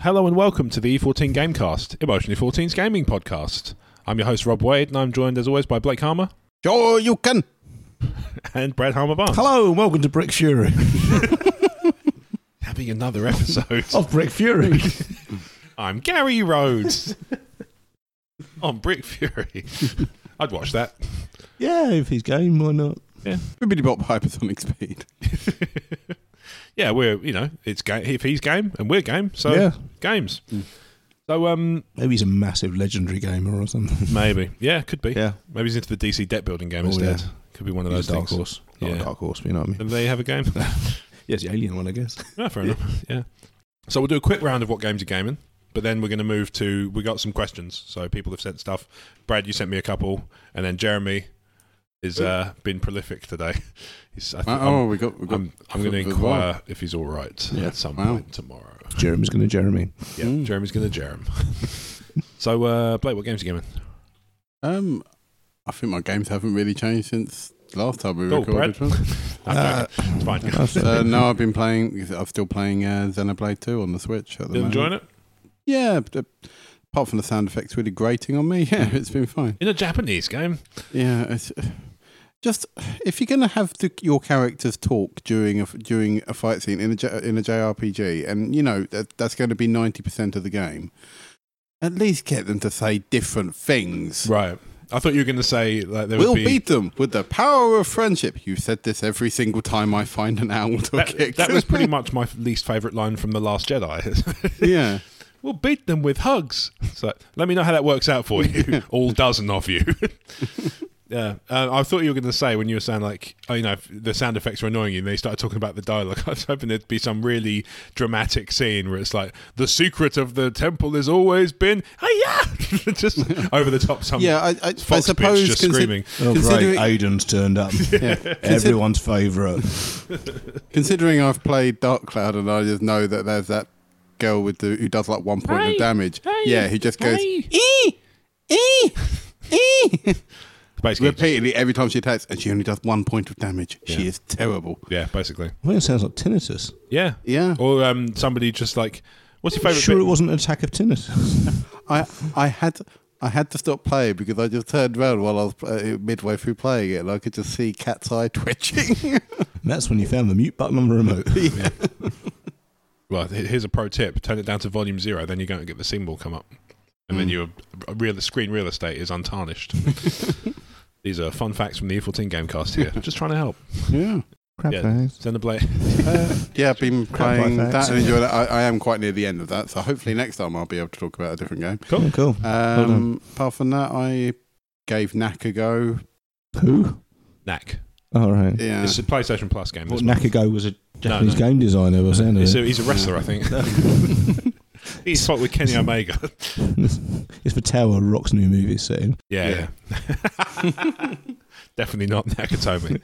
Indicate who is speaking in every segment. Speaker 1: Hello and welcome to the E14 Gamecast, Emotionally 14's gaming podcast. I'm your host Rob Wade, and I'm joined as always by Blake Harmer
Speaker 2: Sure, you can.
Speaker 1: and Brad Harmer Barnes.
Speaker 3: Hello and welcome to Brick Fury
Speaker 1: Having another episode.
Speaker 3: of Brick Fury.
Speaker 1: I'm Gary Rhodes on Brick Fury. I'd watch that.
Speaker 3: yeah, if he's game, why not?
Speaker 2: Bibbidi Bop Hypersonic Speed.
Speaker 1: yeah, we're you know it's game if he's game and we're game, so
Speaker 3: Yeah. Hmm.
Speaker 1: games.
Speaker 2: Mm.
Speaker 1: So um
Speaker 3: Maybe he's a massive legendary gamer or something.
Speaker 1: maybe yeah could be
Speaker 3: Yeah,
Speaker 1: maybe he's into the DC debt building game
Speaker 3: Oh,
Speaker 1: instead.
Speaker 3: yeah.
Speaker 1: Could be one of
Speaker 3: He's
Speaker 1: those
Speaker 3: a dark
Speaker 1: things.
Speaker 3: horse. Not
Speaker 1: Yeah.
Speaker 3: a dark horse, but you know what I mean.
Speaker 1: And they have a game.
Speaker 3: Yes, the alien one, I guess.
Speaker 1: Yeah, fair enough. Yeah. So we'll do a quick round of what games you're gaming, but then we're going to move to we got some questions. So people have sent stuff. Brad, you sent me a couple, and then Jeremy has uh, been prolific today. He's, I think,
Speaker 2: oh, we got. We
Speaker 1: I'm,
Speaker 2: got
Speaker 1: I'm, I'm going to
Speaker 2: as well.
Speaker 1: inquire if he's all right
Speaker 2: Yeah.
Speaker 1: at some
Speaker 2: Wow.
Speaker 1: point tomorrow.
Speaker 3: Jeremy's going to Jeremy.
Speaker 1: Yeah,
Speaker 2: Mm.
Speaker 1: Jeremy's going to Jerem. so uh, Blake, what games are you gaming?
Speaker 2: Um, I think my games haven't really changed since last time we
Speaker 1: Oh,
Speaker 2: recorded.
Speaker 1: Brad.
Speaker 2: one.
Speaker 1: I'm
Speaker 3: Uh,
Speaker 1: joking. it's fine.
Speaker 2: uh, no, I've been playing. I'm still playing uh, Xenoblade Two on the Switch at the
Speaker 1: Been
Speaker 2: moment.
Speaker 1: enjoying it
Speaker 2: Yeah, but, uh, apart from the sound effects really grating on me,
Speaker 1: Mm-hmm.
Speaker 2: yeah, it's been fine.
Speaker 1: in a Japanese game.
Speaker 2: Yeah, it's uh, just if you're going to have the, your characters talk during a during a fight scene in a J- in a JRPG, and you know that that's going to be ninety percent of the game. At least get them to say different things.
Speaker 1: Right. I thought you were going to say like there
Speaker 2: We'll
Speaker 1: would be.
Speaker 2: beat them with the power of friendship. You said this every single time I find an owl to
Speaker 1: That,
Speaker 2: kick.
Speaker 1: that was pretty much my least favorite line from the Last Jedi.
Speaker 2: yeah.
Speaker 1: We'll beat them with hugs. So let me know how that works out for you, all dozen of you. yeah, uh, I thought you were going to say when you were saying like, oh, you know, if the sound effects were annoying you, and they started talking about the dialogue. I was hoping there'd be some really dramatic scene where it's like, the secret of the temple has always been, yeah, just over the top. Some
Speaker 2: Yeah, I, I, I
Speaker 1: Um, fox
Speaker 2: suppose
Speaker 1: bitch just
Speaker 2: consi-
Speaker 1: screaming.
Speaker 3: Oh,
Speaker 2: Considering-
Speaker 3: great. Aiden's turned up.
Speaker 2: yeah.
Speaker 3: Everyone's favourite.
Speaker 2: Considering I've played Dark Cloud and I just know that there's that girl with the who does like one point
Speaker 1: Hey,
Speaker 2: of damage. yeah, who just goes
Speaker 1: hey.
Speaker 2: ee ee ee
Speaker 1: Basically,
Speaker 2: repeatedly every time she attacks, and she only does one point of damage. She is terrible.
Speaker 1: yeah, basically,
Speaker 3: I think it sounds like tinnitus.
Speaker 1: yeah,
Speaker 2: Yeah.
Speaker 1: Or um, somebody just like, what's your favorite?
Speaker 3: Sure,
Speaker 1: bit?
Speaker 3: it wasn't an attack of tinnitus.
Speaker 2: I I had I had to stop playing because I just turned around while I was uh, midway through playing it, and I could just see Cat's eye twitching.
Speaker 3: And that's when you found the mute button on the remote.
Speaker 1: Well, h- here's a pro tip: turn it down to volume zero, then you go and get the symbol come up, and then your real screen real estate is untarnished. These are fun facts from the E14 Gamecast here. Just trying to help.
Speaker 2: yeah,
Speaker 3: Crap eh?
Speaker 1: Yeah.
Speaker 3: face.
Speaker 1: Send a blade.
Speaker 2: uh, yeah. I've been
Speaker 3: Crap
Speaker 2: playing
Speaker 3: life hacks.
Speaker 2: that and enjoying it. I, I am quite near the end of that, so hopefully next time I'll be able to talk about a different game.
Speaker 3: Cool. cool.
Speaker 2: Um, apart from that, I gave Knack a go.
Speaker 3: Who?
Speaker 1: Knack.
Speaker 3: All right.
Speaker 2: Yeah,
Speaker 1: It's a PlayStation Plus game.
Speaker 3: Well,
Speaker 1: this
Speaker 3: Nakago was a Japanese
Speaker 1: no.
Speaker 3: game designer, was
Speaker 1: one.
Speaker 3: it?
Speaker 1: He's a, he's a wrestler, I think. He's fought with Kenny Omega.
Speaker 3: it's for Tower Rock's new movie setting.
Speaker 1: Yeah. yeah. Definitely not Nakatomi.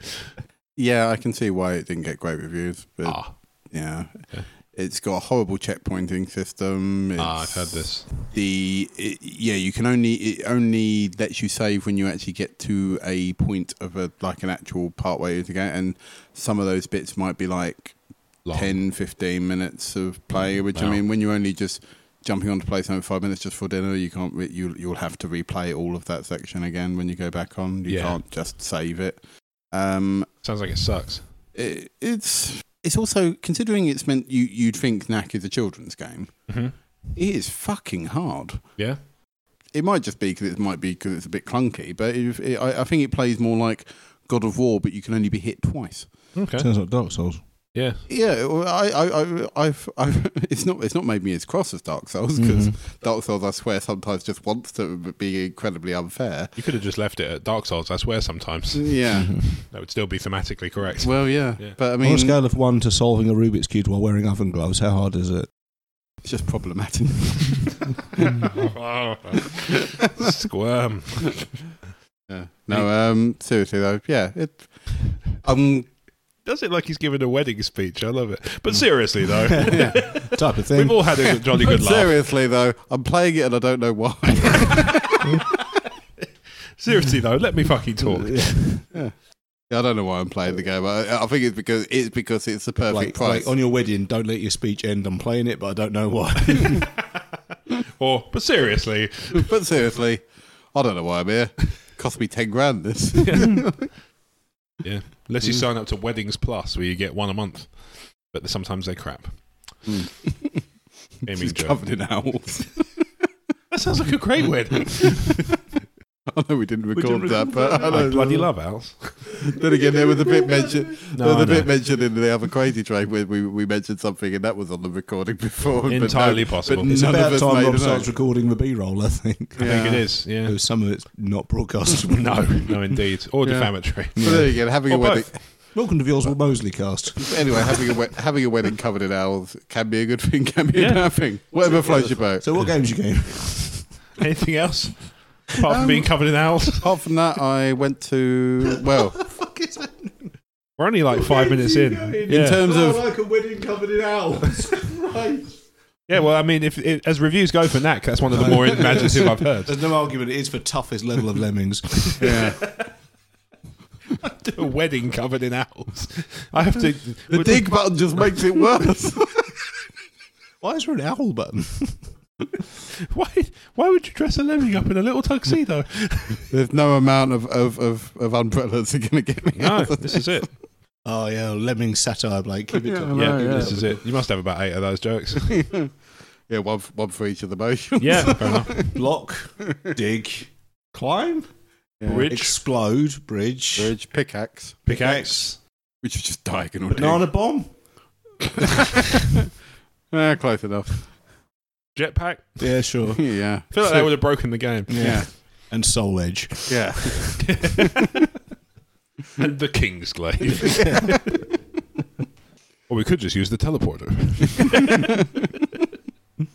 Speaker 2: yeah, I can see why it didn't get great reviews, but
Speaker 1: Ah,
Speaker 2: yeah.
Speaker 1: Yeah.
Speaker 2: It's got a horrible checkpointing system. It's
Speaker 1: ah, I've heard this.
Speaker 2: The it, yeah, you can only it only lets you save when you actually get to a point of a like an actual part way to go, and some of those bits might be like
Speaker 1: Long. Mm,
Speaker 2: ten, fifteen 10, 15 minutes of play. Which
Speaker 1: Wow.
Speaker 2: I mean, when you're only just jumping on to play something five minutes just for dinner, you can't. Re- you you'll have to replay all of that section again when you go back on. You
Speaker 1: Yeah.
Speaker 2: can't just save it. Um,
Speaker 1: Sounds like it sucks.
Speaker 2: it, it's it's also considering it's meant you you'd think Knack is a children's game.
Speaker 1: hmm
Speaker 2: It is fucking hard.
Speaker 1: Yeah.
Speaker 2: It might just be because it might be because it's a bit clunky, but if it, I, I think it plays more like God of War, but you can only be hit twice.
Speaker 1: Okay.
Speaker 3: Sounds like Dark Souls.
Speaker 1: yeah.
Speaker 2: Yeah, well, I, I, I, I've, I've, it's not, it's not made me as cross as Dark Souls because
Speaker 3: Mm-hmm.
Speaker 2: Dark Souls, I swear, sometimes just wants to be incredibly unfair.
Speaker 1: You could have just left it at Dark Souls, I swear, sometimes.
Speaker 2: Yeah,
Speaker 1: That would still be thematically correct.
Speaker 2: well, yeah,
Speaker 1: Yeah.
Speaker 2: but I
Speaker 3: On a
Speaker 2: mean,
Speaker 3: scale of one to solving a Rubik's cube while wearing oven gloves, how hard is it?
Speaker 2: it's just problematic.
Speaker 1: Squirm.
Speaker 2: Yeah. No, um, seriously though, yeah, it, um,
Speaker 1: Does it like he's giving a wedding speech? I love it. But seriously, though,
Speaker 2: yeah.
Speaker 3: Type of
Speaker 1: we've
Speaker 3: thing.
Speaker 1: all had a jolly
Speaker 2: But
Speaker 1: good laugh.
Speaker 2: Seriously though, I'm playing it and I don't know why.
Speaker 1: Seriously, though, let me fucking talk.
Speaker 3: Yeah.
Speaker 2: Yeah. I don't know why I'm playing the game. I, I think it's because it's because it's the perfect
Speaker 3: Like,
Speaker 2: price.
Speaker 3: like on your wedding, don't let your speech end. I'm playing it, but I don't know why.
Speaker 1: Or, but seriously,
Speaker 2: but seriously, I don't know why I'm here. Cost me ten grand. This.
Speaker 1: yeah. Unless you sign up to Weddings Plus, where you get one a month, but th- sometimes they're crap. Hmm. Gaming
Speaker 2: She's
Speaker 1: joke.
Speaker 2: covered in owls.
Speaker 1: That sounds like a great wedding.
Speaker 2: I know we didn't record
Speaker 3: didn't
Speaker 2: that,
Speaker 3: record
Speaker 2: but
Speaker 3: that.
Speaker 2: I,
Speaker 1: I
Speaker 2: know,
Speaker 1: bloody love owls.
Speaker 2: Then again, there was a bit mentioned.
Speaker 1: No,
Speaker 2: there was
Speaker 1: I
Speaker 2: a bit
Speaker 1: know.
Speaker 2: mentioned in the other crazy train where we, we mentioned something, and that was on the recording before. but no-
Speaker 1: Entirely possible.
Speaker 2: But
Speaker 3: it's
Speaker 2: none
Speaker 3: about
Speaker 2: of us
Speaker 3: time
Speaker 2: made
Speaker 3: Rob
Speaker 2: it
Speaker 3: starts recording the B-roll. I think.
Speaker 1: I think it is. Yeah.
Speaker 3: Though Some of it's not broadcastable.
Speaker 1: No, no, indeed, or
Speaker 2: Yeah.
Speaker 1: defamatory.
Speaker 2: So there you go. Having a
Speaker 1: Or
Speaker 2: wedding.
Speaker 1: both.
Speaker 3: Welcome to the Oswald Mosley cast.
Speaker 2: Anyway, having a wed- having a wedding covered in owls can be a good thing, can be
Speaker 1: Yeah.
Speaker 2: a bad thing. Whatever floats your boat.
Speaker 3: So what games you game?
Speaker 1: Anything else apart from
Speaker 2: Um,
Speaker 1: being covered in owls?
Speaker 2: Apart from that, I went to well
Speaker 3: Fuck is that?
Speaker 1: We're only like five minutes in. Yeah.
Speaker 2: in terms of
Speaker 3: Oh, like a wedding covered in owls. right.
Speaker 1: yeah, well, I mean, if, if as reviews go for Knack, that's one of the more imaginative I've heard.
Speaker 3: There's no argument. It is for toughest level of lemmings.
Speaker 2: yeah.
Speaker 1: A wedding covered in owls. I have to.
Speaker 2: the dig button just makes it worse.
Speaker 3: Why is there an owl button?
Speaker 1: Why? Why would you dress a lemming up in a little tuxedo?
Speaker 2: There's no amount of of of, of umbrellas are going to get me.
Speaker 1: No,
Speaker 2: out of
Speaker 1: this is it.
Speaker 3: Oh yeah, lemming satire, Blake. Keep it
Speaker 2: Yeah,
Speaker 3: coming.
Speaker 1: Yeah,
Speaker 2: Right, Oh, yeah.
Speaker 1: this is it. You must have about eight of those jokes.
Speaker 2: it. yeah, one f- one for each of the motions.
Speaker 1: Yeah, fair enough.
Speaker 3: Block, dig, climb,
Speaker 2: Yeah.
Speaker 1: Bridge,
Speaker 3: explode, bridge,
Speaker 2: Bridge, pickaxe,
Speaker 1: pickaxe,
Speaker 2: which is just diagonal. dig.
Speaker 3: banana bomb.
Speaker 2: Ah, close enough.
Speaker 1: jetpack.
Speaker 3: Yeah, sure.
Speaker 2: yeah.
Speaker 1: I feel like they would have broken the game.
Speaker 2: Yeah.
Speaker 3: And soul edge.
Speaker 2: Yeah.
Speaker 1: and the King's Glaive. or we could just use the teleporter.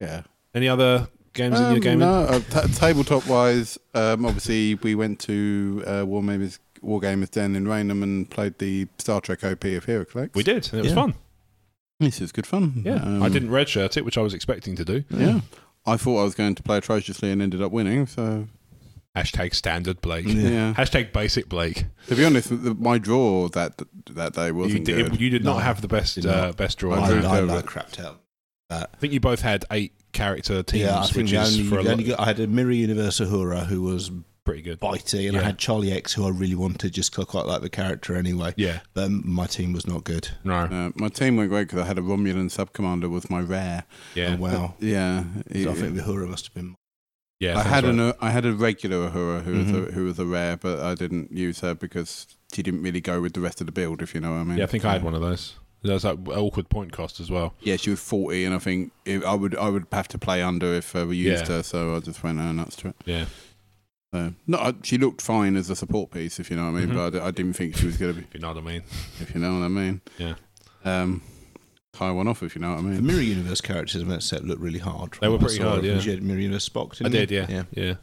Speaker 2: Yeah.
Speaker 1: Any other games in your
Speaker 2: Um,
Speaker 1: game?
Speaker 2: No, uh, ta tabletop wise, um, obviously we went to uh, Wargamers Wargamers Den in Raynham and played the Star Trek OP of Heracles.
Speaker 1: We did. And it was
Speaker 3: Yeah.
Speaker 1: fun.
Speaker 2: This is good fun.
Speaker 1: Yeah.
Speaker 2: Um,
Speaker 1: I didn't redshirt it, which I was expecting to do.
Speaker 2: Yeah. I thought I was going to play atrociously and ended up winning. So
Speaker 1: Hashtag standard Blake.
Speaker 3: Yeah.
Speaker 2: yeah.
Speaker 1: Hashtag basic Blake.
Speaker 2: To be honest, the, my draw that that day
Speaker 1: You
Speaker 2: wasn't
Speaker 1: did,
Speaker 2: good.
Speaker 1: you did
Speaker 3: No,
Speaker 1: not have the best
Speaker 3: did not.
Speaker 1: uh, best draw.
Speaker 3: I,
Speaker 1: I,
Speaker 2: did.
Speaker 3: I
Speaker 2: no,
Speaker 3: like
Speaker 2: but-
Speaker 3: crapped out.
Speaker 1: think you both had eight character teams,
Speaker 3: yeah, I think
Speaker 1: which
Speaker 3: the
Speaker 1: is
Speaker 3: only,
Speaker 1: for a
Speaker 3: the
Speaker 1: lot,
Speaker 3: only guy- I had a Mirror Universe Uhura who was
Speaker 1: pretty good.
Speaker 3: bitey, and I
Speaker 1: Yeah.
Speaker 3: had Charlie X who I really wanted just 'cause I quite like the character anyway.
Speaker 1: Yeah.
Speaker 3: But um, my team was not good.
Speaker 1: No.
Speaker 2: Uh, my team went great because I had a Romulan sub commander was my rare.
Speaker 1: Yeah.
Speaker 3: Oh, wow.
Speaker 2: Yeah,
Speaker 3: So I think Uhura must have been.
Speaker 1: yeah.
Speaker 2: I
Speaker 1: sounds
Speaker 2: had
Speaker 1: right. Mm-hmm.
Speaker 2: an uh, I had a regular Uhura who was
Speaker 3: Mhm.
Speaker 2: a, who was a rare, but I didn't use her because she didn't really go with the rest of the build. If you know what I mean.
Speaker 1: Yeah, I think I had one of those. That was like awkward point cost as well.
Speaker 2: Yeah, she was forty, and I think it, I would I would have to play under if uh, we used her. So I just went uh, nuts to it.
Speaker 1: Yeah.
Speaker 2: So no, I, she looked fine as a support piece, if you know what I mean.
Speaker 1: Mhm.
Speaker 2: But I d- I, didn't think she was going to be,
Speaker 1: If you know what I mean.
Speaker 2: if you know what I mean.
Speaker 1: Yeah.
Speaker 2: Um, tie one off, if you know what I
Speaker 3: The
Speaker 2: mean.
Speaker 3: Mirror Universe characters in that set looked really hard.
Speaker 1: They were
Speaker 3: I
Speaker 1: pretty
Speaker 3: saw
Speaker 1: hard,
Speaker 3: it.
Speaker 1: yeah.
Speaker 3: You had Mirror Universe Spock, didn't
Speaker 1: I did,
Speaker 3: you?
Speaker 1: yeah. Yeah.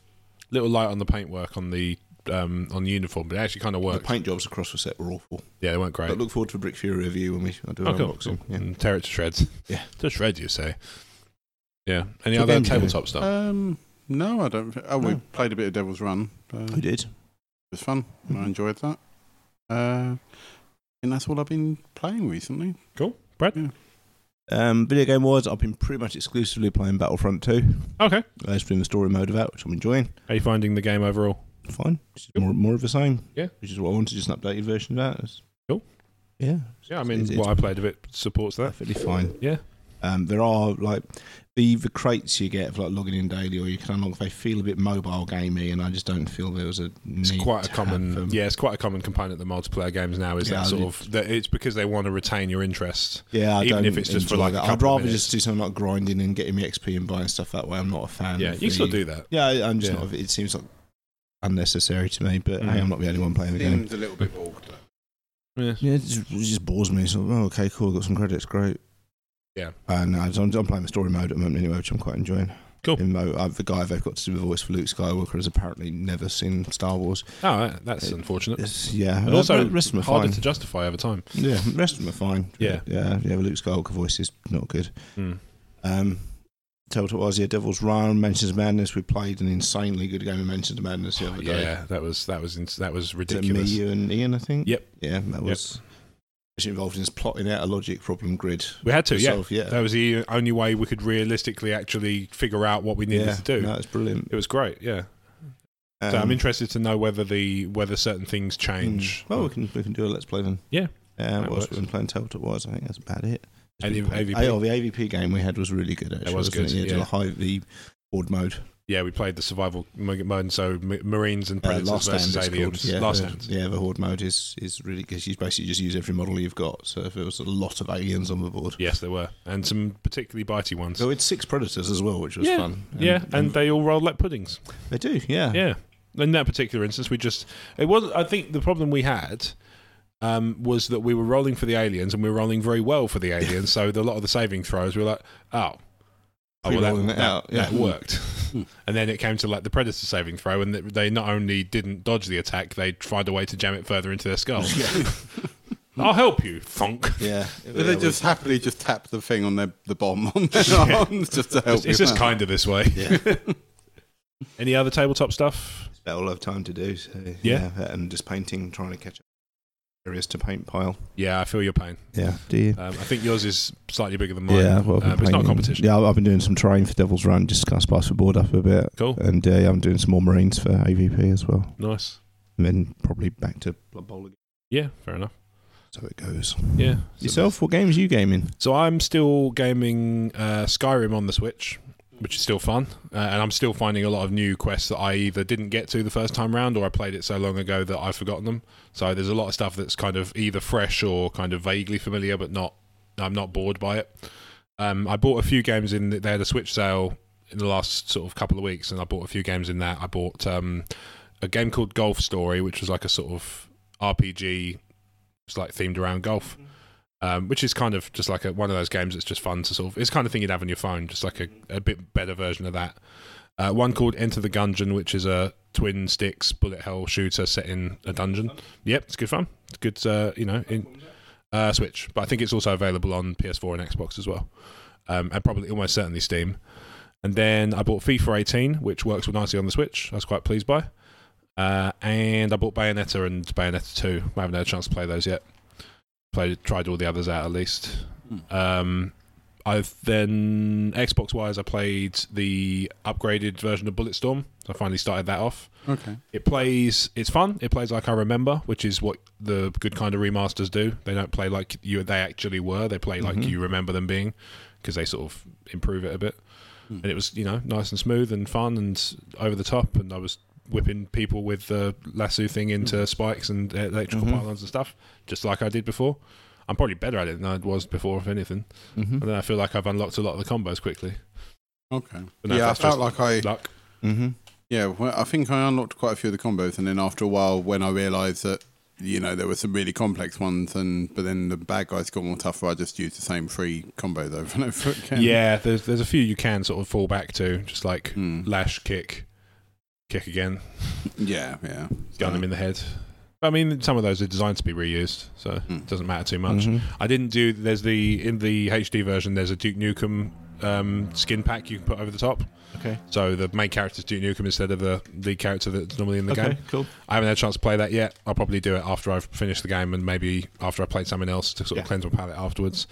Speaker 1: Little light on the paintwork on the um, on the uniform, but it actually kind of
Speaker 3: The
Speaker 1: worked.
Speaker 3: paint jobs across the set were awful.
Speaker 1: yeah, they weren't great.
Speaker 3: But look forward to a Brick Fury review when we I do an
Speaker 1: Oh, cool.
Speaker 3: unboxing. Yeah.
Speaker 1: and tear it to shreds.
Speaker 3: Yeah.
Speaker 1: to shreds, you say. Yeah. Any
Speaker 3: So
Speaker 1: other
Speaker 3: games,
Speaker 1: tabletop stuff?
Speaker 2: Um, no, I don't. thi- Oh, we
Speaker 3: No.
Speaker 2: played a bit of Devil's Run. But
Speaker 3: Who did?
Speaker 2: It was fun. I
Speaker 3: Mhm.
Speaker 2: enjoyed that. Uh, and that's all I've been playing recently.
Speaker 1: cool, Brad.
Speaker 3: Um, video game wise, I've been pretty much exclusively playing Battlefront 2.
Speaker 1: Okay.
Speaker 3: I just been the story mode of that, which I'm enjoying.
Speaker 1: How you finding the game overall?
Speaker 3: Fine. It's
Speaker 1: Cool.
Speaker 3: More, more of the same.
Speaker 1: Yeah.
Speaker 3: Which is what I wanted, just an updated version of that. It's-
Speaker 1: Cool.
Speaker 3: Yeah.
Speaker 1: Yeah, I mean,
Speaker 3: It's- it's
Speaker 1: what I played of it supports that.
Speaker 3: perfectly fine.
Speaker 1: Yeah.
Speaker 3: Um, there are like the the crates you get for like logging in daily, or you can unlock. They feel a bit mobile gamey, and I just don't feel there was a.
Speaker 1: It's
Speaker 3: need
Speaker 1: quite a
Speaker 3: to have
Speaker 1: common,
Speaker 3: them.
Speaker 1: yeah, it's quite a common component that multiplayer games now is
Speaker 3: Yeah,
Speaker 1: that
Speaker 3: I
Speaker 1: sort
Speaker 3: did-
Speaker 1: of. That it's because they want to retain your interest.
Speaker 3: Yeah, I
Speaker 1: Even
Speaker 3: don't
Speaker 1: if it's just for,
Speaker 3: enjoy
Speaker 1: like, a
Speaker 3: that.
Speaker 1: couple
Speaker 3: I'd
Speaker 1: of
Speaker 3: rather
Speaker 1: minutes.
Speaker 3: just do something like grinding and getting me XP and buying stuff that way. I'm not a fan.
Speaker 1: Yeah,
Speaker 3: of
Speaker 1: you can still
Speaker 3: the-
Speaker 1: do that.
Speaker 3: Yeah, I- I'm just
Speaker 1: Yeah.
Speaker 3: not. It seems like unnecessary to me. But
Speaker 1: Mm.
Speaker 3: hey, I'm not the only one playing the game.
Speaker 2: a little bit bogged.
Speaker 1: Yeah.
Speaker 3: Yeah, it just, it just bores me. So, oh, okay, cool. I've got some credits. Great.
Speaker 1: Yeah.
Speaker 3: And I, I'm, I'm playing the story mode at the moment anyway, which I'm quite enjoying.
Speaker 1: Cool.
Speaker 3: Even though uh, the guy they've got to do the voice for Luke Skywalker has apparently never seen Star Wars.
Speaker 1: Oh, that- that's
Speaker 3: It-
Speaker 1: unfortunate.
Speaker 3: It's, yeah.
Speaker 1: And
Speaker 3: Uh,
Speaker 1: also
Speaker 3: but the rest of them are
Speaker 1: harder
Speaker 3: fine.
Speaker 1: to justify over time.
Speaker 3: yeah, the rest of them are fine.
Speaker 1: Yeah.
Speaker 3: Mm. Yeah. Yeah. The Luke Skywalker voice is not good.
Speaker 1: Mm.
Speaker 3: Um, Total War Zero Devil's Run, Mentions of Madness. We played an insanely good game of Mentions of Madness the other
Speaker 1: yeah,
Speaker 3: day.
Speaker 1: that was that was ins- that was
Speaker 3: To me,
Speaker 1: ridiculous.
Speaker 3: you and Ian, I think.
Speaker 1: Yep.
Speaker 3: Yeah, that was actually involved in us plotting out a logic problem grid.
Speaker 1: We had to, yeah.
Speaker 3: Yourself, yeah.
Speaker 1: That was the only way we could realistically actually figure out what we needed
Speaker 3: yeah,
Speaker 1: to do.
Speaker 3: That's brilliant.
Speaker 1: It was great, yeah. So
Speaker 3: Um,
Speaker 1: I'm interested to know whether the whether certain things change.
Speaker 3: Mm. Well, we can we can do a let's play then.
Speaker 1: Yeah,
Speaker 3: Um,
Speaker 1: that
Speaker 3: what else
Speaker 1: works.
Speaker 3: we've been playing Tabletop Wars? I think that's about it.
Speaker 1: And the AVP?
Speaker 3: Oh, the AVP game we had was really good. Actually,
Speaker 1: was
Speaker 3: wasn't
Speaker 1: good,
Speaker 3: Yeah, did
Speaker 1: yeah.
Speaker 3: a high the board mode.
Speaker 1: yeah, we played the survival m- mode, so m- Marines and
Speaker 3: Uh,
Speaker 1: Predators versus
Speaker 3: it's
Speaker 1: aliens.
Speaker 3: called. Yeah,
Speaker 1: last
Speaker 3: the,
Speaker 1: Stand.
Speaker 3: Yeah, the horde mode is is really because you basically just use every model you've got. So if there was a lot of aliens on the board,
Speaker 1: Yes, there were, and some particularly bitey ones.
Speaker 3: so it's six predators as well, which was
Speaker 1: Yeah,
Speaker 3: fun.
Speaker 1: yeah, and, they all rolled like puddings.
Speaker 3: they do. Yeah,
Speaker 1: Yeah. In that particular instance, we just it was. I think the problem we had um, was that we were rolling for the aliens, and we were rolling very well for the aliens. so the, a lot of the saving throws, we were like, oh. Oh,
Speaker 3: Pre-rolling it out, yeah.
Speaker 1: that worked, and then it came to like the predator saving throw, and th- they not only didn't dodge the attack, they tried a way to jam it further into their skull.
Speaker 2: Oh.
Speaker 1: I'll help you, funk.
Speaker 3: yeah.
Speaker 2: But they just happily just tap the thing on their the bomb on their arms just to help.
Speaker 1: It's, it's
Speaker 2: you
Speaker 1: just
Speaker 2: out.
Speaker 1: kind of this way.
Speaker 3: Yeah.
Speaker 1: Any other tabletop stuff?
Speaker 3: It's about all I've time to do. So,
Speaker 1: Yeah.
Speaker 3: and just painting, trying to catch up areas to paint pile.
Speaker 1: Yeah, I feel your pain.
Speaker 3: Yeah, do you?
Speaker 1: Um, I think yours is slightly bigger than mine.
Speaker 3: yeah, well, I've been
Speaker 1: uh, but it's not a
Speaker 3: painting-
Speaker 1: competition.
Speaker 3: Yeah, I've- I've been doing some terrain for Devil's Run, just to kind of spice the board up a bit.
Speaker 1: Cool.
Speaker 3: And uh, yeah, I'm doing some more Marines for AVP as well.
Speaker 1: Nice.
Speaker 3: And then probably back to Blood Bowl again.
Speaker 1: Yeah, fair enough.
Speaker 3: So it goes.
Speaker 1: Yeah. So-
Speaker 3: Yourself, what games you gaming?
Speaker 1: So I'm still gaming uh, Skyrim on the Switch, which is still fun, uh, and I'm still finding a lot of new quests that I either didn't get to the first time round, or I played it so long ago that I've forgotten them. So there's a lot of stuff that's kind of either fresh or kind of vaguely familiar, but not. I'm not bored by it. Um, I bought a few games in. They had a Switch sale in the last sort of couple of weeks, and I bought a few games in that. I bought um, a game called Golf Story, which was like a sort of RPG. It's like themed around golf um, which is kind of just like a, one of those games that's just fun to sort of. It's the kind of thing you'd have on your phone, just like a, a bit better version of that. Uh, one called Enter the Gungeon, which is a twin sticks bullet hell shooter set in a dungeon. Yep, it's good fun. It's good, uh, you know, in uh, Switch, but I think it's also available on PS4 and Xbox as well, um, and probably almost certainly Steam. And then I bought FIFA 18, which works nicely on the Switch. I was quite pleased by. Uh, and I bought Bayonetta and Bayonetta 2. I haven't had a chance to play those yet played tried all the others out at least. Um, I've then Xbox wise, I played the upgraded version of Bulletstorm. I finally started that off.
Speaker 2: Hmm. Okay.
Speaker 1: It plays. It's fun. It plays like I remember, which is what the good kind of remasters do. They don't play like you they actually were. They play like
Speaker 2: Mm-hmm.
Speaker 3: Mhm.
Speaker 1: you remember them being, because they sort of improve it a bit.
Speaker 2: Hmm.
Speaker 1: And it was you know nice and smooth and fun and over the top. And I was whipping people with the lasso thing into
Speaker 2: Hmm.
Speaker 1: spikes and uh, electrical
Speaker 2: Mm-hmm.
Speaker 3: Mhm.
Speaker 1: pylons and stuff, just like I did before. I'm probably better at it than I was before, if anything.
Speaker 2: Hmm.
Speaker 3: Mm-hmm.
Speaker 1: And then I feel like I've unlocked a lot of the combos quickly.
Speaker 2: Okay.
Speaker 1: But no,
Speaker 2: yeah, I
Speaker 1: that's
Speaker 2: felt like I.
Speaker 1: Luck.
Speaker 3: Mm-hmm.
Speaker 2: Yeah, well, I think I unlocked quite a few of the combos, and then after a while, when I realised that you know there were some really complex ones, and but then the bad guys got more tougher, I just used the same three combos over and over again.
Speaker 1: Yeah, there's there's a few you can sort of fall back to, just like
Speaker 2: Hmm.
Speaker 1: lash kick, kick again,
Speaker 2: yeah, yeah.
Speaker 1: gun them in the head. I mean, some of those are designed to be reused, so
Speaker 2: Mm.
Speaker 1: it doesn't matter too much.
Speaker 3: Mhm.
Speaker 1: I didn't do. There's the in the HD version. There's a Duke Nukem um, skin pack you can put over the top.
Speaker 3: Okay.
Speaker 1: So the main character's Duke Nukem instead of the lead character that's normally in the
Speaker 3: okay.
Speaker 1: game.
Speaker 3: Cool.
Speaker 1: I haven't had a chance to play that yet. I'll probably do it after I've finished the game and maybe after I played something else to sort of
Speaker 3: Yeah.
Speaker 1: cleanse my palate afterwards.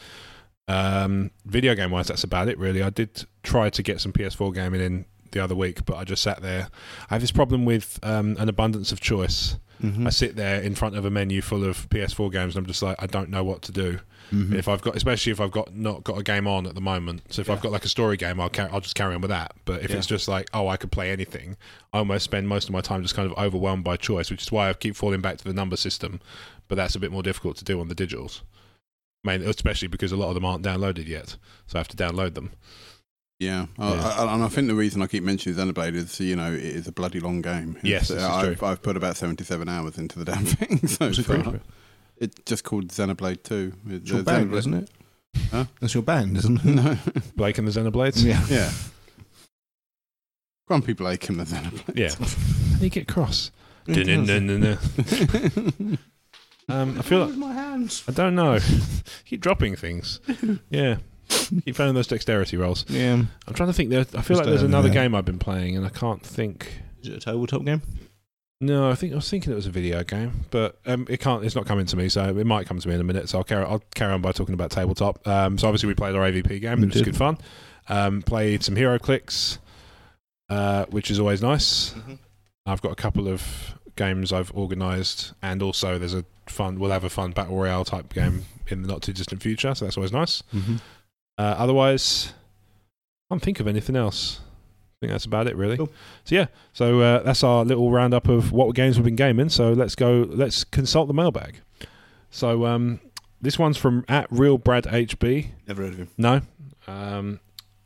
Speaker 1: Um, video game wise, that's about it really. I did try to get some PS4 gaming in the other week, but I just sat there. I have this problem with um, an abundance of choice.
Speaker 3: Mm-hmm.
Speaker 1: I sit there in front of a menu full of PS4 games and I'm just like, I don't know what to do.
Speaker 3: Mm-hmm. Mm.
Speaker 1: If I've got, especially if I've got not got a game on at the moment. So if I've got like a story game, I'll car- I'll just carry on with that. But if
Speaker 3: Yeah.
Speaker 1: it's just like, oh, I could play anything, I almost spend most of my time just kind of overwhelmed by choice, which is why I keep falling back to the number system. But that's a bit more difficult to do on the digitals, I mean, especially because a lot of them aren't downloaded yet, so I have to download them.
Speaker 2: Yeah, I,
Speaker 1: Yeah.
Speaker 2: I, and I think the reason I keep mentioning Xenoblade is, you know, it is a bloody long game. It's- uh,
Speaker 1: Yes, this is
Speaker 2: I've, I've put about seventy-seven hours into the damn thing so far. It's just called Xenoblade Two.
Speaker 3: It's your band, isn't it?
Speaker 2: Huh?
Speaker 3: That's your band, isn't it?
Speaker 2: No,
Speaker 1: Blake and the Xenoblades.
Speaker 3: yeah.
Speaker 2: yeah. Grumpy Blake and the Xenoblade.
Speaker 1: Yeah. you get cross.
Speaker 3: It does.
Speaker 1: Dun-dun-dun-dun-dun. Um, I feel like
Speaker 3: my hands.
Speaker 1: I don't know. keep dropping things. Yeah. Keep failing those dexterity rolls.
Speaker 3: Yeah.
Speaker 1: I'm trying to think. There, I feel
Speaker 3: Just
Speaker 1: like there's
Speaker 3: don't know
Speaker 1: another
Speaker 3: that.
Speaker 1: game I've been playing, and I can't think.
Speaker 3: Is it a tabletop game?
Speaker 1: No, I think I was thinking it was a video game, but um, it can't. It's not coming to me, so it might come to me in a minute. So I'll carry. I'll carry on by talking about tabletop. Um, so obviously we played our AVP game,
Speaker 3: We
Speaker 1: which was
Speaker 3: did.
Speaker 1: good fun. Um, played some hero clicks, uh, which is always nice. I've got a couple of games I've organised, and also there's a fun. We'll have a fun battle royale type game in the not too distant future, so that's always nice.
Speaker 2: Mm-hmm.
Speaker 1: Uh, otherwise, I can't think of anything else. I think that's about it, really.
Speaker 3: Cool.
Speaker 1: So yeah, so uh, that's our little roundup of what games we've been gaming. So let's go. Let's consult the mailbag. So um, this one's from at real Brad HB.
Speaker 3: Never heard of him.
Speaker 1: No. Um,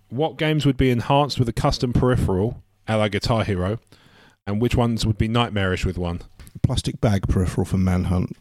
Speaker 1: what games would be enhanced with a custom peripheral, a la Guitar Hero, and which ones would be nightmarish with one?
Speaker 3: Plastic bag peripheral for Manhunt.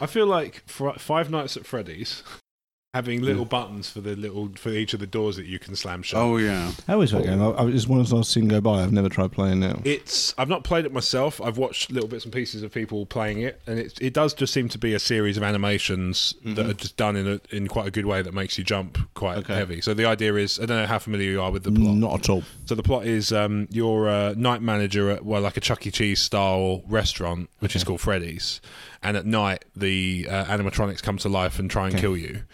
Speaker 1: I feel like for Five Nights at Freddy's having little buttons for the little for each of the doors that you can slam shut.
Speaker 2: Oh yeah,
Speaker 3: How is that game? I, I, it's one as I've seen go by. I've never tried playing it.
Speaker 1: It's I've not played it myself. I've watched little bits and pieces of people playing it, and it it does just seem to be a series of animations that
Speaker 3: Mhm.
Speaker 1: are just done in a, in quite a good way that makes you jump quite
Speaker 3: Okay. Mm.
Speaker 1: heavy. So the idea is I don't know how familiar you are with the plot.
Speaker 3: Not at all.
Speaker 1: So the plot is um, you're a night manager at well, like a Chuck E. Cheese style restaurant, which is called Freddy's, and at night the uh, animatronics come to life and try and
Speaker 3: Okay.
Speaker 1: kill you.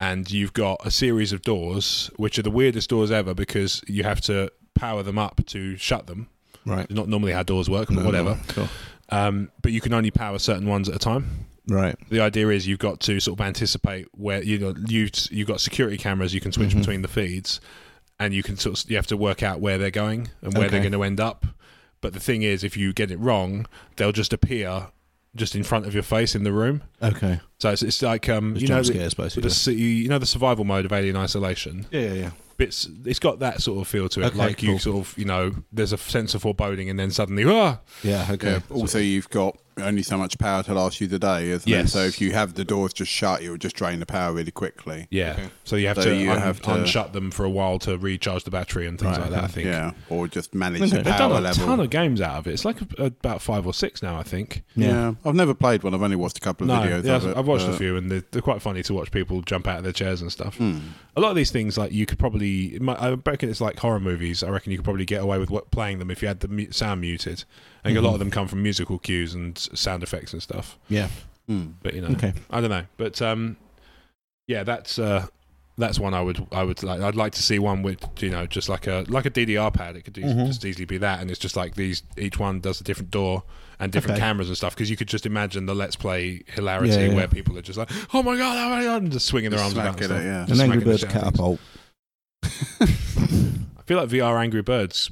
Speaker 1: And you've got a series of doors, which are the weirdest doors ever, because you have to power them up to shut them.
Speaker 3: Right.
Speaker 1: Not normally how doors work, but whatever.
Speaker 3: Cool.
Speaker 1: Um, but you can only power certain ones at a time
Speaker 3: Right.
Speaker 1: the idea is you've got to sort of anticipate where you know you you've got security cameras you can switch
Speaker 3: Mm-hmm.
Speaker 1: between the feeds and you can sort of you have to work out where they're going and where they're
Speaker 3: Okay.
Speaker 1: going to end up but the thing is if you get it wrong they'll just appear just in front of your face in the room
Speaker 3: Okay.
Speaker 1: so it's, it's like um
Speaker 3: Just
Speaker 1: you know
Speaker 3: jump
Speaker 1: the,
Speaker 3: scares, basically.
Speaker 1: the, su- you know the survival mode of alien isolation
Speaker 3: yeah, yeah, yeah.
Speaker 1: it's it's got that sort of feel to it
Speaker 3: Okay,
Speaker 1: like you
Speaker 3: cool.
Speaker 1: sort of you know there's a sense of foreboding and then suddenly ah
Speaker 3: Yeah, okay.
Speaker 2: yeah. Also, you've got only so much power to last you the day, isn't it?
Speaker 1: Yes.
Speaker 2: So if you have the doors just shut, it will just drain the power really quickly.
Speaker 1: yeah so you have
Speaker 2: So
Speaker 1: to
Speaker 2: you
Speaker 1: un-
Speaker 2: have to-
Speaker 1: unshut them for a while to recharge the battery and things like
Speaker 3: Right,
Speaker 1: that i
Speaker 3: okay.
Speaker 1: think
Speaker 2: Yeah, or just manage
Speaker 3: Okay.
Speaker 2: the
Speaker 1: They've done
Speaker 2: power
Speaker 1: a
Speaker 2: level.
Speaker 1: ton of games out of it. It's like a, about five or six now, I think.
Speaker 2: yeah. I've never played one. I've only watched a couple
Speaker 1: No,
Speaker 2: of videos.
Speaker 1: yeah,
Speaker 2: of
Speaker 1: I've-
Speaker 2: it,
Speaker 1: I've watched a
Speaker 2: but-
Speaker 1: few, and they're, they're quite funny to watch people jump out of their chairs and stuff.
Speaker 2: Hmm.
Speaker 1: A lot of these things, like you could probably, it might- I reckon it's like horror movies. I reckon you could probably get away with what, playing them if you had the mu- sound muted. I think
Speaker 2: Mm-hmm.
Speaker 1: a lot of them come from musical cues and s- sound effects and stuff.
Speaker 3: Yeah.
Speaker 2: Hmm.
Speaker 1: But you know,
Speaker 3: Okay.
Speaker 1: I don't know. But um, yeah, that's uh, that's one I would I would like. I'd like to see one with you know just like a like a DDR pad. It could eas-
Speaker 3: Mhm.
Speaker 1: just easily be that, and it's just like these each one does a different door and different
Speaker 3: Okay.
Speaker 1: cameras and stuff. Because you could just imagine the let's play hilarity
Speaker 3: Yeah, yeah.
Speaker 1: where people are just like, oh my god, oh my god, and just swinging their
Speaker 2: Just
Speaker 1: arms about. And
Speaker 2: smacking
Speaker 1: stuff.
Speaker 2: it, yeah.
Speaker 1: Just
Speaker 3: An Angry
Speaker 1: smacking the
Speaker 3: Birds
Speaker 1: shit out of
Speaker 3: catapult.
Speaker 1: I feel like VR Angry Birds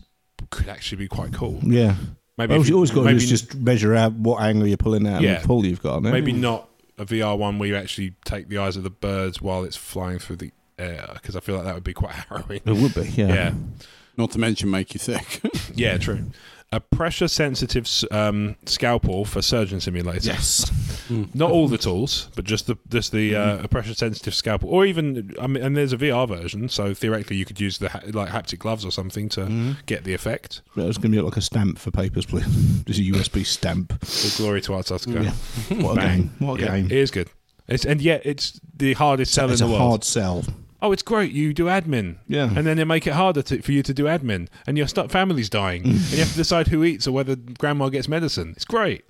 Speaker 1: could actually be quite cool.
Speaker 3: yeah.
Speaker 1: Maybe
Speaker 3: Well,
Speaker 1: if
Speaker 3: you always got to do
Speaker 1: maybe
Speaker 3: is just measure out what angle you're pulling out
Speaker 1: Yeah.
Speaker 3: and the pull you've got on it.
Speaker 1: maybe not a VR one where you actually take the eyes of the birds while it's flying through the air because I feel like that would be quite harrowing.
Speaker 3: It would be, yeah.
Speaker 1: Yeah,
Speaker 2: Not to mention make you sick.
Speaker 1: yeah, true. A pressure sensitive um, scalpel for surgeon simulator.
Speaker 3: Yes.
Speaker 1: Not all the tools, but just the just the uh,
Speaker 3: Mm-hmm.
Speaker 1: a pressure sensitive scalpel, or even I mean, and there's a VR version, so theoretically you could use the ha- like haptic gloves or something to
Speaker 3: Mm-hmm.
Speaker 1: get the effect.
Speaker 3: Yeah, It's going to be like a stamp for papers, please. Just a USB stamp.
Speaker 1: All glory to Artaska.
Speaker 3: Yeah. What a
Speaker 1: Hmm. Bang.
Speaker 3: game. What a
Speaker 1: Yeah,
Speaker 3: game.
Speaker 1: It is good. It's, and yet it's the hardest sell
Speaker 3: it's
Speaker 1: in
Speaker 3: a
Speaker 1: the world.
Speaker 3: hard sell.
Speaker 1: oh, it's great. You do admin.
Speaker 3: Yeah.
Speaker 1: And then they make it harder to, for you to do admin. And your st- family's dying.
Speaker 3: Mm.
Speaker 1: and you have to decide who eats or whether grandma gets medicine. It's great.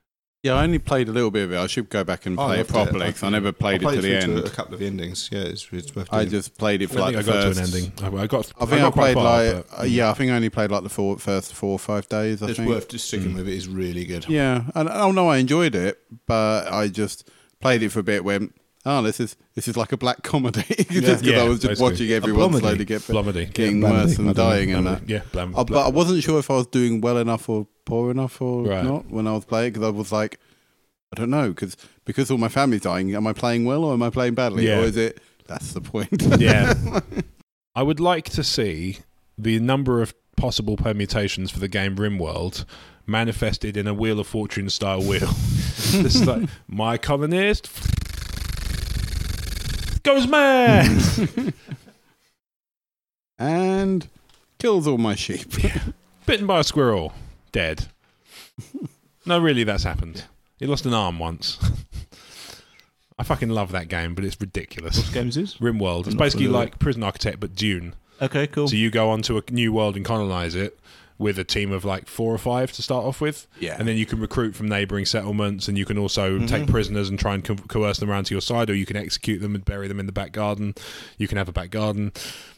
Speaker 2: yeah, I only played a little bit of it. I should go back and
Speaker 3: I
Speaker 2: play it
Speaker 3: loved
Speaker 2: properly
Speaker 3: I-
Speaker 2: because I, never played,
Speaker 3: I
Speaker 2: it to the end.
Speaker 3: through a couple of endings. Yeah, it's, it's worth
Speaker 2: I
Speaker 3: doing.
Speaker 2: just played it
Speaker 1: I
Speaker 2: for
Speaker 1: don't
Speaker 2: like
Speaker 1: think I
Speaker 2: the
Speaker 1: got
Speaker 2: first.
Speaker 1: to an ending. I, I got.
Speaker 2: I think I,
Speaker 1: got quite
Speaker 2: played
Speaker 1: far,
Speaker 2: like
Speaker 1: but-
Speaker 2: uh, yeah. I think I only played like the four, first four or five days. I
Speaker 3: It's
Speaker 2: think.
Speaker 3: worth just sticking with it. It's really good.
Speaker 2: Yeah, and oh no, I enjoyed it, but I just played it for a bit. Went, oh, this is this is like a black comedy. just 'cause
Speaker 1: Yeah,
Speaker 2: I was just
Speaker 1: basically.
Speaker 2: watching everyone
Speaker 3: A
Speaker 2: slowly get
Speaker 1: Blomedy.
Speaker 2: getting
Speaker 3: Blamedy,
Speaker 2: worse and
Speaker 3: blamedy,
Speaker 2: dying and that.
Speaker 1: Blamedy. Yeah, blam,
Speaker 2: Uh, but I wasn't sure if I was doing well enough or poor enough or
Speaker 1: Right.
Speaker 2: not when I was playing because I was like, I don't know, because because all my family's dying. Am I playing well or am I playing badly?
Speaker 1: Yeah.
Speaker 2: Or is it? That's the point.
Speaker 1: Yeah. I would like to see the number of possible permutations for the game Rimworld manifested in a Wheel of Fortune style wheel. Just like my colonist goes mad.
Speaker 2: and kills all my sheep.
Speaker 1: Bitten by a squirrel, dead. No, really, that's happened. He lost an arm once. I fucking love that game, but it's ridiculous.
Speaker 3: What game is this?
Speaker 1: RimWorld. It's
Speaker 3: Not
Speaker 1: basically
Speaker 3: familiar.
Speaker 1: like Prison Architect, but Dune.
Speaker 3: Okay, cool.
Speaker 1: So you go onto a new world and colonize it with a team of like four or five to start off with.
Speaker 2: Yeah.
Speaker 1: And then you can recruit from neighboring settlements and you can also
Speaker 3: Mm-hmm.
Speaker 1: take prisoners and try and co- coerce them around to your side or you can execute them and bury them in the back garden. You can have a back garden.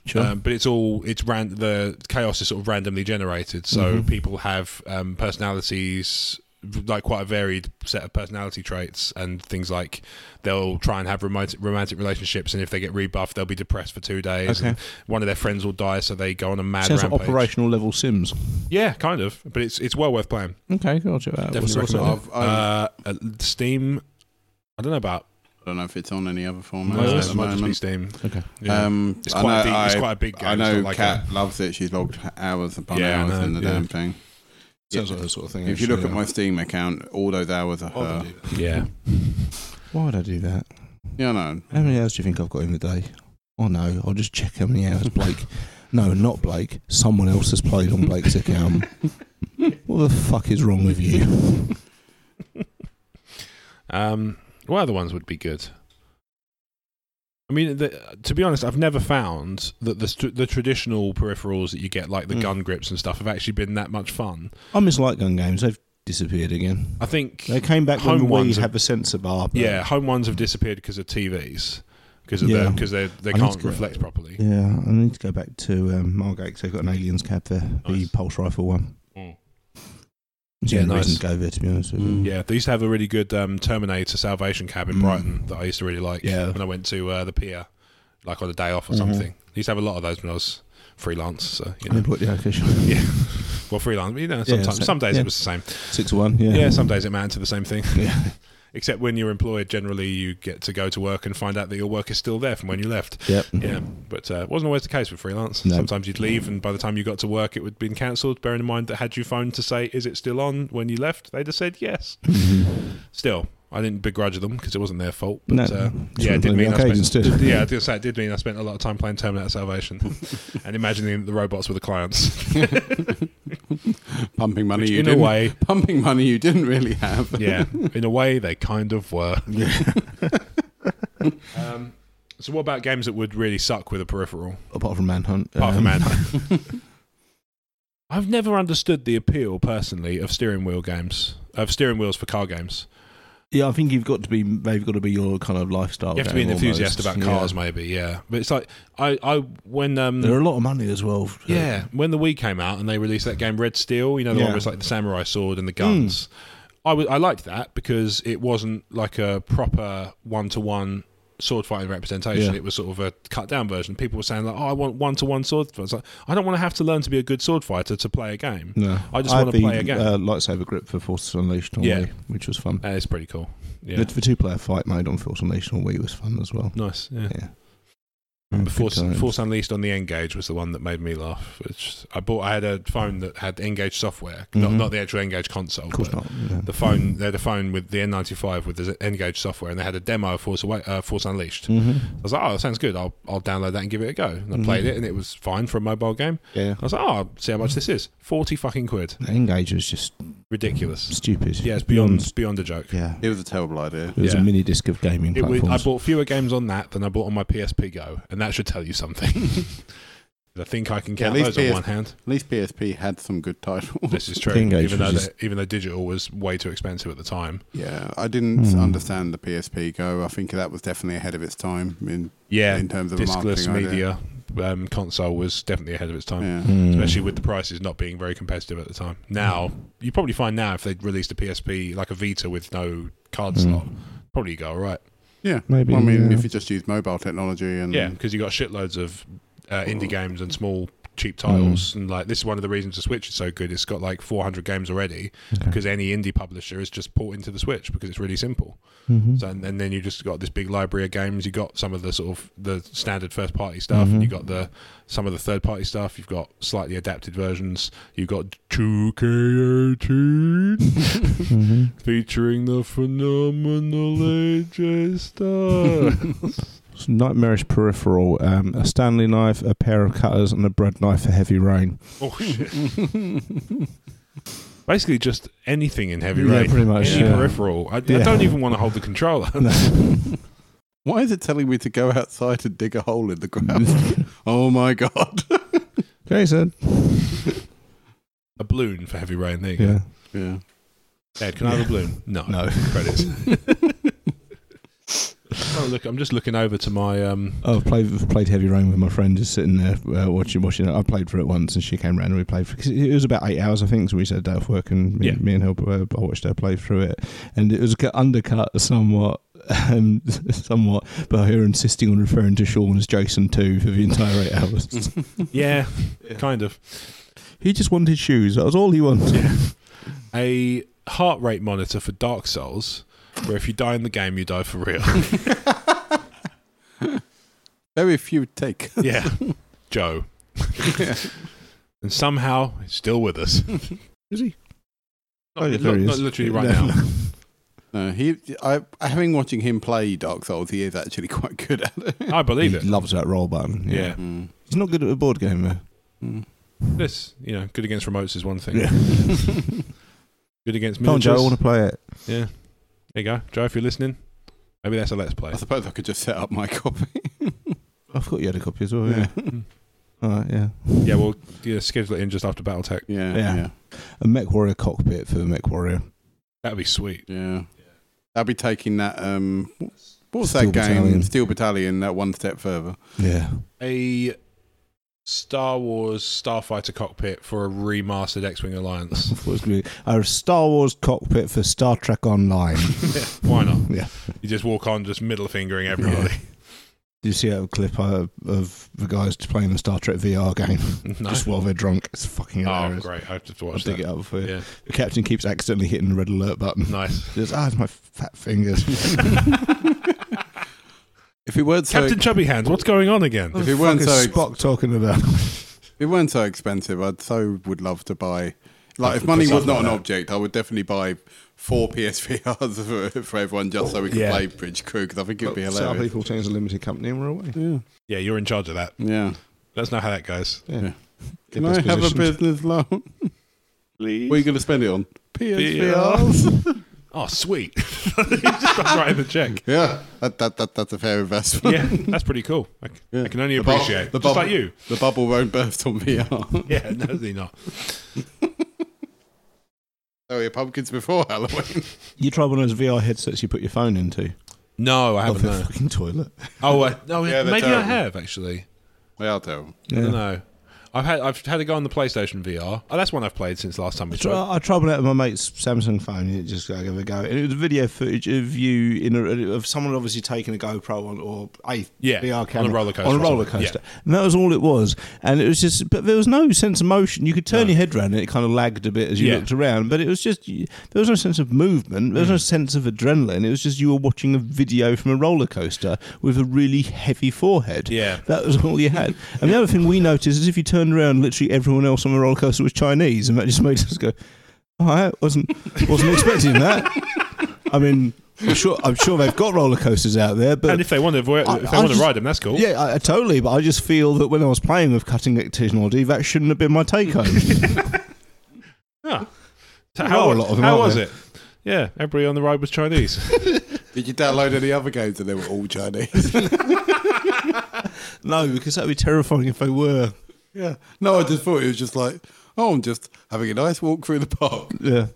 Speaker 3: Sure.
Speaker 1: Um, but it's all, it's ran, the chaos is sort of randomly generated. So
Speaker 3: Mm-hmm.
Speaker 1: people have um, personalities. Like quite a varied set of personality traits and things like they'll try and have romantic romantic relationships and if they get rebuffed they'll be depressed for two days
Speaker 3: Okay.
Speaker 1: and one of their friends will die, so they go on a mad
Speaker 3: Sounds like
Speaker 1: rampage.
Speaker 3: operational level Sims.
Speaker 1: Yeah, kind of, but it's it's well worth playing.
Speaker 3: Okay, cool. I'll check that out.
Speaker 1: Definitely
Speaker 3: What's it
Speaker 1: recommend
Speaker 2: I've-
Speaker 1: it.
Speaker 2: I've-
Speaker 1: Uh, uh, Steam. I don't know about
Speaker 2: I don't know if it's on any other format
Speaker 1: no,
Speaker 2: at
Speaker 1: it
Speaker 2: the
Speaker 1: might just be Steam.
Speaker 2: moment.
Speaker 3: like? Okay.
Speaker 1: Yeah.
Speaker 2: Um,
Speaker 1: it's
Speaker 2: I
Speaker 1: quite a
Speaker 2: know
Speaker 1: deep, it's
Speaker 2: I-
Speaker 1: quite a big game.
Speaker 2: I
Speaker 1: it's
Speaker 2: know
Speaker 1: not like
Speaker 2: Kat loves it. She's logged hours upon
Speaker 1: Yeah, I
Speaker 2: hours
Speaker 1: know,
Speaker 2: in the
Speaker 1: yeah.
Speaker 2: damn thing.
Speaker 3: Sounds
Speaker 2: Yeah.
Speaker 3: like the sort of thing.
Speaker 2: If
Speaker 3: actually,
Speaker 2: you look at
Speaker 3: yeah.
Speaker 2: my Steam account, all those hours are
Speaker 3: Why would
Speaker 2: her.
Speaker 3: I do that?
Speaker 1: a, yeah.
Speaker 3: uh, Why would I do that?
Speaker 2: Yeah, I know.
Speaker 3: How many hours do you think I've got in the day? Oh no, I'll just check how many hours Blake. no, not Blake. Someone else has played on Blake's account. what the fuck is wrong with you?
Speaker 1: Um, what other ones would be good? I mean, the, to be honest, I've never found that the st- the traditional peripherals that you get, like the
Speaker 2: Hmm.
Speaker 3: Mm.
Speaker 1: gun grips and stuff, have actually been that much fun.
Speaker 3: I miss light gun games. They've disappeared again.
Speaker 1: I think
Speaker 3: They came back
Speaker 1: Home
Speaker 3: when we
Speaker 1: ones are-
Speaker 3: had the sensor bar. but-
Speaker 1: Yeah, home ones have disappeared because of TVs because of
Speaker 3: Yeah.
Speaker 1: the, because they they
Speaker 3: I need
Speaker 1: can't
Speaker 3: to go-
Speaker 1: reflect properly.
Speaker 3: Yeah, I need to go back to um, Margate 'cause they've got an aliens cab there, the
Speaker 1: Nice.
Speaker 3: pulse rifle one.
Speaker 1: Mm.
Speaker 3: It's
Speaker 1: Yeah,
Speaker 3: the only
Speaker 1: nice.
Speaker 3: reason to go there, to be honest with you.
Speaker 2: Mm.
Speaker 1: Yeah, they used to have a really good um, Terminator Salvation cab in
Speaker 3: Mm.
Speaker 1: Brighton that I used to really like
Speaker 3: Yeah.
Speaker 1: when I went to uh, the pier, like on a day off or
Speaker 3: Mhm.
Speaker 1: something. I used to have a lot of those when I was freelance. So you know,
Speaker 3: Unemployed, yeah, okay, sure.
Speaker 1: yeah, well, freelance. You know, sometimes
Speaker 3: so-
Speaker 1: some days
Speaker 3: yeah.
Speaker 1: it was the same.
Speaker 3: Six to one, yeah.
Speaker 1: Yeah, some days it amounted to the same thing.
Speaker 3: Yeah.
Speaker 1: Except when you're employed, generally you get to go to work and find out that your work is still there from when you left.
Speaker 3: Yep.
Speaker 1: Yeah, but uh, it wasn't always the case with freelance.
Speaker 3: Mm. No.
Speaker 1: Sometimes you'd leave, and by the time you got to work, it would have been cancelled. Bearing in mind that had you phoned to say, "Is it still on?" when you left, they'd have said yes.
Speaker 3: Mm-hmm.
Speaker 1: Still, I didn't begrudge them because it wasn't their fault. But
Speaker 3: No.
Speaker 1: uh,
Speaker 3: Just
Speaker 1: yeah, it did
Speaker 3: wanna play
Speaker 1: mean
Speaker 3: the
Speaker 1: I
Speaker 3: arcades
Speaker 1: spent,
Speaker 3: instead.
Speaker 1: yeah, I was gonna say it did mean I spent a lot of time playing Terminator Salvation and imagining that the robots were the clients.
Speaker 2: Pumping money
Speaker 1: Which
Speaker 2: you
Speaker 1: in a
Speaker 2: didn't.
Speaker 1: way,
Speaker 2: Pumping money you didn't really have.
Speaker 1: yeah, in a way, they kind of were. um, so, what about games that would really suck with a peripheral?
Speaker 3: Apart from Manhunt.
Speaker 1: apart
Speaker 3: um,
Speaker 1: from Manhunt. I've never understood the appeal personally of steering wheel games, of steering wheels for car games.
Speaker 3: Yeah, I think you've got to be. They've got to be your kind of lifestyle.
Speaker 1: You have to be
Speaker 3: game
Speaker 1: an enthusiast
Speaker 3: almost.
Speaker 1: about cars,
Speaker 3: Yeah.
Speaker 1: maybe, yeah. But it's like I, I when um,
Speaker 3: There are a lot of money as well.
Speaker 1: yeah, when the Wii came out and they released that game Red Steel, you know, the
Speaker 3: Yeah. Hmm.
Speaker 1: one with like the samurai sword and the guns. I w- I liked that because it wasn't like a proper one to one sword fighting representation.
Speaker 3: Yeah.
Speaker 1: It was sort of a cut down version. People were saying like, "Oh, I want one to one sword." Fight. It's like, I don't want to have to learn to be a good sword fighter to play a game.
Speaker 3: No,
Speaker 1: I just
Speaker 3: had
Speaker 1: wanna
Speaker 3: the,
Speaker 1: play a game.
Speaker 3: Uh, lightsaber grip for Force Unleashed on
Speaker 1: Yeah.
Speaker 3: Wii, which was fun.
Speaker 1: That is Uh, pretty cool. Yeah,
Speaker 3: The, the two-player fight mode on Force Unleashed on Wii was fun as well.
Speaker 1: nice. Yeah.
Speaker 3: Yeah.
Speaker 1: Remember
Speaker 3: Good
Speaker 1: Force,
Speaker 3: times.
Speaker 1: Force Unleashed on the N Gauge was the one that made me laugh. Which I bought. I had a phone that had N Gauge software, not,
Speaker 3: Mhm.
Speaker 1: not the actual N Gauge console.
Speaker 3: Of course
Speaker 1: but
Speaker 3: not. yeah.
Speaker 1: The phone. They had a phone with the N95 with the N Gauge software, and they had a demo of Force, Awa- uh, Force Unleashed.
Speaker 2: Mm.
Speaker 3: Mhm.
Speaker 1: I was like, oh, that sounds good. I'll I'll download that and give it a go. And I
Speaker 3: Mhm.
Speaker 2: Mm.
Speaker 1: played it, and it was fine for a mobile game.
Speaker 3: Yeah.
Speaker 1: I was like, oh, I'll see how much this is. Forty fucking quid.
Speaker 3: Engage was just
Speaker 1: Ridiculous.
Speaker 3: stupid. Mm.
Speaker 1: Yeah, it's beyond beyond a joke.
Speaker 3: Yeah.
Speaker 2: It was a terrible idea.
Speaker 3: It was a
Speaker 1: Yeah.
Speaker 3: mini disc of gaming
Speaker 1: It was,
Speaker 3: platforms.
Speaker 1: I bought fewer games on that than I bought on my PSP Go, and that should tell you something. I think I can
Speaker 2: Yeah, at
Speaker 1: count
Speaker 2: least
Speaker 1: those on
Speaker 2: PS
Speaker 1: one hand.
Speaker 2: At least PSP had some good titles.
Speaker 1: This is true.
Speaker 3: King Age
Speaker 1: Even though,
Speaker 3: was just-
Speaker 1: the- even though digital was way too expensive at the time.
Speaker 2: yeah, I didn't
Speaker 3: Hmm.
Speaker 2: understand the PSP Go. I think that was definitely ahead of its time in in terms of a
Speaker 1: discless
Speaker 2: marketing idea.
Speaker 1: media um, console was definitely ahead of its time,
Speaker 2: Yeah.
Speaker 3: Mm.
Speaker 1: especially with the prices not being very competitive at the time. Now you probably find now if they'd released a PSP like a Vita with no card
Speaker 3: Mm.
Speaker 1: slot, probably go all right.
Speaker 2: Yeah.
Speaker 3: Maybe,
Speaker 2: Well, I mean,
Speaker 3: yeah.
Speaker 2: if you just use mobile technology and
Speaker 1: Yeah, because Mm, you got shitloads of uh, indie games and small cheap
Speaker 3: Mm.
Speaker 1: titles, and like this is one of the reasons the Switch is so good. It's got like 400 games already
Speaker 3: Okay.
Speaker 1: because any indie publisher is just porting to the Switch because it's really simple.
Speaker 3: Mhm.
Speaker 1: So, and, and then you just got this big library of games. You got some of the sort of the standard first party stuff.
Speaker 3: Mhm.
Speaker 1: You got the some of the third party stuff. You've got slightly adapted versions. You got 2K18
Speaker 3: Mhm.
Speaker 1: featuring the phenomenal AJ Star.
Speaker 3: It's a nightmarish peripheral, um, a Stanley knife, a pair of cutters, and a bread knife for heavy rain.
Speaker 1: oh shit! Basically, just anything in heavy
Speaker 3: Yeah,
Speaker 1: rain.
Speaker 3: pretty much,
Speaker 1: Any
Speaker 3: yeah.
Speaker 1: peripheral. I, I
Speaker 3: Yeah.
Speaker 1: don't even want to hold the controller.
Speaker 3: No.
Speaker 2: Why is it telling me to go outside and dig a hole in the ground? oh my god.
Speaker 3: Jason.
Speaker 1: A balloon for heavy rain. There you go.
Speaker 3: Yeah.
Speaker 2: yeah.
Speaker 1: Ed, can I have a balloon? No.
Speaker 3: No.
Speaker 1: Credits. oh, look, I'm just looking over to my. Um,
Speaker 3: I've played I've played Heavy Rain with my friend, just sitting there uh, watching watching it. I played for it once, and she came round and we played for cause it was about eight hours, I think. So we said day off work, and me,
Speaker 1: Yeah.
Speaker 3: me and her uh, I watched her play through it, and it was cut- undercut somewhat, um, somewhat by her insisting on referring to Sean as Jason too for the entire eight hours.
Speaker 1: yeah, kind of.
Speaker 3: he just wanted shoes. That was all he wanted.
Speaker 1: A heart rate monitor for Dark Souls, where if you die in the game, you die for real.
Speaker 2: Very few take.
Speaker 1: yeah. Joe. And somehow, he's still with us.
Speaker 3: Is he?
Speaker 1: Not,
Speaker 3: Oh, yeah,
Speaker 1: not-
Speaker 3: there he
Speaker 1: not
Speaker 3: is.
Speaker 1: literally right
Speaker 3: Yeah.
Speaker 1: now.
Speaker 2: No, he. I having watching him play Dark Souls, he is actually quite good at it.
Speaker 1: I believe
Speaker 3: he
Speaker 1: it.
Speaker 3: loves that roll button.
Speaker 1: Yeah.
Speaker 2: Mm.
Speaker 3: he's not good at a board game though.
Speaker 2: Mm.
Speaker 1: This, you know, good against remotes is one thing.
Speaker 3: Yeah.
Speaker 1: Good against
Speaker 3: Come on,
Speaker 1: miniatures.
Speaker 3: Joe, I want to play it.
Speaker 1: Yeah. There you go. Joe, if you're listening, maybe that's a let's play.
Speaker 2: I suppose I could just set up my copy.
Speaker 3: I forgot you had a copy as well. Oh, Yeah. All right. Yeah.
Speaker 1: yeah, we'll yeah, schedule it in just after Battletech.
Speaker 2: Yeah,
Speaker 3: Yeah.
Speaker 2: yeah,
Speaker 3: A Mech Warrior cockpit for the Mech Warrior.
Speaker 1: That'd be sweet.
Speaker 2: yeah. I'll be taking that. Um, what was
Speaker 3: Steel
Speaker 2: that game?
Speaker 3: Battalion.
Speaker 2: Steel Battalion. That one step further.
Speaker 3: Yeah.
Speaker 1: A Star Wars Starfighter cockpit for a remastered X Wing Alliance.
Speaker 3: What's going to be a Star Wars cockpit for Star Trek Online?
Speaker 1: Yeah, Why not?
Speaker 3: Yeah.
Speaker 1: You just walk on, just middle fingering everybody.
Speaker 3: Did you see that clip uh, of the guys playing the Star Trek VR game
Speaker 1: No.
Speaker 3: just while they're drunk? It's fucking
Speaker 1: oh,
Speaker 3: hilarious.
Speaker 1: great. I have to
Speaker 3: I'll
Speaker 1: watch
Speaker 3: dig
Speaker 1: that.
Speaker 3: it up for you.
Speaker 1: Yeah.
Speaker 3: The captain keeps accidentally hitting the red alert button.
Speaker 1: Nice.
Speaker 3: Just, ah, it's my fat fingers.
Speaker 2: If it weren't so,
Speaker 1: Captain Chubby Hands, what's going on again?
Speaker 2: if it weren't
Speaker 3: Fuck
Speaker 2: so,
Speaker 3: is
Speaker 2: ex-
Speaker 3: Spock talking about.
Speaker 2: if it weren't so expensive, I'd so would love to buy. Like, if money
Speaker 1: Something
Speaker 2: was not an
Speaker 1: like that.
Speaker 2: object, I would definitely buy four PSVRs for, for everyone just so we could
Speaker 1: Yeah.
Speaker 2: play Bridge Crew because I think it'd be
Speaker 3: South
Speaker 2: hilarious.
Speaker 3: people change the limited company and we're away.
Speaker 2: Yeah,
Speaker 1: Yeah, you're in charge of that.
Speaker 2: yeah.
Speaker 1: Let us know how that goes.
Speaker 3: Yeah.
Speaker 2: Yeah.
Speaker 3: Get this positioned.
Speaker 2: business loan?
Speaker 1: Please.
Speaker 2: What are you going to spend it on?
Speaker 1: Oh, sweet. just starts writing the check.
Speaker 2: yeah, that, that, that, that's a fair investment.
Speaker 1: Yeah, that's pretty cool. I, c- I
Speaker 2: Yeah.
Speaker 1: can only
Speaker 2: The bub-
Speaker 1: appreciate.
Speaker 2: the
Speaker 1: just
Speaker 2: bubble-
Speaker 1: like you.
Speaker 2: The bubble won't burst on VR.
Speaker 1: Yeah, no, they're not.
Speaker 2: Oh, yeah, pumpkins before Halloween.
Speaker 3: You try one of those VR headsets you put your phone into.
Speaker 1: No, I haven't.
Speaker 3: Of the
Speaker 1: No.
Speaker 3: fucking toilet.
Speaker 1: Oh, I, no,
Speaker 2: Yeah, they're
Speaker 1: maybe I
Speaker 2: terrible.
Speaker 1: have actually.
Speaker 2: they are terrible.
Speaker 1: I don't know. I've had I've had a go on the PlayStation VR. Oh, that's one I've played since last time we
Speaker 3: I, try,
Speaker 1: tried.
Speaker 3: I tried one out of my mate's Samsung phone. And it just I gave it a go, and it was video footage of you in a, of someone obviously taking a GoPro on or a
Speaker 1: Yeah, on
Speaker 3: VR
Speaker 1: a
Speaker 3: camera
Speaker 1: roller coaster
Speaker 3: On
Speaker 1: or
Speaker 3: a
Speaker 1: something.
Speaker 3: roller coaster, and that was all it was. And it was just, but there was no sense of motion. You could turn your head around, and it kind of lagged a bit as you
Speaker 1: Yeah.
Speaker 3: looked around. But it was just there was no sense of movement. There was no
Speaker 1: Mm.
Speaker 3: sense of adrenaline. It was just you were watching a video from a roller coaster with a really heavy forehead.
Speaker 1: Yeah.
Speaker 3: That was all you had. And the other thing we noticed is if you turned around, literally everyone else on the roller coaster was Chinese, and that just made us go, "All right, wasn't wasn't expecting that." I mean, I'm sure I'm sure they've got roller coasters out there, but
Speaker 1: And if they want to avoid,
Speaker 3: I-
Speaker 1: if
Speaker 3: I
Speaker 1: they want
Speaker 3: just-
Speaker 1: to ride them, that's cool.
Speaker 3: yeah, I, I totally. But I just feel that when I was playing with cutting edge technology, that shouldn't have been my take home.
Speaker 1: Yeah. So
Speaker 3: There
Speaker 1: Ah. how
Speaker 3: are a lot of them,
Speaker 1: how
Speaker 3: aren't
Speaker 1: was
Speaker 3: there?
Speaker 1: it? Yeah, everybody on the ride was Chinese.
Speaker 2: Did you download any other games and they were all Chinese?
Speaker 3: no, because that'd be terrifying if they were.
Speaker 2: yeah. No, I just thought it was just like, oh, I'm just having a nice walk through the park.
Speaker 3: Yeah,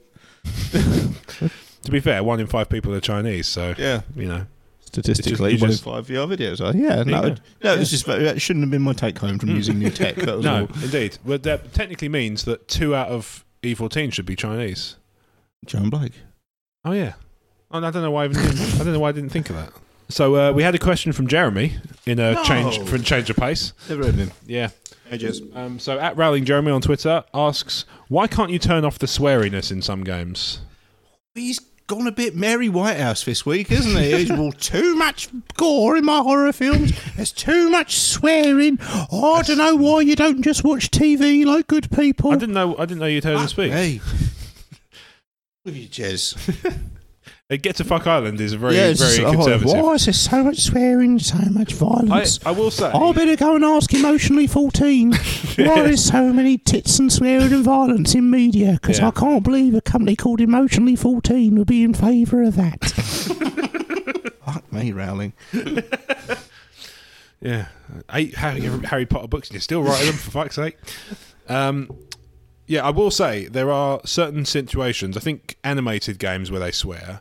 Speaker 1: to be fair, one in five people are Chinese, so
Speaker 3: yeah.
Speaker 1: you know.
Speaker 3: Statistically,
Speaker 1: It's just-
Speaker 3: one in five VR videos. Are, yeah, no,
Speaker 1: Yeah.
Speaker 3: it- no, it's just that shouldn't have been my take home from using new tech. That was all.
Speaker 1: No, indeed. Well, that technically means that two out of E14 should be Chinese.
Speaker 3: Joan Blake.
Speaker 1: Oh yeah. Oh, I don't know why I, even didn't, I don't know why I didn't think of that. So uh, we had a question from Jeremy in a
Speaker 3: No.
Speaker 1: change from change of pace.
Speaker 3: Never heard of him.
Speaker 1: Yeah.
Speaker 3: Edges.
Speaker 1: Um, so at Rowling Jeremy on Twitter asks, why can't you turn off the sweariness in some games?
Speaker 3: He's gone a bit Mary Whitehouse this week, isn't he? He's well, too much gore in my horror films. There's too much swearing. Oh, I don't know why you don't just watch TV like good people.
Speaker 1: I didn't know. I didn't know you'd heard him speak.
Speaker 3: Ah, Hey. With you, Jez.
Speaker 1: Uh, Get to fuck Island is a very
Speaker 3: Yeah, it's
Speaker 1: very
Speaker 3: just- oh,
Speaker 1: conservative.
Speaker 3: why is there so much swearing, so much
Speaker 1: I,
Speaker 3: violence?
Speaker 1: I will say.
Speaker 3: I, better go and ask emotionally 14 why is so many tits and swearing and violence in media because
Speaker 1: Yeah.
Speaker 3: I can't believe a company called emotionally 14 would be in favour of that. Fuck me, Rowling.
Speaker 1: Yeah, eight Harry, Harry Potter books, and you're still writing them for fuck's sake. Um, yeah, I will say there are certain situations. I think animated games where they swear,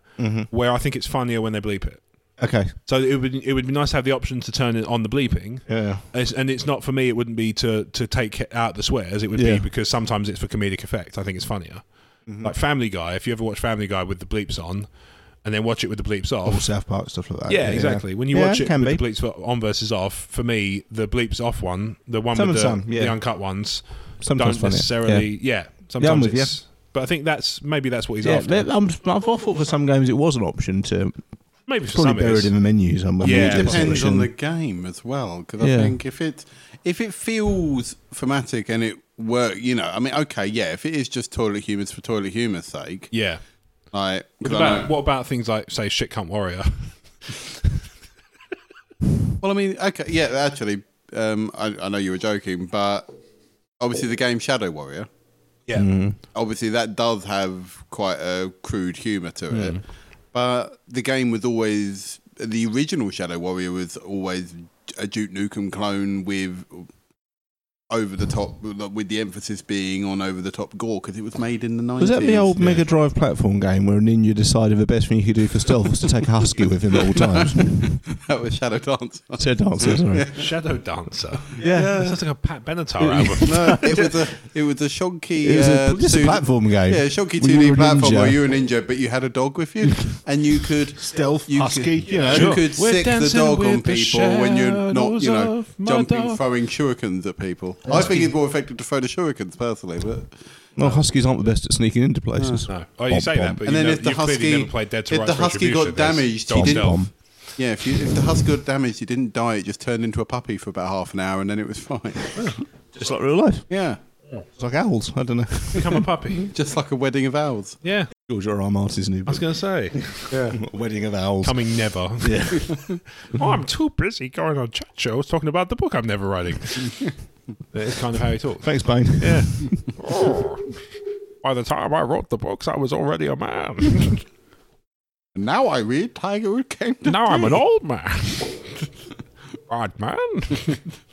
Speaker 1: where I think it's funnier when they bleep it.
Speaker 3: Okay.
Speaker 1: So it would it would be nice to have the option to turn it on the bleeping.
Speaker 3: Yeah.
Speaker 1: It's, and it's not for me. It wouldn't be to to take out the swears. It would
Speaker 3: Yeah.
Speaker 1: be because sometimes it's for comedic effect. I think it's funnier. Like Family Guy, if you ever watch Family Guy with the bleeps on, and then watch it with the bleeps
Speaker 3: Or
Speaker 1: off,
Speaker 3: South Park stuff like that.
Speaker 1: yeah, exactly. When you
Speaker 3: Yeah,
Speaker 1: watch
Speaker 3: it
Speaker 1: it,
Speaker 3: can
Speaker 1: with
Speaker 3: be.
Speaker 1: the bleeps on versus off, for me, the bleeps off one, the one
Speaker 3: Some
Speaker 1: with the,
Speaker 3: and some, yeah.
Speaker 1: the uncut ones,
Speaker 3: Sometimes
Speaker 1: don't
Speaker 3: funnier.
Speaker 1: necessarily. Yeah, sometimes
Speaker 3: with
Speaker 1: it's. But I think that's maybe that's what he's
Speaker 3: Yeah,
Speaker 1: after.
Speaker 3: there- I'm, I thought for some games it was an option to
Speaker 1: Maybe for
Speaker 3: probably
Speaker 1: some it
Speaker 3: buried
Speaker 1: is.
Speaker 3: in the menu somewhere.
Speaker 1: Yeah,
Speaker 2: it depends
Speaker 1: possibly.
Speaker 2: on the game as well because
Speaker 3: Yeah.
Speaker 2: I think if it if it feels thematic and it work, you know, I mean, okay, yeah, if it is just toilet humor's for toilet humor's sake,
Speaker 1: Yeah.
Speaker 2: like 'cause
Speaker 1: What
Speaker 2: I
Speaker 1: about,
Speaker 2: know-
Speaker 1: what about things like say shit cunt warrior?
Speaker 2: Well, I mean, okay, yeah, actually, um, I, I know you were joking, but obviously the game Shadow Warrior,
Speaker 1: Yeah.
Speaker 3: Mm.
Speaker 2: obviously that does have quite a crude humour to
Speaker 3: Hmm.
Speaker 2: it, but the game was always the original Shadow Warrior was always a Duke Nukem clone with over the top, with the emphasis being on over the top gore because it was made in the nineties.
Speaker 3: Was that the old Mega Drive platform game where a ninja decided the best thing he could do for stealth was to take a husky with him at all times?
Speaker 2: that was Shadow Dance.
Speaker 3: Said dancer, sorry.
Speaker 1: Shadow Dancer.
Speaker 3: Yeah.
Speaker 1: That sounds like a Pat Benatar album.
Speaker 2: no, it was a it was a shonky.
Speaker 3: It was a,
Speaker 2: uh,
Speaker 3: just a
Speaker 2: two-
Speaker 3: platform game.
Speaker 2: Yeah, Shonky
Speaker 3: Where you
Speaker 2: 2D
Speaker 3: were a
Speaker 2: platform
Speaker 3: ninja.
Speaker 2: where you were a ninja, but you had a dog with you, and you could
Speaker 3: Stealth,
Speaker 2: you
Speaker 3: husky,
Speaker 2: could,
Speaker 3: you know.
Speaker 2: you
Speaker 1: Sure.
Speaker 2: could
Speaker 1: We're
Speaker 2: sick the
Speaker 1: dancing
Speaker 2: dog on
Speaker 1: with the
Speaker 2: people when you're not, you know,
Speaker 1: shadows of my
Speaker 2: jumping,
Speaker 1: dog.
Speaker 2: throwing shurikens at people. I think it's more effective to throw the shurikens personally, but
Speaker 3: Well, huskies aren't the best at sneaking into places.
Speaker 1: No. Oh, you
Speaker 3: Bomb,
Speaker 1: say
Speaker 3: bomb.
Speaker 1: that, but
Speaker 2: and
Speaker 1: you
Speaker 2: then
Speaker 1: know,
Speaker 2: if the
Speaker 1: you've clearly
Speaker 2: husky
Speaker 1: never played Dead to
Speaker 2: if
Speaker 1: Rights
Speaker 2: the husky got
Speaker 1: Retribution, there's
Speaker 2: damaged, he
Speaker 1: Dom
Speaker 2: didn't.
Speaker 1: Delph.
Speaker 2: Yeah, if you if the husky got damaged, you didn't die. It just turned into a puppy for about half an hour, and then it was fine.
Speaker 3: Just like real life.
Speaker 2: yeah,
Speaker 3: It's like owls. I don't know.
Speaker 1: become a puppy.
Speaker 2: just like a wedding of owls.
Speaker 1: Yeah,
Speaker 3: George R. R. Martin's new
Speaker 1: I was
Speaker 3: book.
Speaker 1: going to say
Speaker 3: Wedding of Owls.
Speaker 1: coming never.
Speaker 3: Yeah.
Speaker 1: oh, I'm too busy going on chat shows talking about the book I'm never writing. That's kind of how he talks.
Speaker 3: Thanks, Bane.
Speaker 1: Yeah. Oh, by the time I wrote the books, I was already a man.
Speaker 2: And now I read Tiger Who Came to
Speaker 1: now I'm an
Speaker 2: Tea.
Speaker 1: old man. Odd man.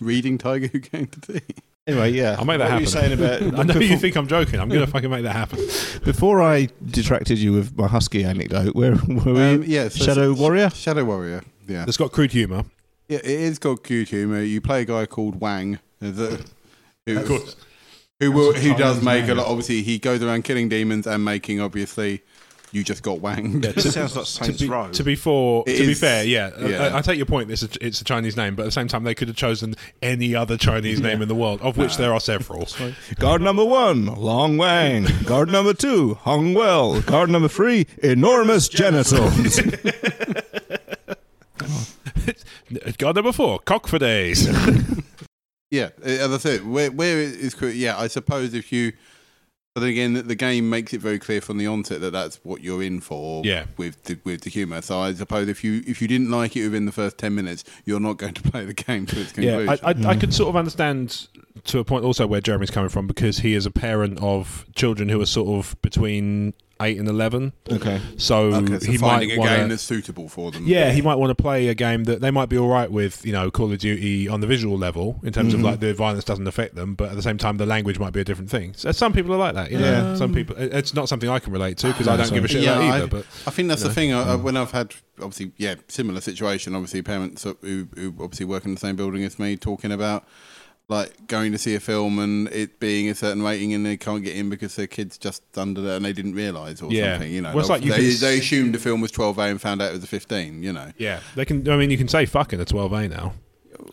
Speaker 2: reading Tiger Who Came to Tea.
Speaker 3: Anyway, yeah.
Speaker 1: I'll make that
Speaker 3: what
Speaker 1: happen.
Speaker 3: Were you saying about?
Speaker 1: I know you
Speaker 3: before-
Speaker 1: think I'm joking. I'm going to fucking make that happen.
Speaker 3: before I detracted you with my husky anecdote. Where were we?
Speaker 2: Um, yeah, so-
Speaker 3: Shadow Warrior.
Speaker 2: Shadow Warrior. Yeah.
Speaker 1: It's got crude humour.
Speaker 2: Yeah, it is got cute humor. You play a guy called Wang, is it? who, who will, who does make a lot. Obviously, he goes around killing demons and making. Obviously, you just got Wang.
Speaker 3: sounds like
Speaker 1: to be, to be for
Speaker 2: It
Speaker 1: to be
Speaker 2: is-
Speaker 1: fair, yeah. I-
Speaker 2: yeah.
Speaker 1: I, I take your point. It's a, it's a Chinese name, but at the same time, they could have chosen any other Chinese name in the world, of which there are several.
Speaker 3: Guard number one, Long Wang. Guard number two, Hung Well. Guard number three, Enormous Genitals.
Speaker 1: God number four, cock for days.
Speaker 2: Yeah, uh, as I said, where where it is cru- yeah, I suppose if you, but then again, the game makes it very clear from the onset that that's what you're in for.
Speaker 1: Yeah.
Speaker 2: with the, with the humor. So I suppose if you if you didn't like it within the first ten minutes, you're not going to play the game to its conclusion.
Speaker 1: yeah, I, I, I could sort of understand to a point also where Jeremy's coming from because he is a parent of children who are sort of between eight and eleven.
Speaker 3: okay.
Speaker 1: So
Speaker 2: okay, so
Speaker 1: he might
Speaker 2: finding a
Speaker 1: wanna-
Speaker 2: game that's suitable for them.
Speaker 1: Yeah, he might want to play a game that they might be all right with, you know, Call of Duty on the visual level in terms
Speaker 2: Mm-hmm.
Speaker 1: of like the violence doesn't affect them, but at the same time the language might be a different thing. So some people are like that, you know.
Speaker 3: Yeah.
Speaker 1: Some people, it- it's not something I can relate to because I don't
Speaker 3: sorry.
Speaker 1: give a shit about either.
Speaker 2: I,
Speaker 1: but Mm.
Speaker 2: I think that's the thing. I, I, when I've had obviously, yeah, similar situation. Obviously, parents who, who obviously work in the same building as me talking about like going to see a film and it being a certain rating and they can't get in because their kids just under there and they didn't realise or
Speaker 1: Yeah.
Speaker 2: something. You know,
Speaker 1: Well, it's like you
Speaker 2: they,
Speaker 1: can-
Speaker 2: they assumed the film was twelve A and found out it was a fifteen. You know.
Speaker 1: yeah, they can. I mean, you can say fucking a twelve A now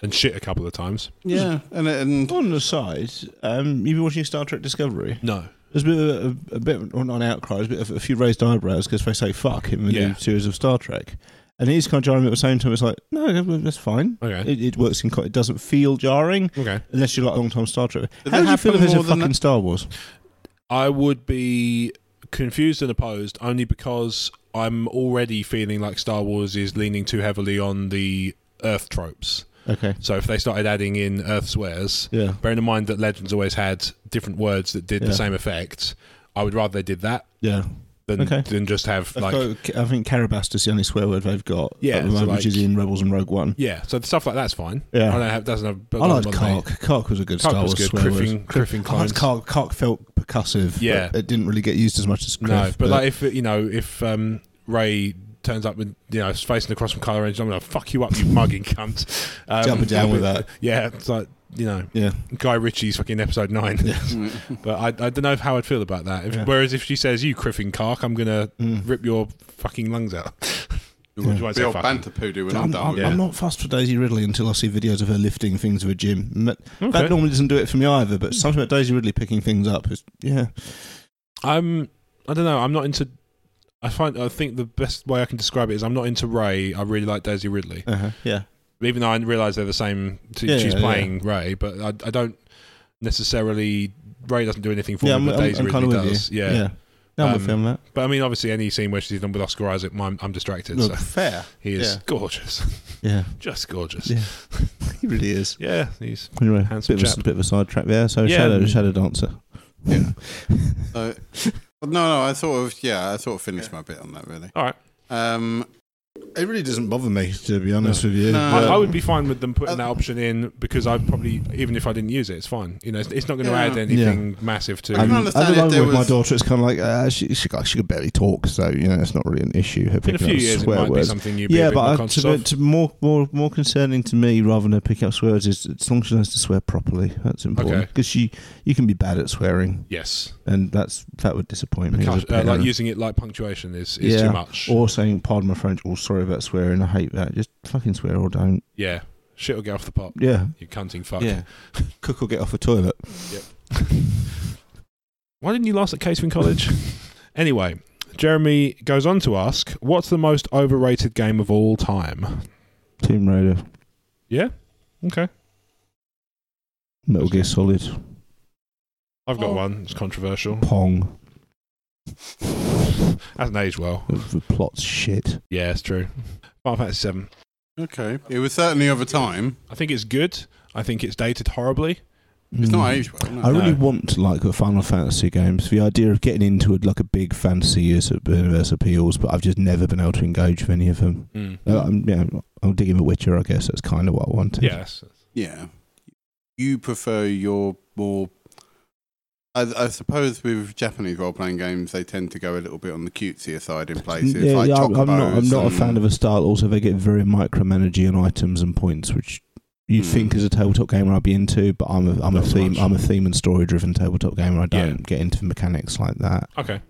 Speaker 1: and shit a couple of times.
Speaker 2: Yeah, and and
Speaker 3: On the side, um, you've been watching Star Trek Discovery.
Speaker 1: No,
Speaker 3: There's been a, a, a bit, well, not an outcry, there's a, bit of, a few raised eyebrows because they say fuck in the
Speaker 1: Yeah.
Speaker 3: new series of Star Trek. And it is kind of jarring, but at the same time, it's like, no, that's fine.
Speaker 1: Okay.
Speaker 3: It, it works in, quite- it doesn't feel jarring.
Speaker 1: okay.
Speaker 3: Unless you're like a long time Star Trek.
Speaker 2: Does
Speaker 3: How
Speaker 2: it
Speaker 3: do you feel if
Speaker 2: happen
Speaker 3: it's a
Speaker 2: more than
Speaker 3: fucking
Speaker 2: that?
Speaker 3: Star Wars?
Speaker 1: I would be confused and opposed only because I'm already feeling like Star Wars is leaning too heavily on the Earth tropes.
Speaker 3: Okay.
Speaker 1: So if they started adding in Earth swears,
Speaker 3: Yeah.
Speaker 1: bearing in mind that Legends always had different words that did
Speaker 3: Yeah.
Speaker 1: the same effect, I would rather they did that
Speaker 3: Yeah.
Speaker 1: than
Speaker 3: Okay.
Speaker 1: than just have like
Speaker 3: Like, I think Carabast is the only swear word they've got.
Speaker 1: Yeah,
Speaker 3: at the moment,
Speaker 1: so
Speaker 3: which is
Speaker 1: like-
Speaker 3: in Rebels and Rogue One.
Speaker 1: yeah. So the stuff like that's fine.
Speaker 3: Yeah.
Speaker 1: I don't have doesn't have.
Speaker 3: I liked
Speaker 1: doesn't bother me.
Speaker 3: Kark. Kark was a good
Speaker 1: Kark
Speaker 3: Star
Speaker 1: was
Speaker 3: Wars
Speaker 1: good.
Speaker 3: swear
Speaker 1: Criffin-
Speaker 3: word.
Speaker 1: Criffin
Speaker 3: I liked
Speaker 1: Clines.
Speaker 3: Kark. Kark felt percussive. but
Speaker 1: Yeah.
Speaker 3: it didn't really get used as much as Criff.
Speaker 1: No, but, like if you know if um, Ray turns up with you know facing across from Kylo Ren, I'm gonna fuck you up, you mugging cunt. Um,
Speaker 3: Jumping down with that.
Speaker 1: Yeah, it's like you know
Speaker 3: yeah,
Speaker 1: Guy Ritchie's fucking episode nine. but I, I don't know how I'd feel about that. If,
Speaker 3: Yeah.
Speaker 1: Whereas if she says you criffing cark, I'm gonna
Speaker 3: Mm.
Speaker 1: rip your fucking lungs out. Or do I say
Speaker 2: The old
Speaker 1: fucking?
Speaker 2: banter poodoo when I'm
Speaker 3: I'm,
Speaker 2: done.
Speaker 3: I'm,
Speaker 2: with
Speaker 1: yeah.
Speaker 3: I'm not fussed for Daisy Ridley until I see videos of her lifting things with a gym. And That,
Speaker 1: Okay.
Speaker 3: that normally doesn't do it for me either. But something about Daisy Ridley picking things up is yeah.
Speaker 1: I'm um, I don't know. I'm not into. I find I think the best way I can describe it is I'm not into Ray. I really like Daisy Ridley,
Speaker 3: Uh-huh. Yeah.
Speaker 1: even though I realise they're the same. She,
Speaker 3: Yeah,
Speaker 1: she's
Speaker 3: yeah,
Speaker 1: playing Ray, but I, I don't necessarily. Ray doesn't do anything for
Speaker 3: yeah,
Speaker 1: me,
Speaker 3: I'm,
Speaker 1: but
Speaker 3: I'm-
Speaker 1: Daisy
Speaker 3: I'm
Speaker 1: Ridley
Speaker 3: kind of with
Speaker 1: does.
Speaker 3: you.
Speaker 1: Yeah.
Speaker 3: No, I'm with
Speaker 1: Um,
Speaker 3: you on that.
Speaker 1: but I mean, obviously, any scene where she's done with Oscar Isaac, I'm, I'm distracted.
Speaker 3: Look,
Speaker 1: so
Speaker 3: fair.
Speaker 1: he is
Speaker 3: yeah.
Speaker 1: gorgeous,
Speaker 3: Yeah.
Speaker 1: just gorgeous.
Speaker 3: Yeah. He really is.
Speaker 1: Yeah, he's
Speaker 3: Anyway,
Speaker 1: Handsome
Speaker 3: bit, of a,
Speaker 1: chap.
Speaker 3: bit of a sidetrack there. So
Speaker 1: Yeah.
Speaker 3: Shadow, Shadow Dancer.
Speaker 2: Yeah. So, but no, no, I sort of, yeah, I sort of finished my bit on that really.
Speaker 1: all right.
Speaker 2: Um,
Speaker 3: It really doesn't bother me, to be honest with you.
Speaker 2: No.
Speaker 1: I,
Speaker 2: Yeah.
Speaker 1: I would be fine with them putting
Speaker 2: Uh,
Speaker 1: that option in because I probably, even if I didn't use it, it's fine. You know, it's, it's not going to
Speaker 2: Yeah.
Speaker 1: add anything massive to.
Speaker 2: I can
Speaker 3: I'm-
Speaker 2: understand
Speaker 3: at the
Speaker 2: if
Speaker 3: moment
Speaker 2: there
Speaker 3: with my
Speaker 2: was-
Speaker 3: daughter, it's kind of like uh, she, she, she could barely talk, so you know it's not really an issue. Her
Speaker 1: in a
Speaker 3: picking
Speaker 1: few
Speaker 3: up
Speaker 1: years, it
Speaker 3: swear
Speaker 1: might be
Speaker 3: words.
Speaker 1: something you'd be a
Speaker 3: yeah,
Speaker 1: bit more
Speaker 3: but I,
Speaker 1: conscious
Speaker 3: to,
Speaker 1: of.
Speaker 3: to more more more concerning to me rather than her picking up swear words is as long as she knows to swear properly. That's important
Speaker 1: Okay.
Speaker 3: because she you can be bad at swearing,
Speaker 1: yes,
Speaker 3: and that's that would disappoint me. as a
Speaker 1: Percus- uh, like
Speaker 3: parent.
Speaker 1: using it like punctuation is, is
Speaker 3: Yeah.
Speaker 1: too much.
Speaker 3: or saying pardon my French, or sorry about swearing, I hate that. Just fucking swear or don't.
Speaker 1: yeah, shit will get off the pot.
Speaker 3: Yeah,
Speaker 1: You cunting fuck.
Speaker 3: yeah. Cook or get off the toilet.
Speaker 1: Why didn't you last at Catering College? anyway, Jeremy goes on to ask, "What's the most overrated game of all time?"
Speaker 3: Team Raider,
Speaker 1: Yeah. Okay.
Speaker 3: Metal Gear Solid,
Speaker 1: I've got
Speaker 2: Oh.
Speaker 1: one. It's controversial.
Speaker 3: Pong.
Speaker 1: Hasn't aged well.
Speaker 3: The, the plot's shit.
Speaker 1: Yeah, it's true. Final Fantasy Seven.
Speaker 2: okay, it was certainly over time.
Speaker 1: I think it's good. I think it's dated horribly.
Speaker 2: It's
Speaker 3: Mm.
Speaker 2: not aged well. No.
Speaker 3: I really
Speaker 1: No.
Speaker 3: want like the Final Fantasy games. The idea of getting into a, like a big fantasy universe- universe appeals, but I've just never been able to engage with any of them.
Speaker 1: Mm.
Speaker 3: Uh, I'm, yeah, I'm digging The Witcher. I guess that's kind of what I wanted.
Speaker 1: Yes.
Speaker 2: Yeah. You prefer your more. I, I suppose with Japanese role playing games, they tend to go a little bit on the cutesier side in places.
Speaker 3: Yeah,
Speaker 2: like
Speaker 3: yeah, I'm I'm not. I'm
Speaker 2: Chocobos
Speaker 3: not a
Speaker 2: and-
Speaker 3: fan of a style. Also, they get very micromanaging on items and points, which you'd
Speaker 2: Hmm.
Speaker 3: think is a tabletop gamer I'd be into. But I'm a I'm a
Speaker 1: Not so
Speaker 3: theme
Speaker 1: much.
Speaker 3: I'm a theme and story driven tabletop gamer. I
Speaker 1: Yeah.
Speaker 3: don't get into the mechanics like that.
Speaker 1: Okay.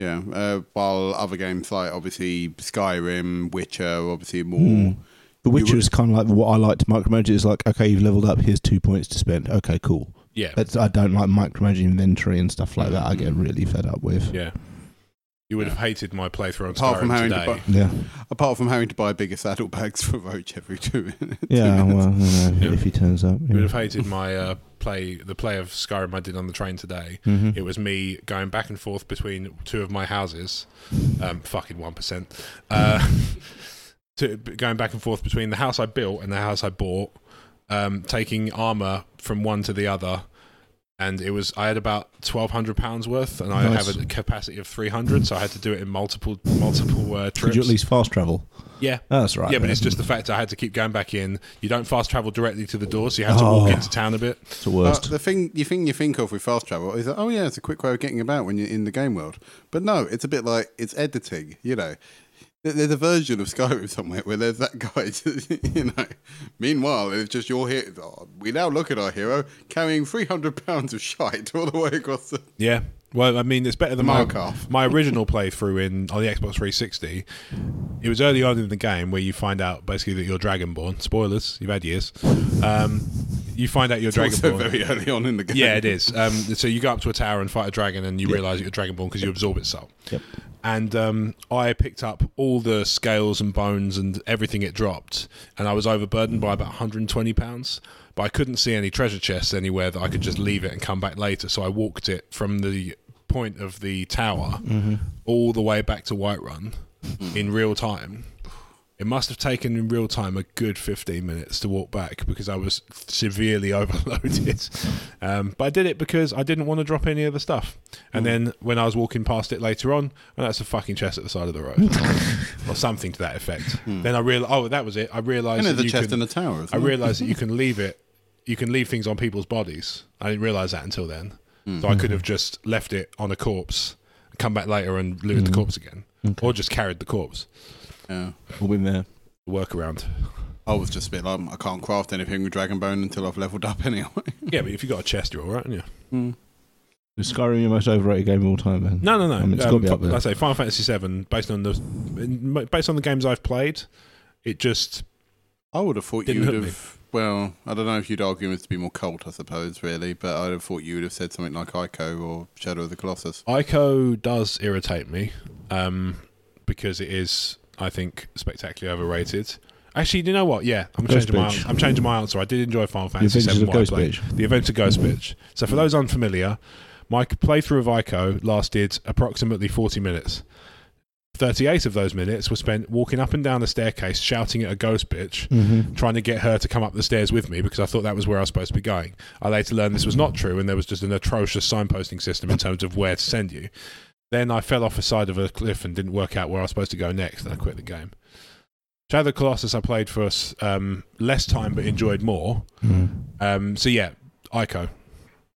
Speaker 2: Yeah, uh, while other games like obviously Skyrim, Witcher, obviously more.
Speaker 3: Mm. The
Speaker 2: You
Speaker 3: Witcher
Speaker 2: would-
Speaker 3: is kind of like what I like to micromanage. It's like, okay, you've leveled up. Here's two points to spend. Okay, cool.
Speaker 1: Yeah.
Speaker 3: That's, I don't like micromanaging inventory and stuff like that. I get really fed up with.
Speaker 1: Mm-hmm. Yeah. You would have hated my playthrough on
Speaker 2: Apart
Speaker 1: Skyrim
Speaker 2: from having to
Speaker 1: today.
Speaker 2: buy-
Speaker 3: Yeah,
Speaker 2: Apart from having to buy bigger saddlebags for Roach every two minutes.
Speaker 3: yeah. Well, you know,
Speaker 1: Yeah.
Speaker 3: if he turns up,
Speaker 1: You
Speaker 3: yeah.
Speaker 1: would have hated my uh, play, the play of Skyrim I did on the train today.
Speaker 3: Mhm.
Speaker 1: It was me going back and forth between two of my houses, um, fucking one percent, uh, to, going back and forth between the house I built and the house I bought, um, taking armor from one to the other, and it was I had about twelve hundred pounds worth, and I
Speaker 3: Nice.
Speaker 1: have a capacity of three hundred, so I had to do it in multiple multiple uh, trips.
Speaker 3: Could you at least fast travel?
Speaker 1: yeah,
Speaker 3: That's right.
Speaker 1: yeah, but
Speaker 3: then.
Speaker 1: it's just the fact I had to keep going back in. You don't fast travel directly to the door, so you have to
Speaker 3: Oh.
Speaker 1: walk into town a bit.
Speaker 3: It's the
Speaker 2: Uh,
Speaker 3: worst.
Speaker 2: the thing you thing you think of with fast travel is that oh yeah, it's a quick way of getting about when you're in the game world. But no, it's a bit like it's editing. You know, There- there's a version of Skyrim somewhere where there's that guy. you know, meanwhile it's just your hero. we now look at our hero carrying 300 pounds of shite all the way across the.
Speaker 1: Yeah. Well, I mean, it's better than my,
Speaker 2: Markov.
Speaker 1: my original playthrough in on the Xbox 360. It was early on in the game where you find out basically that you're Dragonborn. Spoilers, you've had years. Um, you find out you're
Speaker 2: Also
Speaker 1: Dragonborn.
Speaker 2: very early on in the game.
Speaker 1: yeah, it is. Um, so you go up to a tower and fight a dragon, and you realize that you're Dragonborn because you absorb its soul.
Speaker 3: Yep.
Speaker 1: And um, I picked up all the scales and bones and everything it dropped, and I was overburdened by about 120 pounds. But I couldn't see any treasure chests anywhere that I could just leave it and come back later. So I walked it from the point of the tower all the way back to Whiterun in real time. It must have taken in real time a good 15 minutes to walk back because I was severely overloaded. Um, but I did it because I didn't want to drop any of the stuff. And then when I was walking past it later on, oh, that's a fucking chest at the side of the road or something to that effect. Then I realized, oh, that was it. I
Speaker 2: And
Speaker 1: realized
Speaker 2: there's
Speaker 1: that
Speaker 2: a
Speaker 1: you
Speaker 2: chest
Speaker 1: can,
Speaker 2: and a tower. Isn't
Speaker 1: I
Speaker 2: there?
Speaker 1: realised that you can leave it. You can leave things on people's bodies. I didn't realise that until then. So I could have just left it on a corpse, come back later and looted the corpse again, or just carried the corpse.
Speaker 2: Yeah.
Speaker 3: We'll be there.
Speaker 1: Workaround.
Speaker 2: I was just a bit like, I can't craft anything with Dragon Bone until I've leveled up anyway.
Speaker 1: yeah, but if you got a chest, you're all right, aren't you?
Speaker 3: Skyrim, your most overrated game of all time, man.
Speaker 1: No, no, no.
Speaker 3: I mean, it's got to be up there.
Speaker 1: I say Final Fantasy VII, based on the based on the games I've played, it just
Speaker 2: I would have thought
Speaker 1: Didn't
Speaker 2: you would
Speaker 1: hook me.
Speaker 2: have. Well, I don't know if you'd argue it to be more cult, I suppose, really, but I'd have thought you would have said something like Ico or Shadow of the Colossus.
Speaker 1: Ico does irritate me um, because it is, I think, spectacularly overrated. Actually, you know what? Yeah, I'm
Speaker 3: Ghost
Speaker 1: changing my
Speaker 3: Bitch.
Speaker 1: I'm changing my answer. I did enjoy Final
Speaker 3: The
Speaker 1: Fantasy
Speaker 3: Adventures
Speaker 1: VII.
Speaker 3: of
Speaker 1: while I
Speaker 3: Ghost
Speaker 1: played.
Speaker 3: Bitch.
Speaker 1: The Adventure Ghost Bitch. So for those unfamiliar, my playthrough of Ico lasted approximately 40 minutes. 38 of those minutes were spent walking up and down the staircase, shouting at a ghost bitch,
Speaker 3: Mhm.
Speaker 1: trying to get her to come up the stairs with me because I thought that was where I was supposed to be going. I later learned this was not true and there was just an atrocious signposting system in terms of where to send you. Then I fell off the side of a cliff and didn't work out where I was supposed to go next, and I quit the game. Shadow of the Colossus I played for um, less time but enjoyed more.
Speaker 3: Mhm.
Speaker 1: Um, so yeah, Ico.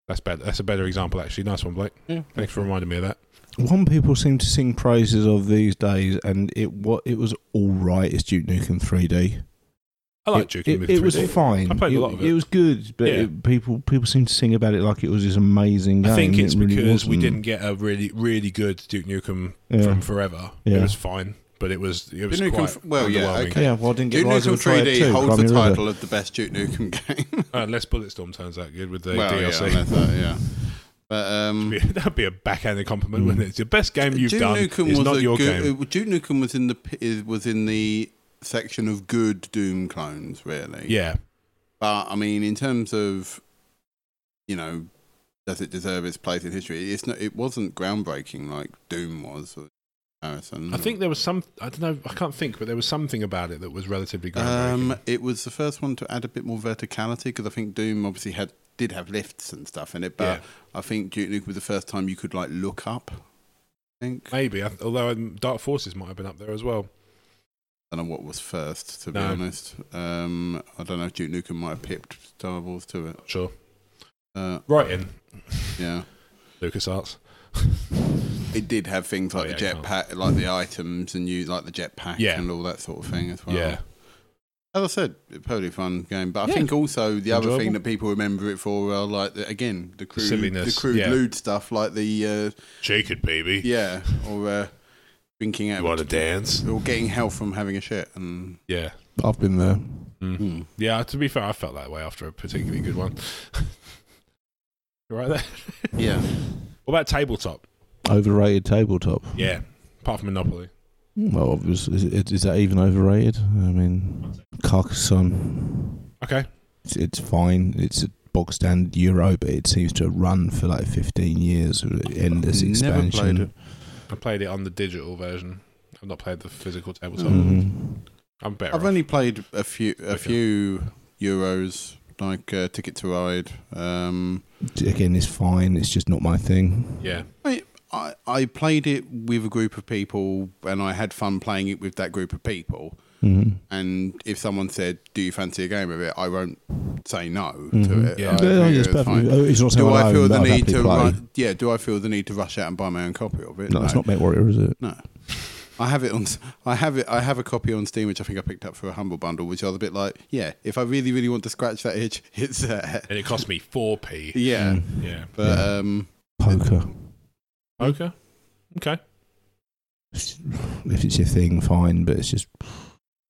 Speaker 1: That's better. That's a better example actually. Nice one, Blake.
Speaker 2: Yeah.
Speaker 1: Thanks for reminding me of that.
Speaker 3: One people seem to sing praises of these days, and it what it was all right. It's Duke Nukem 3D.
Speaker 1: I like
Speaker 3: it,
Speaker 1: Duke
Speaker 3: it,
Speaker 1: Nukem
Speaker 3: it was
Speaker 1: 3D.
Speaker 3: fine.
Speaker 1: I played a lot of it.
Speaker 3: It was good, but
Speaker 1: Yeah.
Speaker 3: it, people people seem to sing about it like it was this amazing game.
Speaker 1: I think
Speaker 3: and
Speaker 1: it's
Speaker 3: it really
Speaker 1: because we
Speaker 3: wasn't.
Speaker 1: didn't get a really, really good Duke Nukem
Speaker 3: Yeah.
Speaker 1: from Forever. It
Speaker 3: Yeah.
Speaker 1: was fine, but it was it was
Speaker 2: Duke Nukem
Speaker 1: quite
Speaker 2: f- well, yeah,
Speaker 1: underwhelming.
Speaker 2: okay.
Speaker 3: Yeah, well, I didn't get
Speaker 2: Duke
Speaker 3: Rise
Speaker 2: Nukem
Speaker 3: of the Triad
Speaker 2: 3D
Speaker 3: 2,
Speaker 2: holds the
Speaker 3: Crimea River.
Speaker 2: title of the best Duke Nukem game.
Speaker 1: Uh, Unless Bulletstorm turns out good with the
Speaker 2: well, yeah,
Speaker 1: DLC.
Speaker 2: unless that, yeah. But, um,
Speaker 1: That'd be a backhanded
Speaker 3: Mm.
Speaker 1: compliment, wouldn't it? It's the best game you've
Speaker 2: Duke
Speaker 1: done.
Speaker 2: Nukem
Speaker 1: it's
Speaker 2: was
Speaker 1: not
Speaker 2: a
Speaker 1: your
Speaker 2: good,
Speaker 1: game.
Speaker 2: uh, Duke Nukem was in the p- is- was in the section of good Doom clones, really.
Speaker 1: yeah,
Speaker 2: But I mean, in terms of, you know, does it deserve its place in history? It's not. It wasn't groundbreaking like Doom was. or Comparison.
Speaker 1: I think there was some. I don't know. I can't think, but there was something about it that was relatively groundbreaking.
Speaker 2: um, it was the first one to add a bit more verticality because I think Doom obviously had did have lifts and stuff in it,
Speaker 1: Yeah.
Speaker 2: but I think Duke Nukem was the first time you could like look up. I think I
Speaker 1: Maybe, I- although um, Dark Forces might have been up there as well.
Speaker 2: don't know what was first to be
Speaker 1: No.
Speaker 2: honest. Um, I don't know if Duke Nukem might have pipped Star Wars to it.
Speaker 1: Not sure.
Speaker 2: Uh,
Speaker 1: Right in
Speaker 2: yeah.
Speaker 1: LucasArts.
Speaker 2: It did have things like
Speaker 1: Oh,
Speaker 2: the
Speaker 1: yeah,
Speaker 2: jetpack, like the items, and you like the jetpack
Speaker 1: Yeah.
Speaker 2: and all that sort of thing as well.
Speaker 1: Yeah,
Speaker 2: As I said, it's a totally fun game, but I
Speaker 1: Yeah.
Speaker 2: think also the other
Speaker 1: Enjoyable.
Speaker 2: thing that people remember it for are like the, again the crude,
Speaker 1: silliness,
Speaker 2: the crude
Speaker 1: yeah.
Speaker 2: lewd stuff, like the uh,
Speaker 1: shake it, baby.
Speaker 2: yeah, or uh, drinking out,
Speaker 1: You
Speaker 2: of
Speaker 1: want to
Speaker 2: a-
Speaker 1: dance?
Speaker 2: or getting health from having a shit, and
Speaker 1: Yeah.
Speaker 3: I've been there.
Speaker 1: Mm.
Speaker 2: hmm.
Speaker 1: Yeah, to be fair, I felt that way after a particularly good one. you right there?
Speaker 2: yeah,
Speaker 1: What about tabletop?
Speaker 3: Overrated tabletop.
Speaker 1: Yeah, apart from Monopoly.
Speaker 3: Well, obviously, is, is that even overrated? I mean, Carcassonne.
Speaker 1: Okay.
Speaker 3: It's, it's fine. It's a bog standard Euro, but it seems to have run for like 15 years of endless
Speaker 2: Never
Speaker 3: expansion.
Speaker 2: played it.
Speaker 1: I played it on the digital version. I've not played the physical tabletop.
Speaker 3: Mhm.
Speaker 1: I'm better.
Speaker 2: Mm-hmm. I've
Speaker 1: off.
Speaker 2: only played a few a
Speaker 1: Okay.
Speaker 2: few euros like uh, Ticket to Ride. Um,
Speaker 3: Again, it's fine. It's just not my thing.
Speaker 1: yeah.
Speaker 2: I, I I played it with a group of people, and I had fun playing it with that group of people.
Speaker 3: Mhm.
Speaker 2: And if someone said, "Do you fancy a game of it?" I won't say no
Speaker 3: Mhm.
Speaker 2: to it.
Speaker 1: Yeah.
Speaker 2: I
Speaker 1: Yeah,
Speaker 3: Yeah,
Speaker 2: think
Speaker 3: it's
Speaker 2: it's
Speaker 3: perfectly.
Speaker 2: fine.
Speaker 3: oh, It's not
Speaker 2: Do
Speaker 3: something
Speaker 2: I
Speaker 3: own,
Speaker 2: feel the
Speaker 3: but I'd
Speaker 2: need
Speaker 3: happily
Speaker 2: to?
Speaker 3: play.
Speaker 2: ru- yeah. Do I feel the need to rush out and buy my own copy of it?
Speaker 3: No, it's not meant warrior, is it?
Speaker 2: No. I have it on. I have it. I have a copy on Steam, which I think I picked up for a humble bundle. Which I was a bit like, yeah, if I really, really want to scratch that itch, it's there.
Speaker 1: And it cost me 4p.
Speaker 2: Yeah,
Speaker 3: Mm.
Speaker 1: Yeah.
Speaker 2: but um,
Speaker 3: Poker.
Speaker 2: Mm-hmm.
Speaker 1: Okay. Okay.
Speaker 3: If it's your thing, fine, but it's just.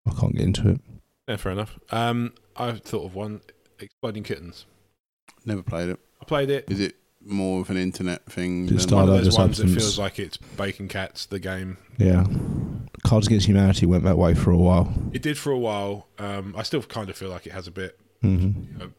Speaker 3: I can't get into it.
Speaker 1: Yeah, fair enough. Um, I thought of one Exploding Kittens.
Speaker 2: never played it.
Speaker 1: I played it.
Speaker 2: Is it more of an internet thing?
Speaker 3: It's
Speaker 2: than-
Speaker 1: One of
Speaker 3: Starlight
Speaker 1: those
Speaker 3: the
Speaker 1: ones that
Speaker 3: Substance.
Speaker 1: feels like it's Bacon Cats, the game.
Speaker 3: Yeah. Cards Against Humanity went that way for a while.
Speaker 1: It did for a while. Um, I still kind of feel like it has a bit.
Speaker 3: hmm
Speaker 1: You know,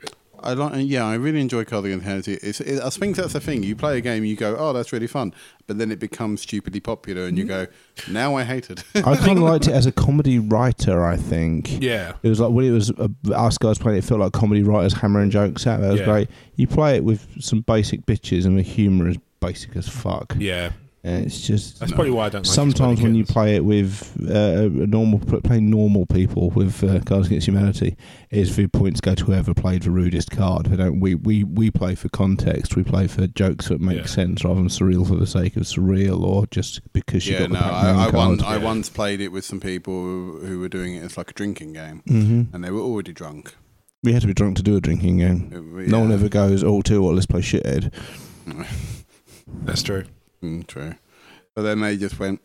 Speaker 2: I like, yeah, I really enjoy Cardigan Heresy. It's, it, I think that's the thing. You play a game, you go, oh, that's really fun, but then it becomes stupidly popular, and you go,
Speaker 3: Mm-hmm.
Speaker 2: now I hate it.
Speaker 3: I kind of liked it as a comedy writer. I think.
Speaker 1: Yeah.
Speaker 3: It was like when it was uh, us guys playing. It felt like comedy writers hammering jokes out. That was
Speaker 1: Yeah.
Speaker 3: great. You play it with some basic bitches, and the humour is basic as fuck.
Speaker 1: Yeah.
Speaker 3: And it's just
Speaker 1: That's probably why I don't like
Speaker 3: sometimes
Speaker 1: Spelunking.
Speaker 3: when you play it with uh, a normal playing normal people with uh, Cards Against Humanity, is for points go to whoever played the rudest card. We don't we, we, we play for context. We play for jokes that make
Speaker 1: Yeah.
Speaker 3: sense rather than surreal for the sake of surreal or just because you
Speaker 2: yeah,
Speaker 3: got the
Speaker 2: no,
Speaker 3: Pac-Man
Speaker 2: I, I,
Speaker 3: card.
Speaker 2: once, I
Speaker 1: yeah.
Speaker 2: once played it with some people who, who were doing it as like a drinking game,
Speaker 3: hmm
Speaker 2: and they were already drunk.
Speaker 3: We had to be drunk to do a drinking game.
Speaker 2: It-
Speaker 3: No one
Speaker 2: yeah.
Speaker 3: ever goes, oh, too what? Let's play shithead.
Speaker 1: That's true.
Speaker 2: Mm, true. But then they just went.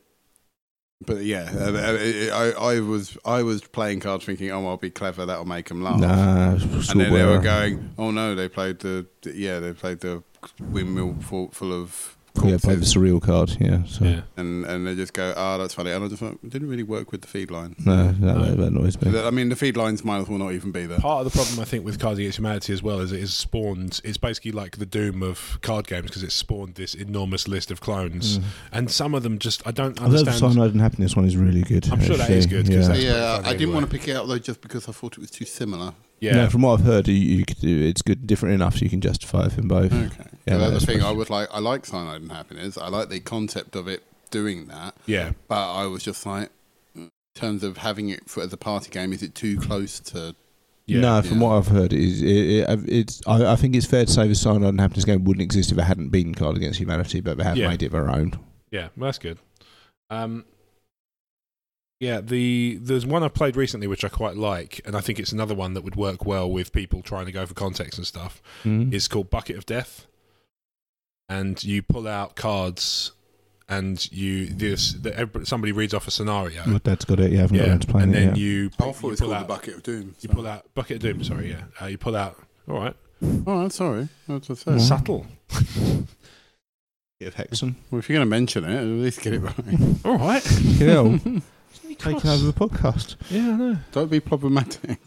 Speaker 2: But yeah, uh, uh, I, I was I was playing cards thinking, oh, I'll be clever, that'll make them laugh.
Speaker 3: Nah,
Speaker 2: and then they
Speaker 3: swear.
Speaker 2: were going, oh no, they played the yeah, they played the windmill full, full of
Speaker 3: yeah, play the
Speaker 2: corpses.
Speaker 3: surreal card. Yeah, so
Speaker 1: Yeah.
Speaker 2: and and they just go, ah, that's funny. And I just thought, it didn't really work with the feed line.
Speaker 3: no, that,
Speaker 1: No.
Speaker 3: that annoys me.
Speaker 2: The- I mean, the feed lines miles will not even be there.
Speaker 1: Part of the problem I think with Cards Against Humanity as well is it is spawned. It's basically like the doom of card games because it's spawned this enormous list of clones,
Speaker 3: Mm.
Speaker 1: and some of them just I don't
Speaker 3: I've heard
Speaker 1: understand.
Speaker 3: Cyanide and Happiness one is really good.
Speaker 1: I'm sure that is
Speaker 3: actually.
Speaker 1: good, 'cause
Speaker 3: Yeah.
Speaker 1: that's
Speaker 2: yeah,
Speaker 1: pretty funny
Speaker 2: I didn't
Speaker 1: anyway.
Speaker 2: want to pick it up though, just because I thought it was too similar.
Speaker 1: yeah,
Speaker 3: No, from what I've heard, you, you could do, it's good, different enough so you can justify it in both.
Speaker 2: Okay.
Speaker 3: Yeah,
Speaker 2: Yeah,
Speaker 3: that's
Speaker 2: that's the thing. I
Speaker 3: possible.
Speaker 2: was like, I like cyanide and happiness. I like the concept of it doing that,
Speaker 1: yeah,
Speaker 2: but I was just like, "Mm, in terms of having it for, as a party game, is it too close to?
Speaker 1: yeah.
Speaker 3: no, from
Speaker 2: Yeah.
Speaker 3: what I've heard, it is it, it, it's. I, I think it's fair to say the Cyanide and Happiness game wouldn't exist if it hadn't been Card Against Humanity, but they have
Speaker 1: Yeah.
Speaker 3: made it their own.
Speaker 1: Yeah, well, that's good. Um, yeah, the there's one I've played recently which I quite like, and I think it's another one that would work well with people trying to go for context and stuff. Hmm?
Speaker 3: Hmm?
Speaker 1: It's called Bucket of Death, and you pull out cards, and you this the, every- somebody reads off a scenario.
Speaker 3: My dad's got it. Yeah, I haven't
Speaker 1: uh, Mm.
Speaker 3: got
Speaker 1: Yeah,
Speaker 3: around to playing
Speaker 1: and
Speaker 3: it
Speaker 1: then
Speaker 3: yet.
Speaker 1: you,
Speaker 2: I
Speaker 1: pull,
Speaker 2: thought it
Speaker 1: you
Speaker 2: was
Speaker 1: pull
Speaker 2: called
Speaker 1: out
Speaker 2: the bucket of doom.
Speaker 1: you pull out Bucket of Doom. Sorry, yeah, uh, you pull out. All right,
Speaker 2: Oh, I'm sorry. That's what I
Speaker 3: Mm.
Speaker 2: said.
Speaker 1: subtle.
Speaker 3: Bit of Hexen.
Speaker 2: Well, if you're going to mention it, at least get it
Speaker 3: Mm.
Speaker 2: right.
Speaker 1: All right,
Speaker 3: You know, taking over the podcast.
Speaker 1: yeah, I know.
Speaker 2: Don't be problematic.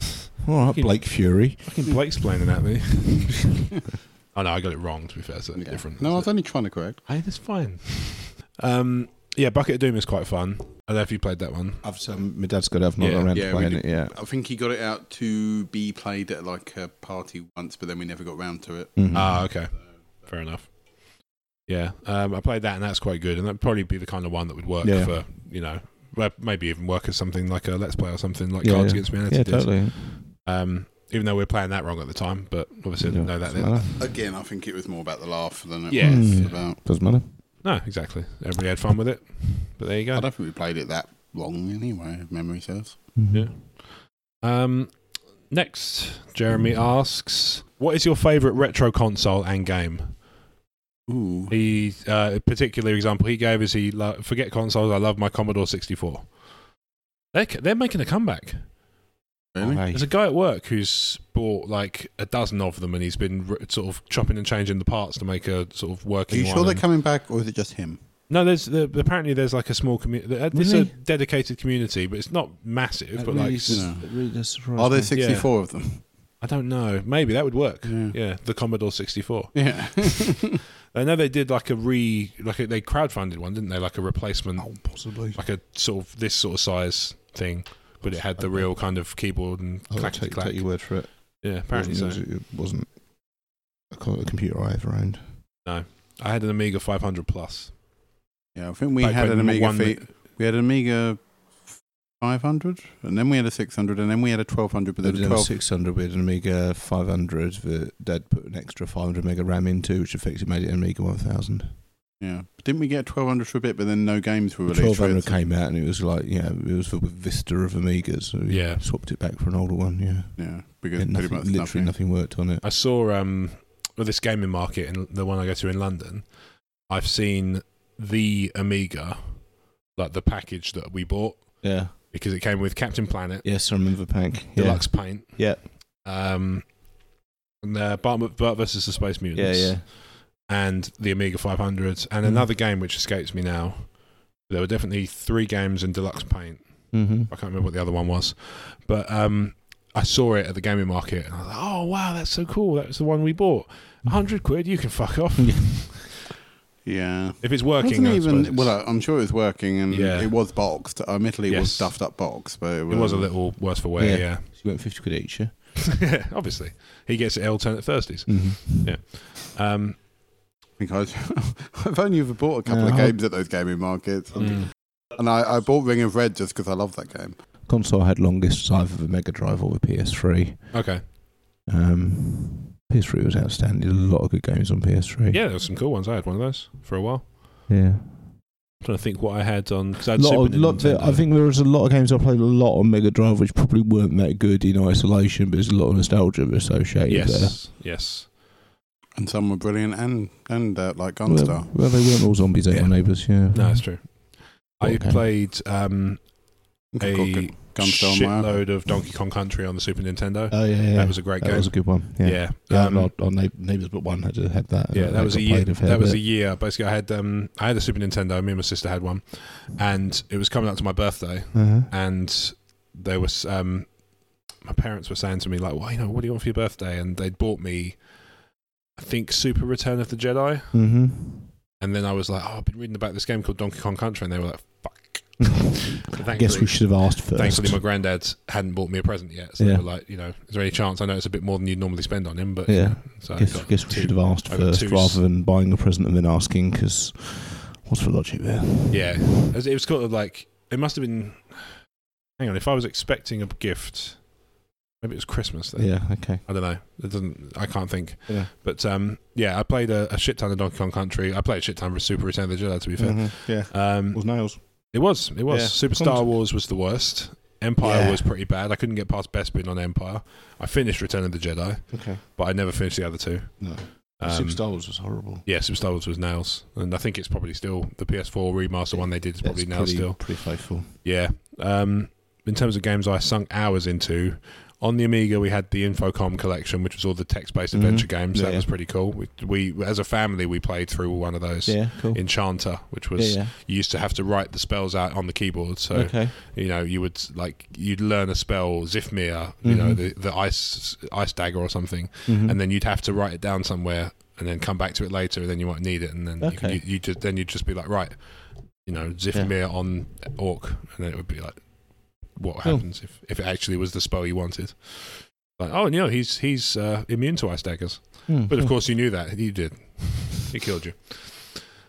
Speaker 3: All right,
Speaker 1: Fucking-
Speaker 3: Blake Fury.
Speaker 1: Fucking Blake's playing at me. Oh no, I got it wrong. To be fair, it's something
Speaker 2: Yeah.
Speaker 1: different.
Speaker 2: No, I
Speaker 1: It's-
Speaker 2: was only trying to correct.
Speaker 1: Hey, that's fine. um, yeah, Bucket of Doom is quite fun. I don't know if you played that one.
Speaker 3: I've um, my dad's got it. I've not
Speaker 1: Yeah.
Speaker 3: got around
Speaker 2: Yeah,
Speaker 3: to
Speaker 2: we
Speaker 3: playing
Speaker 2: do.
Speaker 3: it yet.
Speaker 2: I think he got it out to be played at like a party once, but then we never got round to it.
Speaker 3: Mhm.
Speaker 1: Ah, okay, fair enough. Yeah, um, I played that, and that's quite good. And that'd probably be the kind of one that would work
Speaker 3: Yeah.
Speaker 1: for you know, well, maybe even work as something like a Let's Play or something like
Speaker 3: Yeah,
Speaker 1: Cards
Speaker 3: yeah.
Speaker 1: Against Humanity
Speaker 3: yeah,
Speaker 1: did.
Speaker 3: totally.
Speaker 1: Um, even though we are playing that wrong at the time, but obviously I
Speaker 3: Yeah,
Speaker 1: didn't know that.
Speaker 3: doesn't
Speaker 1: Then.
Speaker 3: matter.
Speaker 2: Again, I think it was more about the laugh than it
Speaker 1: Yeah.
Speaker 2: was
Speaker 3: Mm.
Speaker 2: about.
Speaker 3: Doesn't matter.
Speaker 1: No, exactly. Everybody had fun with it. But there you
Speaker 2: I
Speaker 1: go.
Speaker 2: don't think we played it that long anyway, if memory serves.
Speaker 3: Mm-hmm.
Speaker 1: Yeah. Um, next, Jeremy asks, "What is your favorite retro console and game?"
Speaker 2: Ooh.
Speaker 1: He, uh, a particular example he gave is he lo- forget consoles. I love my Commodore 64. They're c- they're making a comeback.
Speaker 2: Really?
Speaker 3: Aye.
Speaker 1: There's a guy at work who's bought like a dozen of them, and he's been r sort of chopping and changing the parts to make a sort of
Speaker 2: Are
Speaker 1: working.
Speaker 2: you
Speaker 1: one
Speaker 2: sure they're
Speaker 1: and-
Speaker 2: coming back, or is it just him?
Speaker 1: no, there's the, apparently there's like a small community. It's a
Speaker 3: Really?
Speaker 1: dedicated community, but it's not massive.
Speaker 3: That
Speaker 1: but
Speaker 3: really
Speaker 1: like,
Speaker 3: s-
Speaker 2: No.
Speaker 3: that really does surprise
Speaker 2: Are there
Speaker 3: me.
Speaker 2: 64 of them?
Speaker 1: I don't know. Maybe that would work.
Speaker 2: Yeah.
Speaker 1: Yeah, the Commodore 64.
Speaker 2: Yeah.
Speaker 1: I know they did like a re like a, they crowdfunded one, didn't they? Like a replacement.
Speaker 2: Oh,
Speaker 3: possibly.
Speaker 1: like a sort of this sort of size thing, but it had the real kind of keyboard and
Speaker 3: I'll
Speaker 1: clackety
Speaker 3: Oh, take,
Speaker 1: clack.
Speaker 3: take your word for it.
Speaker 1: Yeah, apparently so.
Speaker 3: It wasn't, it wasn't a, co- a computer I ever owned.
Speaker 1: I had an Amiga 500 Plus.
Speaker 2: yeah, I think we
Speaker 1: Back
Speaker 2: had
Speaker 1: when
Speaker 2: an Amiga
Speaker 1: one-
Speaker 2: feat. We had an Amiga 500, and then we had a 600, and then we had a 1200,
Speaker 3: But
Speaker 2: but
Speaker 3: we
Speaker 2: there was
Speaker 3: did have a
Speaker 2: 12.
Speaker 3: 600 with an Amiga 500 that Dad put an extra 500 mega RAM into, which effectively made it an Amiga 1000.
Speaker 2: Yeah. Didn't we get 1200 for a bit, but then no games were
Speaker 3: The
Speaker 2: released? for
Speaker 3: 1200
Speaker 2: it?
Speaker 3: came out and it was like, yeah, it was with Vista of Amigas. So we
Speaker 1: Yeah.
Speaker 3: Swapped it back for an older one, yeah.
Speaker 2: Yeah, because
Speaker 3: And
Speaker 2: pretty
Speaker 3: nothing,
Speaker 2: much
Speaker 3: literally
Speaker 2: nothing.
Speaker 3: nothing. worked on it.
Speaker 1: I saw um well, this gaming market in the one I go to in London. I've seen the Amiga, like the package that we bought
Speaker 3: Yeah.
Speaker 1: because it came with Captain Planet,
Speaker 3: Yes, I remember Pank. Yeah.
Speaker 1: Deluxe Paint,
Speaker 3: Yeah.
Speaker 1: um, and uh, Bart, Bart versus the Space
Speaker 3: Yeah,
Speaker 1: Mutants,
Speaker 3: yeah.
Speaker 1: and the Amiga 500, and
Speaker 3: Mhm.
Speaker 1: another game which escapes me now. There were definitely three games in Deluxe Paint.
Speaker 3: Mm-hmm.
Speaker 1: I can't remember what the other one was, but um, I saw it at the gaming market, and I was like, "Oh, oh wow, that's so cool. That was the one we bought. A hundred quid, you can fuck off.
Speaker 2: Yeah.
Speaker 1: If it's
Speaker 2: Wasn't
Speaker 1: working, I
Speaker 2: it
Speaker 1: suppose
Speaker 2: even,
Speaker 1: it's-
Speaker 2: well, I- I'm sure it was working, and
Speaker 1: Yeah.
Speaker 2: it was boxed. Admittedly, it was
Speaker 1: Yes.
Speaker 2: stuffed up box, but it was,
Speaker 1: it was a little worse for wear.
Speaker 3: Yeah.
Speaker 1: Yeah,
Speaker 3: you went 50 quid each, yeah?
Speaker 1: yeah. obviously he gets it alternate Thursdays.
Speaker 3: Mm-hmm.
Speaker 1: Yeah. Um,
Speaker 2: Because I've only ever bought a couple
Speaker 3: Yeah.
Speaker 2: of games at those gaming markets,
Speaker 1: mm.
Speaker 2: and I, I bought Ring of Red just because I love that game.
Speaker 3: Console I had longest was either the Mega Drive or the PS3.
Speaker 1: Okay.
Speaker 3: Um, PS3 was outstanding. A lot of good games on PS3.
Speaker 1: Yeah, there were some cool ones. I had one of those for a while.
Speaker 3: Yeah.
Speaker 1: I'm trying to think what I had on because I had
Speaker 3: Lot
Speaker 1: Super
Speaker 3: of, lot
Speaker 1: Nintendo.
Speaker 3: I think there was a lot of games I played a lot on Mega Drive, which probably weren't that good in isolation, but there's a lot of nostalgia associated there.
Speaker 1: yes, yes.
Speaker 2: And some were brilliant, and and uh, like Gunstar.
Speaker 3: Well, well, they weren't all zombies at
Speaker 1: Yeah.
Speaker 3: our neighbours, yeah.
Speaker 1: No, that's true. I
Speaker 3: Okay.
Speaker 1: played um,
Speaker 2: Good call, Gun-
Speaker 1: a
Speaker 2: Gunstar Mario.
Speaker 1: shitload of Donkey Kong Country on the Super Nintendo.
Speaker 3: Oh, yeah, yeah.
Speaker 1: that was a great
Speaker 3: That
Speaker 1: game.
Speaker 3: was a good one. Yeah.
Speaker 1: yeah,
Speaker 3: Yeah,
Speaker 1: Um,
Speaker 3: our, our neighbours but one had had that.
Speaker 1: yeah, that was a year.
Speaker 3: That,
Speaker 1: That was a year. Basically, I had um, I had a Super Nintendo. Me and my sister had one, and it was coming up to my birthday,
Speaker 3: Uh-huh.
Speaker 1: and there was um, my parents were saying to me like, "Well, you know, what do you want for your birthday?" And they'd bought me, I think, Super Return of the Jedi.
Speaker 3: hmm
Speaker 1: And then I was like, "Oh, I've been reading about this game called Donkey Kong Country," and they were like, "Fuck." But
Speaker 3: Mm-hmm. I guess
Speaker 1: thankfully-
Speaker 3: we should have asked first.
Speaker 1: Thankfully, my granddad hadn't bought me a present yet, so they
Speaker 3: Yeah.
Speaker 1: were like, you know, is there any chance? I know it's a bit more than you'd normally spend on him, but
Speaker 3: Yeah.
Speaker 1: so I
Speaker 3: guess,
Speaker 1: got
Speaker 3: guess we
Speaker 1: two-
Speaker 3: should have asked
Speaker 1: I got
Speaker 3: first
Speaker 1: two s-
Speaker 3: rather than buying a present and then asking because what's the logic there?
Speaker 1: Yeah, It was- it was kind of like it must have been. Hang on, if I was expecting a gift, maybe it was Christmas. Then.
Speaker 3: Yeah, okay.
Speaker 1: I don't know. It doesn't. I can't think.
Speaker 3: Yeah.
Speaker 1: But um, yeah, I played a, a shit ton of Donkey Kong Country. I played a shit ton of Super Return of the Jedi. To be fair,
Speaker 3: Mm-hmm. Yeah.
Speaker 1: um,
Speaker 3: Was nails.
Speaker 1: it was it was
Speaker 3: Mm. Yeah.
Speaker 1: Super Star Wars was the worst. Empire
Speaker 3: Yeah.
Speaker 1: was pretty bad. I couldn't get past Best Bin on Empire. I finished Return of the Jedi,
Speaker 3: Okay.
Speaker 1: but I never finished the other two.
Speaker 3: No.
Speaker 1: Um,
Speaker 3: Wars was horrible.
Speaker 1: yeah, Super Star Wars was nails, and I think it's probably still the PS4 remaster one they did is probably nails
Speaker 3: pretty,
Speaker 1: still.
Speaker 3: pretty faithful.
Speaker 1: Yeah. Um, in terms of games I sunk hours into, on the Amiga we had the Infocom collection, which was all the text-based
Speaker 3: Mhm.
Speaker 1: adventure games.
Speaker 3: Yeah,
Speaker 1: that
Speaker 3: yeah.
Speaker 1: was pretty cool. We, we, as a family, we played through one of those.
Speaker 3: Yeah, cool.
Speaker 1: Enchanter, which was
Speaker 3: yeah,
Speaker 1: you used to have to write the spells out on the keyboard, so
Speaker 3: yeah. Okay.
Speaker 1: you know you would like you'd learn a spell Zifmir, you know
Speaker 3: Mhm.
Speaker 1: the, the ice ice dagger or something,
Speaker 3: Mhm.
Speaker 1: and then you'd have to write it down somewhere and then come back to it later and then you might need it and then you,
Speaker 3: Okay.
Speaker 1: could, you, you just then you'd just be like right you know Zifmir on orc and then it would be like what
Speaker 3: Cool.
Speaker 1: happens if, if it actually was the spell you wanted like oh no he's he's uh, immune to ice daggers
Speaker 3: Hmm,
Speaker 1: but of
Speaker 3: cool.
Speaker 1: course you knew that you did it killed you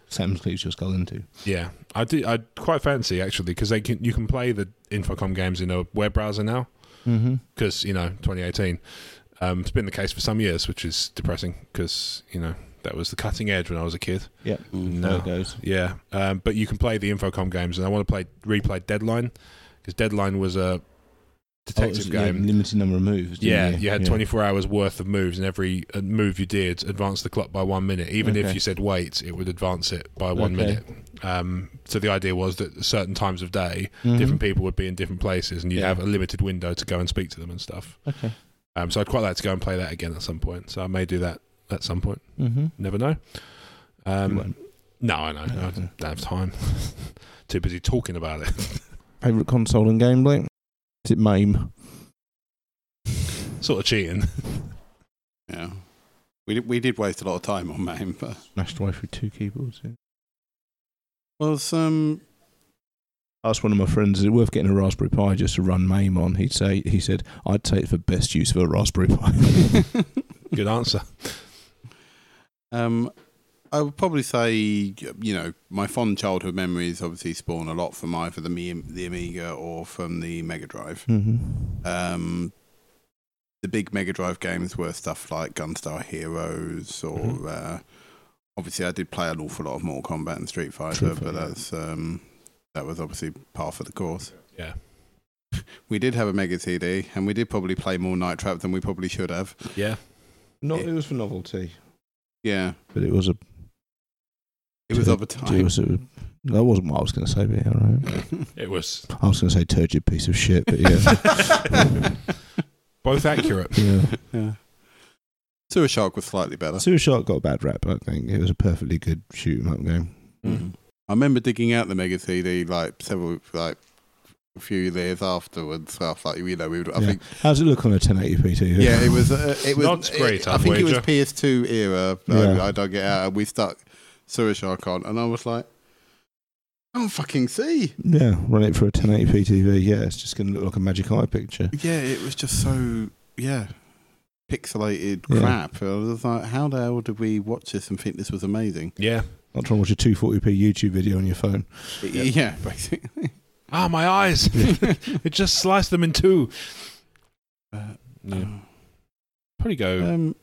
Speaker 3: Sam cleaves your skull into.
Speaker 1: yeah I do I quite fancy actually because they can you can play the Infocom games in a web browser now
Speaker 3: Mm-hmm.
Speaker 1: because you know 2018 um, it's been the case for some years which is depressing because you know that was the cutting edge when i was a kid
Speaker 2: Mm.
Speaker 1: No.
Speaker 3: There it goes.
Speaker 1: yeah um, but you can play the infocom games and i want to play replay deadline because deadline was a
Speaker 3: Oh, it was,
Speaker 1: detective
Speaker 3: yeah,
Speaker 1: game
Speaker 3: limited number of moves. didn't
Speaker 1: yeah,
Speaker 3: you?
Speaker 1: you had 24 hours worth of moves, and every uh, move you did advanced the clock by one minute. Even if
Speaker 3: Okay.
Speaker 1: you said wait, it would advance it by one
Speaker 3: Okay.
Speaker 1: minute. Um, so the idea was that at certain times of day,
Speaker 3: Mhm.
Speaker 1: different people would be in different places, and you'd
Speaker 3: Yeah.
Speaker 1: have a limited window to go and speak to them and stuff.
Speaker 3: Okay.
Speaker 1: Um, so I'd quite like to go and play that again at some point. So I may do that at some point.
Speaker 3: Mm-hmm.
Speaker 1: Never know.
Speaker 3: You
Speaker 1: Um,
Speaker 3: won't.
Speaker 1: no, I know.
Speaker 3: No,
Speaker 1: I don't have time. Too busy talking about it.
Speaker 3: Favorite console and game, Blake? Is it MAME?
Speaker 1: sort of cheating.
Speaker 2: Yeah. We did, we did waste a lot of time on MAME, but
Speaker 3: Smashed away through two keyboards. Yeah.
Speaker 2: well, some
Speaker 3: I asked one of my friends, "Is it worth getting a Raspberry Pi just to run MAME on?" He'd say, "He said I'd take it for best use of a Raspberry Pi."
Speaker 1: Good answer.
Speaker 2: Um, I would probably say, you know, my fond childhood memories obviously spawn a lot from either the, Mi- the Amiga or from the Mega Drive.
Speaker 3: mm-hmm.
Speaker 2: Um, the big Mega Drive games were stuff like Gunstar Heroes, or
Speaker 3: Mm-hmm.
Speaker 1: Mhm.
Speaker 2: uh, obviously I did play an awful lot of Mortal Kombat and Street Fighter,
Speaker 3: Street
Speaker 2: but
Speaker 3: Fighter, yeah.
Speaker 2: that's um, that was obviously par for the course.
Speaker 1: Yeah.
Speaker 2: We did have a Mega CD, and we did probably play more Night Trap than we probably should have.
Speaker 1: Yeah.
Speaker 3: Not it was for novelty,
Speaker 2: Yeah,
Speaker 3: but it was a.
Speaker 2: it was
Speaker 3: tur-
Speaker 2: of a
Speaker 3: It
Speaker 2: time.
Speaker 3: was a that wasn't what I was going to say, but yeah, all right.
Speaker 1: It was
Speaker 3: I was going to say turgid piece of shit, but yeah,
Speaker 1: both accurate.
Speaker 3: yeah.
Speaker 2: Yeah. Sewer Shark was slightly better.
Speaker 3: Sewer Shark got a bad rap. I think it was a perfectly good shoot 'em up game.
Speaker 1: Mhm.
Speaker 2: I remember digging out the Mega CD like several like a few years afterwards. Stuff like you know, we would. I
Speaker 3: Yeah.
Speaker 2: think
Speaker 3: How's it look on a 1080p TV?
Speaker 2: yeah, it was uh, it was
Speaker 1: Not great,
Speaker 2: it- I
Speaker 1: I'd
Speaker 2: think it was
Speaker 1: wager.
Speaker 2: PS2 era.
Speaker 3: Yeah.
Speaker 2: I, I dug it out. and We stuck Sewer Shark on, and I was like, I don't fucking see.
Speaker 3: Yeah, run it for a 1080p TV. Yeah, it's just going to look like a magic eye picture.
Speaker 2: Yeah, it was just so yeah, pixelated
Speaker 3: Yeah.
Speaker 2: crap. I was like, how the hell did we watch this and think this was amazing?
Speaker 1: Yeah.
Speaker 3: Not trying to watch a 240p YouTube video on your phone.
Speaker 2: Yeah, basically.
Speaker 1: Ah, my eyes. it just sliced them in two.
Speaker 2: Uh,
Speaker 1: Yeah. Probably go.
Speaker 2: Um,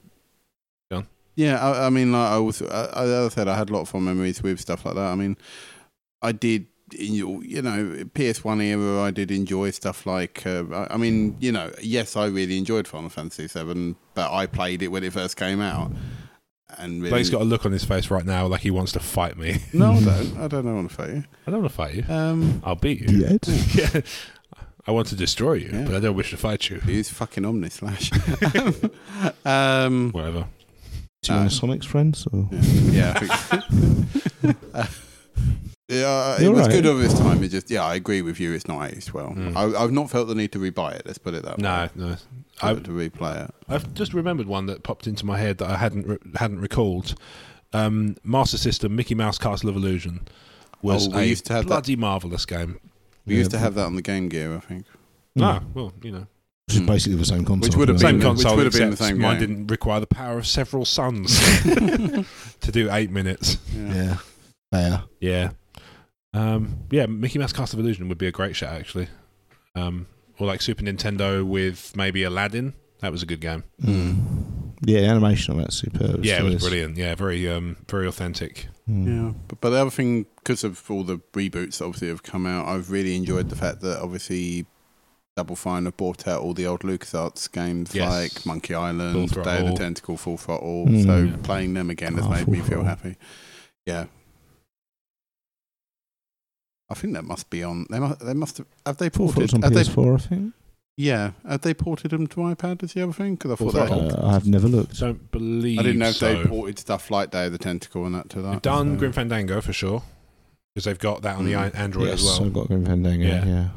Speaker 1: Go on.
Speaker 2: Yeah, I, I mean, like I was, I, as I said, I had a lot of fond memories with stuff like that. I mean, I did, you you know, PS One era. I did enjoy stuff like, uh, I, I mean, you know, yes, I really enjoyed Final Fantasy Seven, but I played it when it first came out, and really,
Speaker 1: Blake's got a look on his face right now like he wants to fight me.
Speaker 2: no, I don't, I don't want to fight you.
Speaker 1: I don't want to fight you.
Speaker 2: Um,
Speaker 1: I'll beat you.
Speaker 3: Yet.
Speaker 1: Yeah. I want to destroy you,
Speaker 2: Yeah.
Speaker 1: but I don't wish to fight you.
Speaker 2: who's fucking Omnislash? um,
Speaker 1: Whatever.
Speaker 3: Do you
Speaker 2: Uh,
Speaker 3: want Sonic's friends? Or?
Speaker 2: yeah, I think- Uh, yeah, it
Speaker 3: You're
Speaker 2: was
Speaker 3: right.
Speaker 2: good over its time. It just, yeah, I agree with you. It's not aged well.
Speaker 1: Mm.
Speaker 2: I, I've not felt the need to rebuy it. Let's put it that way.
Speaker 1: No, no.
Speaker 2: I,
Speaker 1: I-
Speaker 2: to replay it.
Speaker 1: I've just remembered one that popped into my head that I hadn't re- hadn't recalled. Um, Master System Mickey Mouse Castle of Illusion was
Speaker 2: Oh, we
Speaker 1: a
Speaker 2: used to have that-
Speaker 1: bloody marvelous game.
Speaker 2: We
Speaker 3: Yeah,
Speaker 2: used to
Speaker 3: but-
Speaker 2: have that on the Game Gear, I think.
Speaker 3: Hmm.
Speaker 1: Ah, well, you know,
Speaker 3: Which is basically the same console.
Speaker 2: Which would have
Speaker 3: isn't
Speaker 1: same
Speaker 3: it?
Speaker 2: been- which
Speaker 1: console.
Speaker 2: would have been the
Speaker 1: except
Speaker 2: same
Speaker 1: Mine
Speaker 2: game.
Speaker 1: didn't require the power of several suns to do eight minutes.
Speaker 2: Yeah.
Speaker 3: Yeah. There.
Speaker 1: Yeah, um, yeah. Mickey Mouse Castle of Illusion would be a great shout actually, um, or like Super Nintendo with maybe Aladdin. That was a good game.
Speaker 3: Mm. Yeah, the animation on that's superb.
Speaker 1: yeah, it
Speaker 3: still
Speaker 1: was
Speaker 3: is.
Speaker 1: brilliant. Yeah, very um, very authentic.
Speaker 3: Mm.
Speaker 2: Yeah. But, but the other thing, because of all the reboots that obviously have come out, I've really enjoyed the fact that obviously Double Fine have bought out all the old LucasArts games
Speaker 1: Yes.
Speaker 2: like Monkey
Speaker 1: Full
Speaker 2: Island, Day of the
Speaker 1: Throttle.
Speaker 2: Tentacle, Full Throttle.
Speaker 3: Mm.
Speaker 2: So
Speaker 1: Yeah.
Speaker 2: playing them again has
Speaker 3: Ah,
Speaker 2: made
Speaker 3: Full
Speaker 2: me feel
Speaker 3: Throttle.
Speaker 2: happy. Yeah. I think that must be on. They must. They must have. Have they
Speaker 3: Full
Speaker 2: ported?
Speaker 3: Throttle's on
Speaker 2: have they,
Speaker 3: PS4, I think.
Speaker 2: yeah. Have they ported them to iPad? Is the other thing? Because I
Speaker 1: Full
Speaker 2: thought they.
Speaker 1: Throttle.
Speaker 3: Uh, I have never looked.
Speaker 1: Don't believe.
Speaker 2: I didn't know if
Speaker 1: so.
Speaker 2: they ported stuff like Day of the Tentacle and that to that.
Speaker 1: They've done
Speaker 2: so-
Speaker 1: Grim Fandango for sure because they've got that on the
Speaker 2: Mm.
Speaker 1: i- Android
Speaker 3: yes,
Speaker 1: as well.
Speaker 3: I've got Grim Fandango.
Speaker 1: Yeah.
Speaker 3: Yeah. yeah.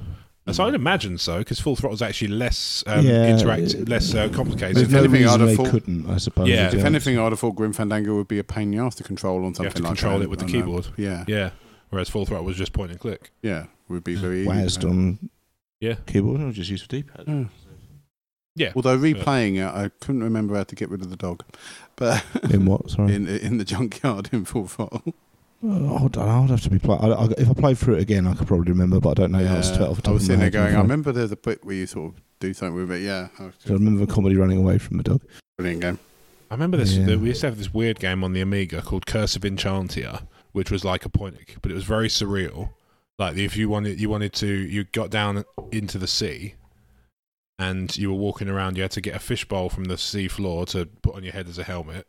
Speaker 1: And so I'd imagine so because Full Throttle's actually less um,
Speaker 3: Yeah.
Speaker 1: interactive, less uh, complicated.
Speaker 3: There's
Speaker 2: if
Speaker 3: no
Speaker 2: anything,
Speaker 3: reason
Speaker 2: I'd have
Speaker 3: they
Speaker 2: thought-
Speaker 3: couldn't, I suppose.
Speaker 1: Yeah,
Speaker 3: is
Speaker 2: If
Speaker 3: the
Speaker 2: anything, I'd have thought Grim Fandango would be a pain in the ass to
Speaker 1: you
Speaker 2: control on uh,
Speaker 1: have
Speaker 2: something
Speaker 1: to
Speaker 2: like
Speaker 1: control
Speaker 2: that.
Speaker 1: it with the
Speaker 2: I don't know.
Speaker 1: keyboard.
Speaker 2: Yeah,
Speaker 1: Yeah. Whereas Full Throttle was just point and click.
Speaker 2: yeah, would be
Speaker 1: Yeah.
Speaker 2: very
Speaker 3: Wazzed
Speaker 2: easy.
Speaker 3: on
Speaker 1: Yeah.
Speaker 3: keyboard or just used for D-pad.
Speaker 2: Yeah.
Speaker 1: Yeah.
Speaker 2: Although replaying it, I couldn't remember how to get rid of the dog, but
Speaker 3: In what? Sorry.
Speaker 2: in in the junkyard in full throttle.
Speaker 3: Oh, I would I would have to be play. I, I, if I played through it again, I could probably remember, but I don't know. Yeah, that's off
Speaker 2: Yeah.
Speaker 3: the
Speaker 2: Uh, I
Speaker 3: top
Speaker 2: was
Speaker 3: of my
Speaker 2: sitting there
Speaker 3: head,
Speaker 2: going,
Speaker 3: I'm
Speaker 2: I
Speaker 3: afraid.
Speaker 2: remember there's a bit where you sort of do something with it. Yeah, I was
Speaker 3: So I remember a comedy running away from the dog.
Speaker 2: brilliant game.
Speaker 1: I remember this.
Speaker 3: Yeah.
Speaker 1: We used to have this weird game on the Amiga called Curse of Enchantia, which was like a point, and click, but it was very surreal. Like if you wanted, you wanted to, you got down into the sea, and you were walking around. You had to get a fishbowl from the sea floor to put on your head as a helmet,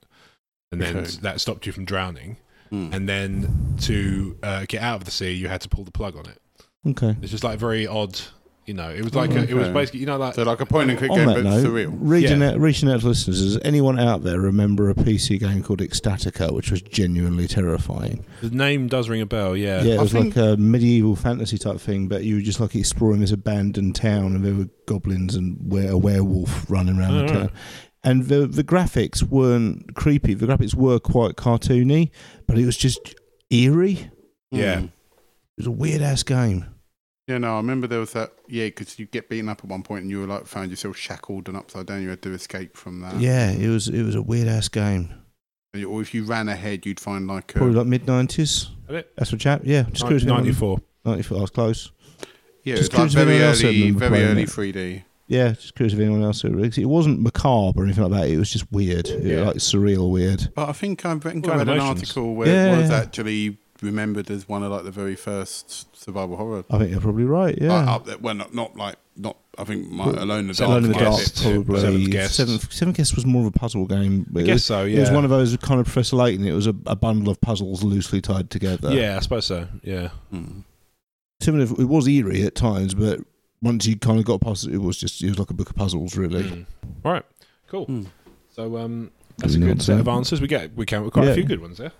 Speaker 1: and then
Speaker 2: Okay.
Speaker 1: that stopped you from drowning.
Speaker 2: Hmm.
Speaker 1: And then to uh, get out of the sea, you had to pull the plug on it.
Speaker 3: Okay.
Speaker 1: It's just like very odd. You know, it was like
Speaker 3: Oh,
Speaker 1: a, it was
Speaker 2: okay.
Speaker 1: basically you know like
Speaker 2: so like a point and click
Speaker 3: On
Speaker 2: game,
Speaker 3: that
Speaker 2: but
Speaker 3: note,
Speaker 2: surreal.
Speaker 3: reading
Speaker 1: Yeah.
Speaker 3: out, reaching out to listeners, does anyone out there remember a PC game called Ecstatica, which was genuinely terrifying?
Speaker 1: the name does ring a bell. Yeah,
Speaker 3: Yeah, it
Speaker 2: I
Speaker 3: was
Speaker 2: think-
Speaker 3: like a medieval fantasy type thing, but you were just like exploring this abandoned town, and there were goblins and were a werewolf running around
Speaker 1: Oh,
Speaker 3: the
Speaker 1: right.
Speaker 3: town. And the the graphics weren't creepy. The graphics were quite cartoony, but it was just eerie. It
Speaker 1: Yeah.
Speaker 2: Hmm.
Speaker 3: was a weird ass game.
Speaker 2: Yeah, no, I remember there was that. Yeah, because you get beaten up at one point, and you were like found yourself shackled and upside down. You had to escape from that.
Speaker 3: Yeah, it was it was a weird ass game.
Speaker 2: And you- or if you ran ahead, you'd find like. A,
Speaker 3: Probably like mid nineties.
Speaker 1: Is it?
Speaker 3: That's what chap. Yeah, just cruising
Speaker 1: ninety four.
Speaker 3: Ninety four. I was close.
Speaker 2: yeah,
Speaker 3: just
Speaker 2: it's like
Speaker 3: curious if
Speaker 2: very
Speaker 3: anyone else
Speaker 2: early,
Speaker 3: remember
Speaker 2: very
Speaker 3: playing
Speaker 2: early
Speaker 3: it.
Speaker 2: 3D.
Speaker 3: Yeah, just curious if anyone else had really- It wasn't macabre or anything like that. It was just weird, It was
Speaker 1: Yeah.
Speaker 3: like surreal weird.
Speaker 2: But I think I think
Speaker 1: Well,
Speaker 2: I read an
Speaker 1: animations.
Speaker 2: article where
Speaker 3: Yeah,
Speaker 2: it was
Speaker 3: yeah.
Speaker 2: actually remembered as one of like the very first survival horror.
Speaker 3: I think you're probably right. Yeah,
Speaker 2: Like, up there, well, not, not like not. I think my,
Speaker 3: Well,
Speaker 2: Alone in the Dark.
Speaker 3: Alone in the
Speaker 1: Seventh
Speaker 3: Dark
Speaker 1: Guest.
Speaker 3: probably.
Speaker 1: Seventh Guest.
Speaker 3: Seventh, Seventh Guest was more of a puzzle game. It
Speaker 1: I guess
Speaker 3: was,
Speaker 1: so. Yeah,
Speaker 3: it was one of those kind of Professor Layton. It was a, a bundle of puzzles loosely tied together.
Speaker 1: yeah, I suppose so. Yeah,
Speaker 2: Hmm.
Speaker 3: similar. It was eerie at times, but once you kind of got past it, it was just it was like a book of puzzles, really.
Speaker 1: Mm. right, cool.
Speaker 2: Hmm.
Speaker 1: So um, that's a
Speaker 3: Moving on
Speaker 1: good
Speaker 3: to-
Speaker 1: set of answers. We get we came with quite
Speaker 3: Yeah.
Speaker 1: a few good ones there.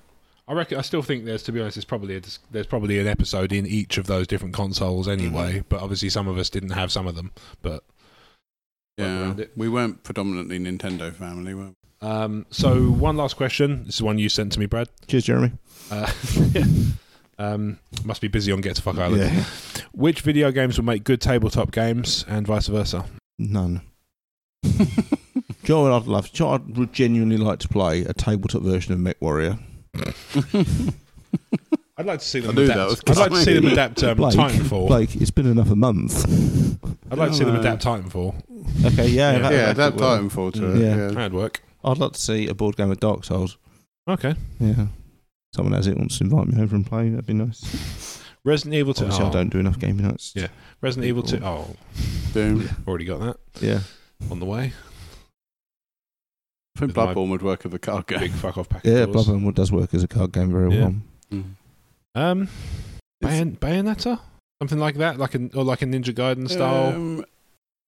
Speaker 1: I reckon. I still think there's, to be honest, there's probably a, there's probably an episode in each of those different consoles anyway. But obviously, some of us didn't have some of them. But
Speaker 2: Yeah,
Speaker 1: around it.
Speaker 2: we weren't predominantly Nintendo family, were we?
Speaker 1: um, so one last question. This is one you sent to me, Brad.
Speaker 3: Cheers, Jeremy.
Speaker 1: Uh, um, must be busy on Get to Fuck Island.
Speaker 3: Yeah.
Speaker 1: Which video games will make good tabletop games, and vice versa?
Speaker 3: None. Joe, I'd love. Joe, I'd would genuinely like to play a tabletop version of Mech Warrior.
Speaker 1: I'd like to see them.
Speaker 2: I knew
Speaker 1: adapt.
Speaker 2: that was
Speaker 1: I'd like to see them
Speaker 2: coming.
Speaker 1: adapt um,
Speaker 3: Blake,
Speaker 1: Titanfall.
Speaker 3: Blake, it's been enough a month.
Speaker 1: I'd like to see them
Speaker 2: No.
Speaker 1: adapt Titanfall.
Speaker 3: Okay, yeah,
Speaker 1: Yeah.
Speaker 3: that-
Speaker 2: yeah,
Speaker 3: that
Speaker 2: that
Speaker 3: could work.
Speaker 2: Titanfall to
Speaker 3: Mm.
Speaker 2: it.
Speaker 3: Yeah.
Speaker 2: Yeah.
Speaker 1: That'd work.
Speaker 3: I'd like to see a board game of Dark Souls.
Speaker 1: Okay.
Speaker 3: Yeah, someone has it wants to invite me over and play. That'd be nice.
Speaker 1: Resident Evil Two.
Speaker 3: Obviously, I
Speaker 1: Oh,
Speaker 3: don't do enough gaming nights.
Speaker 1: Yeah. Resident Evil Two.
Speaker 3: Cool.
Speaker 1: Oh,
Speaker 2: Doom.
Speaker 1: already got that
Speaker 3: yeah.
Speaker 1: on the way.
Speaker 2: I think
Speaker 1: With my-
Speaker 2: Bloodborne would work as a card game.
Speaker 1: Big fuck off package.
Speaker 3: Yeah, Bloodborne does work as a card game very
Speaker 1: Yeah.
Speaker 3: well.
Speaker 1: Hmm. Um,
Speaker 2: It's-
Speaker 1: Bayon- Bayonetta, something like that, like an or like a Ninja Gaiden style.
Speaker 2: Um,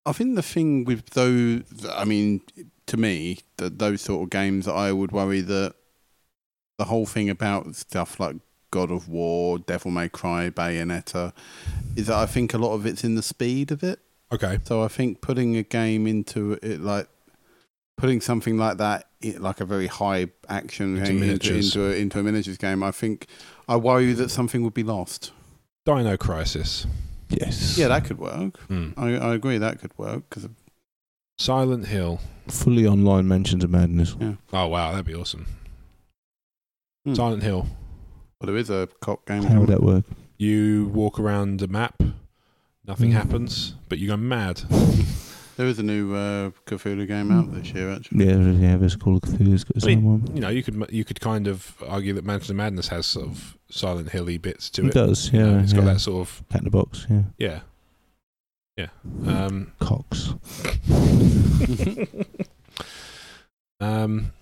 Speaker 2: I think the thing with those, I mean, to me, th those sort of games, I would worry that the whole thing about stuff like God of War, Devil May Cry, Bayonetta, is that I think a lot of it's in the speed of it.
Speaker 1: okay.
Speaker 2: So I think putting a game into it, like putting something like that, it, like a very high action
Speaker 1: Into
Speaker 2: game into,
Speaker 1: miniatures.
Speaker 2: into, a, into a miniatures game, I think I worry that something would be lost.
Speaker 1: Dino Crisis.
Speaker 3: Yes.
Speaker 2: Yeah, that could work.
Speaker 1: Hmm.
Speaker 3: Uh.
Speaker 2: I, I agree that could work because
Speaker 1: Silent Hill.
Speaker 3: Fully online mentions of madness.
Speaker 1: Oh wow, that'd be awesome.
Speaker 2: Hmm.
Speaker 1: Silent Hill.
Speaker 2: Well, there is a cop game.
Speaker 3: How would that work?
Speaker 1: You walk around a map, nothing
Speaker 3: Hmm.
Speaker 1: happens, but you go mad.
Speaker 2: There is a new uh, Cthulhu game out this year, actually.
Speaker 3: Yeah, yeah. There's Call of Cthulhu. It's got its
Speaker 1: I mean,
Speaker 3: own one.
Speaker 1: You know, you could you could kind of argue that Mansion of Madness has sort of Silent Hilly bits to
Speaker 3: It
Speaker 1: it.
Speaker 3: does.
Speaker 1: You know,
Speaker 3: Yeah.
Speaker 1: it's
Speaker 3: yeah.
Speaker 1: got that sort of
Speaker 3: Cat in the box. Yeah.
Speaker 1: yeah, yeah.
Speaker 3: Hmm. Uh,
Speaker 1: Um,
Speaker 3: Cox.
Speaker 1: um,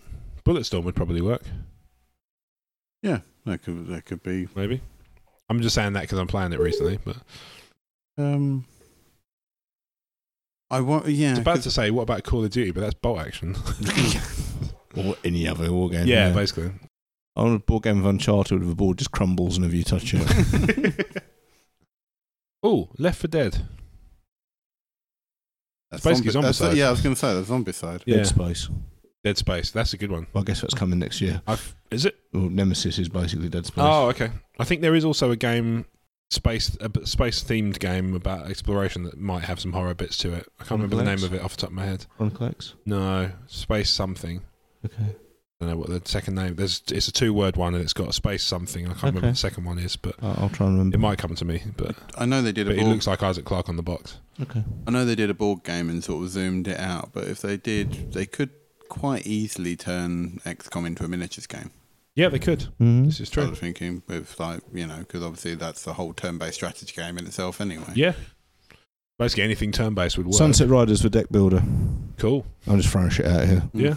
Speaker 1: Bulletstorm would probably work.
Speaker 2: That could that could be.
Speaker 1: Maybe. I'm just saying that because I'm playing it recently, but
Speaker 2: Um, I want. Yeah,
Speaker 1: it's about
Speaker 2: 'cause-
Speaker 1: to say what about Call of Duty, but that's bolt action.
Speaker 3: or any other war game.
Speaker 1: yeah, basically.
Speaker 3: I want a board game of Uncharted where the board just crumbles and if you touch it.
Speaker 1: oh, Left for Dead.
Speaker 2: that's
Speaker 1: basically
Speaker 2: that's-
Speaker 1: Zombicide.
Speaker 2: Yeah, I was going to say that's Zombicide.
Speaker 1: Yeah,
Speaker 3: Dead Space.
Speaker 1: Dead Space. That's a good one.
Speaker 3: Well, I guess that's coming next year.
Speaker 1: I've, is it?
Speaker 3: Well, Nemesis is basically Dead Space.
Speaker 1: Oh, okay. I think there is also a game space a bit- space themed game about exploration that might have some horror bits to it. I can't remember the
Speaker 3: Complex.
Speaker 1: name of it off the top of my head.
Speaker 3: Chronicle X.
Speaker 1: No, space something.
Speaker 3: Okay.
Speaker 1: I don't know what the second name. There's it's a two word one and it's got space something. I can't remember
Speaker 3: Okay.
Speaker 1: what the second one is, but
Speaker 3: I'll I'll try and remember.
Speaker 1: it might come to me. But
Speaker 2: I know they did
Speaker 1: but
Speaker 2: a
Speaker 1: it
Speaker 2: board.
Speaker 1: looks like Isaac Clarke on the box.
Speaker 3: Okay.
Speaker 2: I know they did a board game and sort of zoomed it out, but if they did, they could quite easily turn XCOM into a miniatures game.
Speaker 1: Yeah, they could.
Speaker 3: hmm
Speaker 1: Mm-hmm. This is
Speaker 2: I
Speaker 1: true.
Speaker 2: was thinking with like you know because obviously that's the whole turn-based strategy game in itself anyway.
Speaker 1: Yeah. Basically, anything turn based would work.
Speaker 3: Sunset Riders for deck builder.
Speaker 1: Cool.
Speaker 3: I'm just throwing shit out
Speaker 2: Hmm.
Speaker 1: Yeah.
Speaker 3: here.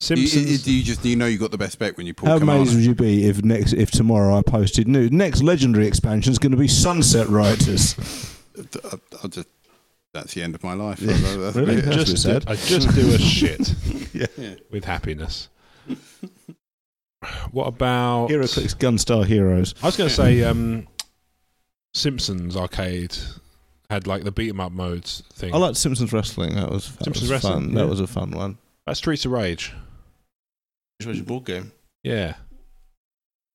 Speaker 2: Do you,
Speaker 1: Simpsons.
Speaker 2: do you just do you know you got the best bet when you pull
Speaker 3: How amazed
Speaker 2: command?
Speaker 3: would you be if next if tomorrow I posted new next legendary expansion is going to be Sunset Riders?
Speaker 2: I- I'll just that's the end of my life.
Speaker 3: Yeah.
Speaker 2: That's-
Speaker 3: Really?
Speaker 1: I
Speaker 3: That's what it
Speaker 1: just, do,
Speaker 3: said.
Speaker 1: I just do a shit
Speaker 2: Yeah.
Speaker 1: with happiness. What about?
Speaker 3: Hero clicks Gunstar Heroes.
Speaker 1: I was going to say um, Simpsons arcade had like the beat 'em up modes thing.
Speaker 3: I liked Simpsons Wrestling. That was that
Speaker 1: Simpsons
Speaker 3: was
Speaker 1: Wrestling,
Speaker 3: fun.
Speaker 1: yeah.
Speaker 3: That was a fun one.
Speaker 1: That's Streets of Rage.
Speaker 3: Which was your board game?
Speaker 1: Yeah,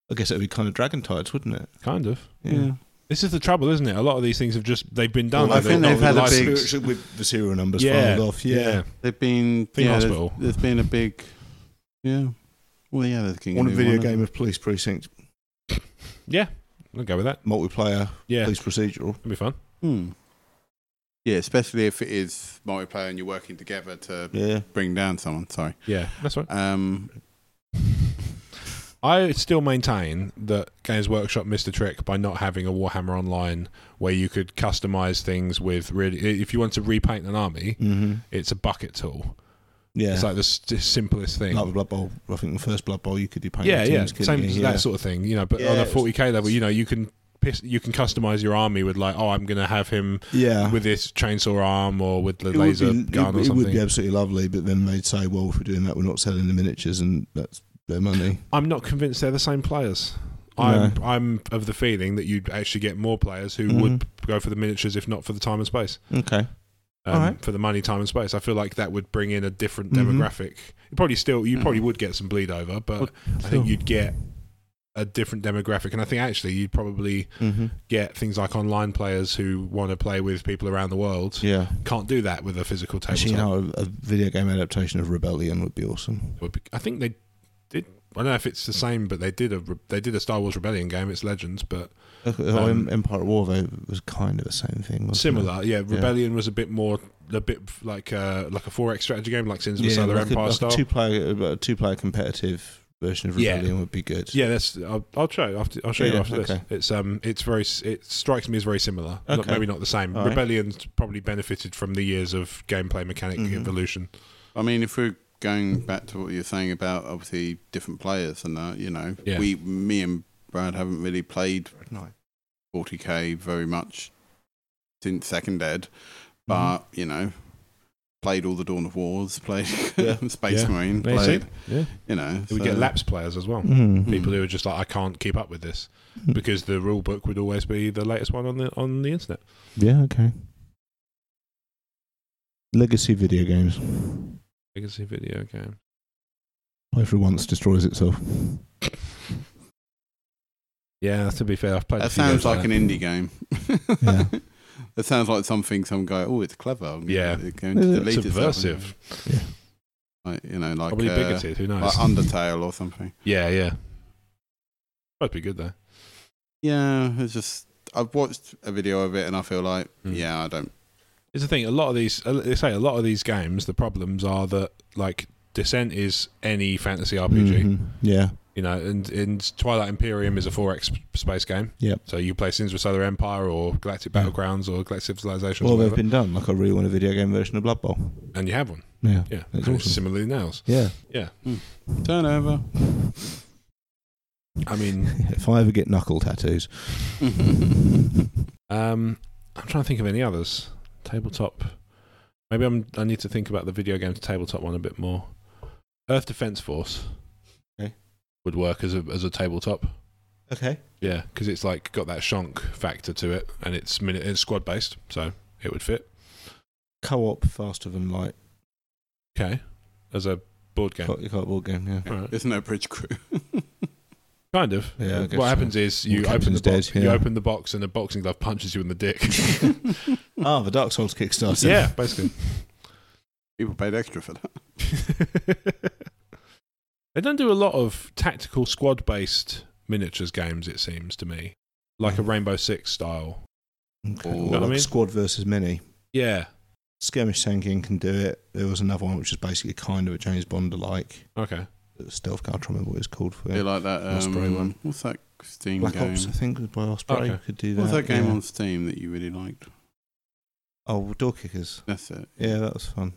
Speaker 3: I guess it would be kind of Dragon Tides, wouldn't it?
Speaker 1: kind of. This is the trouble, isn't it? A lot of these things have just they've been done.
Speaker 2: Well, I
Speaker 1: They've
Speaker 2: think
Speaker 1: not
Speaker 2: they've had a
Speaker 1: realised-
Speaker 2: big-
Speaker 3: Spiritual with the serial numbers
Speaker 1: Yeah.
Speaker 3: filed off. Yeah.
Speaker 1: Yeah.
Speaker 2: They've been
Speaker 1: Theme
Speaker 2: yeah, there's-
Speaker 1: hospital.
Speaker 2: there's been a big yeah. Well, yeah, there's King
Speaker 3: On a
Speaker 2: of
Speaker 3: video
Speaker 2: New
Speaker 3: game
Speaker 2: Orleans.
Speaker 3: of Police Precinct
Speaker 1: Yeah, I'll go with that.
Speaker 3: multiplayer,
Speaker 1: Yeah,
Speaker 3: police procedural.
Speaker 1: it'll be fun.
Speaker 2: Hmm. Yeah, especially if it is multiplayer and you're working together to
Speaker 3: Yeah.
Speaker 2: bring down someone. Sorry.
Speaker 1: Yeah, that's right.
Speaker 2: Um,
Speaker 3: Mm-hmm.
Speaker 1: I still maintain that Games Workshop missed a trick by not having a Warhammer Online where you could customize things with really. If you want to repaint an army,
Speaker 3: Mm-hmm.
Speaker 1: it's a bucket tool.
Speaker 3: Yeah.
Speaker 1: It's like the s- the simplest thing.
Speaker 3: like the Blood Bowl. I think the first Blood Bowl you could do painting
Speaker 1: yeah, yeah,
Speaker 3: teams, couldn't
Speaker 1: same
Speaker 3: you?
Speaker 1: that sort of thing. You know, but on
Speaker 3: Yeah,
Speaker 1: a 40k level, you know, you can piss, you can customize your army with like, oh, I'm going to have him
Speaker 3: yeah.
Speaker 1: with this chainsaw arm or with the
Speaker 3: Ah. It would
Speaker 1: laser
Speaker 3: be-
Speaker 1: gun
Speaker 3: it,
Speaker 1: or
Speaker 3: it
Speaker 1: something.
Speaker 3: would be absolutely lovely, but then they'd say, "Well, if we're doing that, we're not selling the miniatures," and that's their money.
Speaker 1: I'm not convinced they're the same players. I'm I'm of the feeling that you'd actually get more players who would
Speaker 3: Mm-hmm.
Speaker 1: go for the miniatures if not for the time and space.
Speaker 3: Okay.
Speaker 1: Um,
Speaker 3: Alright.
Speaker 1: For the money, time and space, I feel like that would bring in a different
Speaker 3: Mhm.
Speaker 1: demographic. You probably still you
Speaker 3: Mm-hmm.
Speaker 1: probably would get some bleed over, but
Speaker 3: Well,
Speaker 1: I think you'd get a different demographic, and I think actually you'd probably
Speaker 3: Mm-hmm.
Speaker 1: get things like online players who want to play with people around the world.
Speaker 3: Yeah.
Speaker 1: Can't do that with a physical tabletop.
Speaker 3: Actually, you know, a, a video game adaptation of Rebellion would be awesome.
Speaker 1: would be, I think they did. I don't know if it's the same, but they did a re- they did a Star Wars Rebellion game. It's Legends, but
Speaker 3: Look, the whole
Speaker 1: Um,
Speaker 3: Em- Uh, Empire at War though was kind of the same thing. Wasn't
Speaker 1: similar. Yeah, Rebellion was a bit more a bit like a, like a four X strategy game, like Sins
Speaker 3: It?
Speaker 1: of the
Speaker 3: Yeah,
Speaker 1: Solar
Speaker 3: like a,
Speaker 1: Empire
Speaker 3: like
Speaker 1: style.
Speaker 3: a two-player, a two-player competitive version of
Speaker 1: Yeah.
Speaker 3: Rebellion would be good.
Speaker 1: yeah, that's. I'll, I'll show. You after, I'll show you
Speaker 3: Yeah,
Speaker 1: after this.
Speaker 3: okay.
Speaker 1: It's um, it's very. s- It strikes me as very similar. Not-
Speaker 3: Okay.
Speaker 1: maybe not the same.
Speaker 3: All right.
Speaker 1: Rebellion's probably benefited from the years of gameplay mechanic
Speaker 3: Mhm.
Speaker 1: evolution.
Speaker 2: I mean, if we're going back to what you're saying about obviously different players and that, you know,
Speaker 1: Yeah.
Speaker 2: we, me and Brad haven't really played
Speaker 3: No.
Speaker 2: 40k very much since Second
Speaker 1: Mm-hmm.
Speaker 2: Dead, but you know, played all the Dawn of Wars, played
Speaker 3: Yeah.
Speaker 2: Space
Speaker 1: Yeah.
Speaker 2: Marine,
Speaker 1: There you see.
Speaker 2: played,
Speaker 1: Yeah.
Speaker 2: you know,
Speaker 1: We
Speaker 2: so-
Speaker 1: get lapse players as well.
Speaker 3: Mm.
Speaker 1: People who are just like, I can't keep up with this
Speaker 3: Mm-hmm.
Speaker 1: because the rule book would always be the latest one on the on the internet.
Speaker 3: Yeah. Okay. Legacy video games.
Speaker 1: Legacy video game.
Speaker 3: Play for once destroys itself.
Speaker 1: Yeah, to be fair, I've played. a
Speaker 2: That
Speaker 1: few
Speaker 2: sounds
Speaker 1: games
Speaker 2: like an
Speaker 1: that.
Speaker 2: indie game.
Speaker 3: Yeah.
Speaker 2: That sounds like something some guy. Oh, it's clever. I'm
Speaker 1: Yeah.
Speaker 2: going to delete itself."
Speaker 1: subversive,
Speaker 2: Like, you know, like
Speaker 1: probably
Speaker 2: uh,
Speaker 1: bigoted. Who knows?
Speaker 2: like Undertale or something.
Speaker 1: yeah, yeah. Might be good though.
Speaker 2: Yeah, it's just I've watched a video of it and I feel like
Speaker 3: Hmm.
Speaker 1: Mm.
Speaker 2: yeah, I don't.
Speaker 1: It's the thing. A lot of these, uh, they say, a lot of these games. The problems are that like Descent is any fantasy RPG,
Speaker 3: Mhm. Yeah.
Speaker 1: you know, and and Twilight Imperium is a four X space game.
Speaker 3: Yep.
Speaker 1: So you play Sins of Solar Empire or Galactic
Speaker 3: Yeah.
Speaker 1: Battlegrounds or Galactic Civilizations,
Speaker 3: Well,
Speaker 1: or
Speaker 3: they've
Speaker 1: whatever,
Speaker 3: been done. Like I really want a video game version of Blood Bowl.
Speaker 1: and you have one.
Speaker 3: Yeah.
Speaker 1: Yeah,
Speaker 3: That's
Speaker 1: And
Speaker 3: awesome.
Speaker 1: similarly nails.
Speaker 3: Yeah.
Speaker 2: Turnover.
Speaker 1: I mean,
Speaker 3: if I ever get knuckle tattoos.
Speaker 1: Um, I'm trying to think of any others. Tabletop. Maybe I'm. I need to think about the video game to tabletop one a bit more. Earth Defense Force.
Speaker 3: Okay.
Speaker 1: Would work as a as a tabletop.
Speaker 3: Okay.
Speaker 1: Yeah, because it's like got that shonk factor to it, and it's minute it's squad based, so it would fit.
Speaker 3: Co-op faster than light.
Speaker 1: Okay. As a board game.
Speaker 3: Co- Co-op board game. Yeah.
Speaker 1: All right.
Speaker 2: There's no bridge crew.
Speaker 1: Kind of.
Speaker 3: Yeah, I
Speaker 1: what
Speaker 3: guess so.
Speaker 1: happens is you open
Speaker 3: Captain's
Speaker 1: the box,
Speaker 3: dead,
Speaker 1: you
Speaker 3: yeah.
Speaker 1: open the box, and a boxing glove punches you in the dick.
Speaker 3: Ah, the Dark Souls Kickstarter.
Speaker 1: yeah, basically.
Speaker 2: People paid extra for that.
Speaker 1: they don't do a lot of tactical squad based miniatures games, it seems to me. Like a
Speaker 3: Hmm.
Speaker 1: Rainbow Six style.
Speaker 3: Okay.
Speaker 2: Or-
Speaker 3: Or
Speaker 1: Know what I
Speaker 3: like
Speaker 1: mean?
Speaker 3: Squad versus Mini.
Speaker 1: Yeah.
Speaker 3: Skirmish Tanking can do it. There was another one which is basically kind of a James Bond alike.
Speaker 1: Okay.
Speaker 3: Stealth car, I can't remember what it's called for.
Speaker 2: They like that.
Speaker 3: Osprey
Speaker 2: um,
Speaker 3: one.
Speaker 2: What's that Steam
Speaker 3: Black
Speaker 2: game?
Speaker 3: Ops, I think, was by Osprey.
Speaker 1: Okay.
Speaker 3: Could do that.
Speaker 2: What was that game
Speaker 3: yeah.
Speaker 2: on Steam that you really liked?
Speaker 3: Oh, Door Kickers.
Speaker 2: That's it.
Speaker 3: Yeah, that was fun.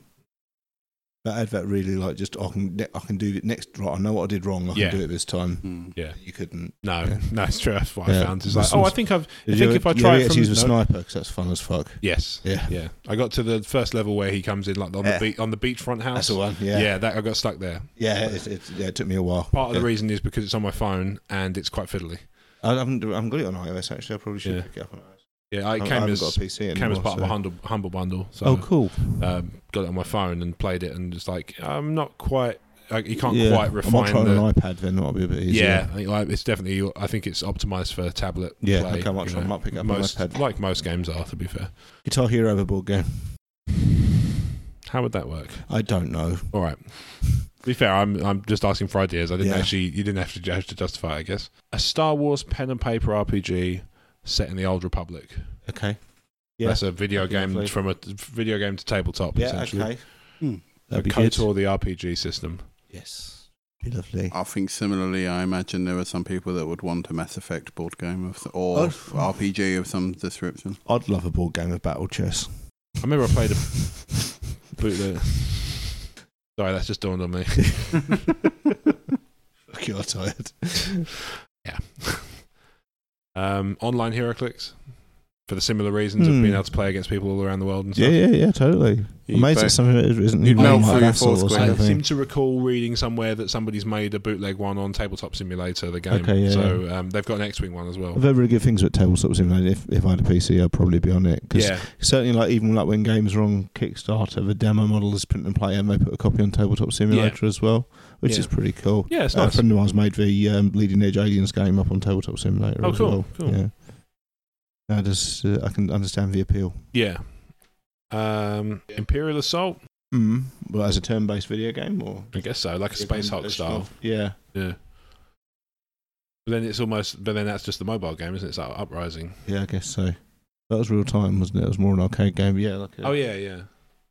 Speaker 3: That advert really like just "Oh, I can ne- I can do it next. Right, I know what I did wrong. I
Speaker 1: Yeah.
Speaker 3: can do it this time.
Speaker 2: Hmm.
Speaker 1: Yeah.
Speaker 3: You couldn't.
Speaker 1: No,
Speaker 3: Yeah.
Speaker 1: no, it's true. That's what I
Speaker 3: Yeah.
Speaker 1: found. It's
Speaker 3: This
Speaker 1: like, oh, I
Speaker 3: one's-
Speaker 1: think I've.
Speaker 3: Did
Speaker 1: think
Speaker 3: ever-
Speaker 1: if I
Speaker 3: did you
Speaker 1: try
Speaker 3: ever
Speaker 1: it
Speaker 3: get
Speaker 1: from-
Speaker 3: to use a
Speaker 1: no.
Speaker 3: sniper 'cause that's fun as fuck.
Speaker 1: Yes.
Speaker 3: Yeah,
Speaker 1: Yeah. I got to the first level where he comes in, like on
Speaker 3: Yeah.
Speaker 1: the be- on the beachfront house.
Speaker 3: that's the one.
Speaker 1: yeah.
Speaker 3: Yeah,
Speaker 1: that I got stuck there.
Speaker 3: Yeah, It, it, yeah, it took me a while.
Speaker 1: Part of
Speaker 3: yeah.
Speaker 1: the reason is because it's on my phone and it's quite fiddly.
Speaker 3: I haven't, I haven't got it on iOS actually. I probably should
Speaker 1: Yeah.
Speaker 3: pick it up on iOS.
Speaker 1: Yeah, I
Speaker 3: I, I
Speaker 1: came
Speaker 3: haven't
Speaker 1: as
Speaker 3: got a PC anymore.
Speaker 1: came as part
Speaker 3: so.
Speaker 1: of a humble, humble bundle. So
Speaker 3: Oh, cool.
Speaker 1: um, got it on my phone and played it, and just like I'm not quite. Like, you can't
Speaker 3: Yeah.
Speaker 1: quite
Speaker 3: I might
Speaker 1: refine
Speaker 3: try it
Speaker 1: the.
Speaker 3: on an iPad then. That'll be a bit easier.
Speaker 1: Yeah, I think, like, it's definitely. I think it's optimized for tablet.
Speaker 3: Yeah,
Speaker 1: play,
Speaker 3: okay, I might
Speaker 1: you
Speaker 3: try-
Speaker 1: know.
Speaker 3: might pick up an
Speaker 1: most
Speaker 3: iPad.
Speaker 1: like most games are. To be fair,
Speaker 3: Guitar Hero overboard game.
Speaker 1: how would that work?
Speaker 3: I don't know.
Speaker 1: All right. To be fair, I'm I'm just asking for ideas. I didn't
Speaker 3: Yeah.
Speaker 1: actually. You didn't have to have to justify. it, I guess a Star Wars pen and paper RPG set in the Old Republic.
Speaker 3: Okay. Yeah.
Speaker 1: That's a video
Speaker 3: That'd be
Speaker 1: game
Speaker 3: lovely.
Speaker 1: from a video game to tabletop.
Speaker 3: Yeah.
Speaker 1: essentially.
Speaker 3: Okay.
Speaker 2: Hmm.
Speaker 3: That'd be good.
Speaker 1: KOTOR, the RPG system.
Speaker 3: Yes. Be lovely.
Speaker 2: I think similarly, I imagine there are some people that would want a Mass Effect board game of, or
Speaker 3: Oh.
Speaker 2: RPG of some description.
Speaker 3: I'd love a board game of battle chess.
Speaker 1: I remember I played a bootleg. Sorry, that's just dawned on me.
Speaker 3: Fuck, you're tired.
Speaker 1: Yeah. um, online HeroClix. for the similar reasons
Speaker 3: Hmm.
Speaker 1: of being able to play against people all around the world and
Speaker 3: Yeah,
Speaker 1: stuff.
Speaker 3: yeah, yeah, totally.
Speaker 2: You'd
Speaker 3: Amazing
Speaker 2: ba-
Speaker 3: something that isn't
Speaker 2: you'd
Speaker 3: even
Speaker 2: melt
Speaker 3: like
Speaker 2: through your
Speaker 3: that sort of
Speaker 2: four
Speaker 1: I
Speaker 2: squares.
Speaker 3: thing.
Speaker 1: seem to recall reading somewhere that somebody's made a bootleg one on Tabletop Simulator, the game.
Speaker 3: Okay, yeah,
Speaker 1: so um, they've got an X-wing one as well.
Speaker 3: I've very good things with tabletop simulator. If, if I had a PC, I'd probably be on it. 'cause
Speaker 1: Yeah,
Speaker 3: certainly, like even like when games are on Kickstarter, the demo model is print and play, and they put a copy on Tabletop Simulator as well, which
Speaker 1: Yeah.
Speaker 3: is pretty cool.
Speaker 1: yeah, it's
Speaker 3: Uh, a
Speaker 1: nice.
Speaker 3: friend of mine's made the um, Leading Edge Aliens game up on Tabletop Simulator.
Speaker 1: Oh,
Speaker 3: as
Speaker 1: cool,
Speaker 3: Well.
Speaker 1: cool.
Speaker 3: Yeah. I just uh, I can understand the appeal.
Speaker 1: yeah. Um, Imperial Assault,
Speaker 3: Mm. Well, as a turn-based video game, or
Speaker 1: I guess so, like a Space Hulk style.
Speaker 3: Yeah.
Speaker 1: Yeah. But then it's almost, but then that's just the mobile game, isn't it? It's like Uprising.
Speaker 3: Yeah, I guess so. That was real time, wasn't it? It was more an arcade game. Yeah, like a,
Speaker 1: Oh yeah, yeah.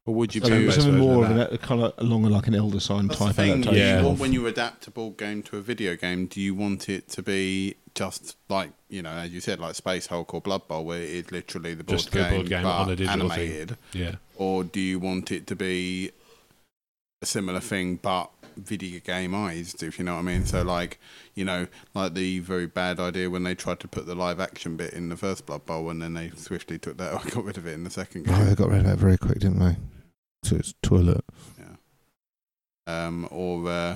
Speaker 2: Or would you
Speaker 1: So
Speaker 3: something,
Speaker 1: turn-based it's
Speaker 2: choose?
Speaker 3: something
Speaker 1: version
Speaker 3: more
Speaker 1: of
Speaker 3: of an, a kind of along like an Elder Sign
Speaker 2: That's the
Speaker 3: type
Speaker 2: thing.
Speaker 3: adaptation.
Speaker 1: Yeah.
Speaker 2: You
Speaker 3: of-
Speaker 2: want, when you adapt a board game to a video game, do you want it to be just like you know, as you said, like Space Hulk or Blood Bowl, where it is literally the board
Speaker 1: Just the
Speaker 2: game,
Speaker 1: board game
Speaker 2: but
Speaker 1: on a digital thing.
Speaker 2: animated,
Speaker 1: Yeah.
Speaker 2: or do you want it to be a similar thing but video gameized? If you know what I mean. So like you know, like the very bad idea when they tried to put the live action bit in the first Blood Bowl, and then they swiftly took that. I got rid of it in the second game.
Speaker 3: Oh, they got rid of that very quick, didn't they? So it's toilet.
Speaker 2: um, or uh,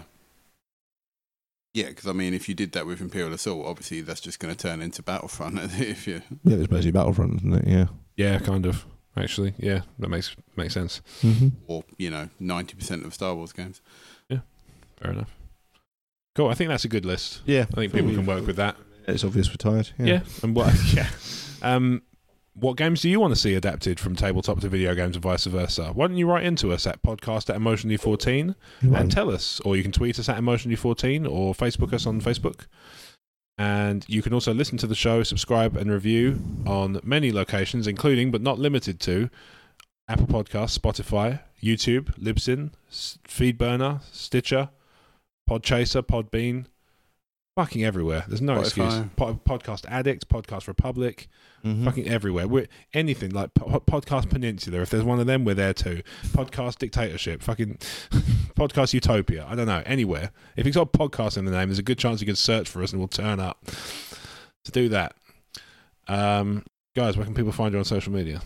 Speaker 2: yeah, because I mean, if you did that with Imperial Assault, obviously that's just going to turn into Battlefront. if you
Speaker 3: Yeah, it was basically Battlefront, isn't it? Yeah.
Speaker 1: Yeah, kind of. Actually, yeah, that makes makes sense.
Speaker 3: Mm-hmm.
Speaker 2: or you know, ninety percent of Star Wars games.
Speaker 1: Fair enough. Cool. I think that's a good list.
Speaker 3: Yeah.
Speaker 1: I think people can work with that.
Speaker 3: It's obvious we're tired.
Speaker 1: Yeah.
Speaker 3: Yeah.
Speaker 1: And what? Yeah. Um, what games do you want to see adapted from tabletop to video games and vice versa? Why don't you write into us at podcast at emotionally14
Speaker 3: You
Speaker 1: and
Speaker 3: won't.
Speaker 1: tell us, or you can tweet us at emotionally14 or Facebook us on Facebook. And you can also listen to the show, subscribe, and review on many locations, including but not limited to Apple Podcasts, Spotify, YouTube, Libsyn, S- Feedburner, Stitcher, Podchaser, Podbean, fucking everywhere. There's no
Speaker 2: Spotify.
Speaker 1: excuse. Po- Podcast Addict, Podcast Republic,
Speaker 3: Mhm.
Speaker 1: fucking everywhere. We're anything like po- podcast Peninsula. If there's one of them, we're there too. Podcast dictatorship, fucking podcast utopia. I don't know. Anywhere. If you've got podcast in the name, there's a good chance you can search for us and we'll turn up to do that. Um, guys, where can people find you on social media?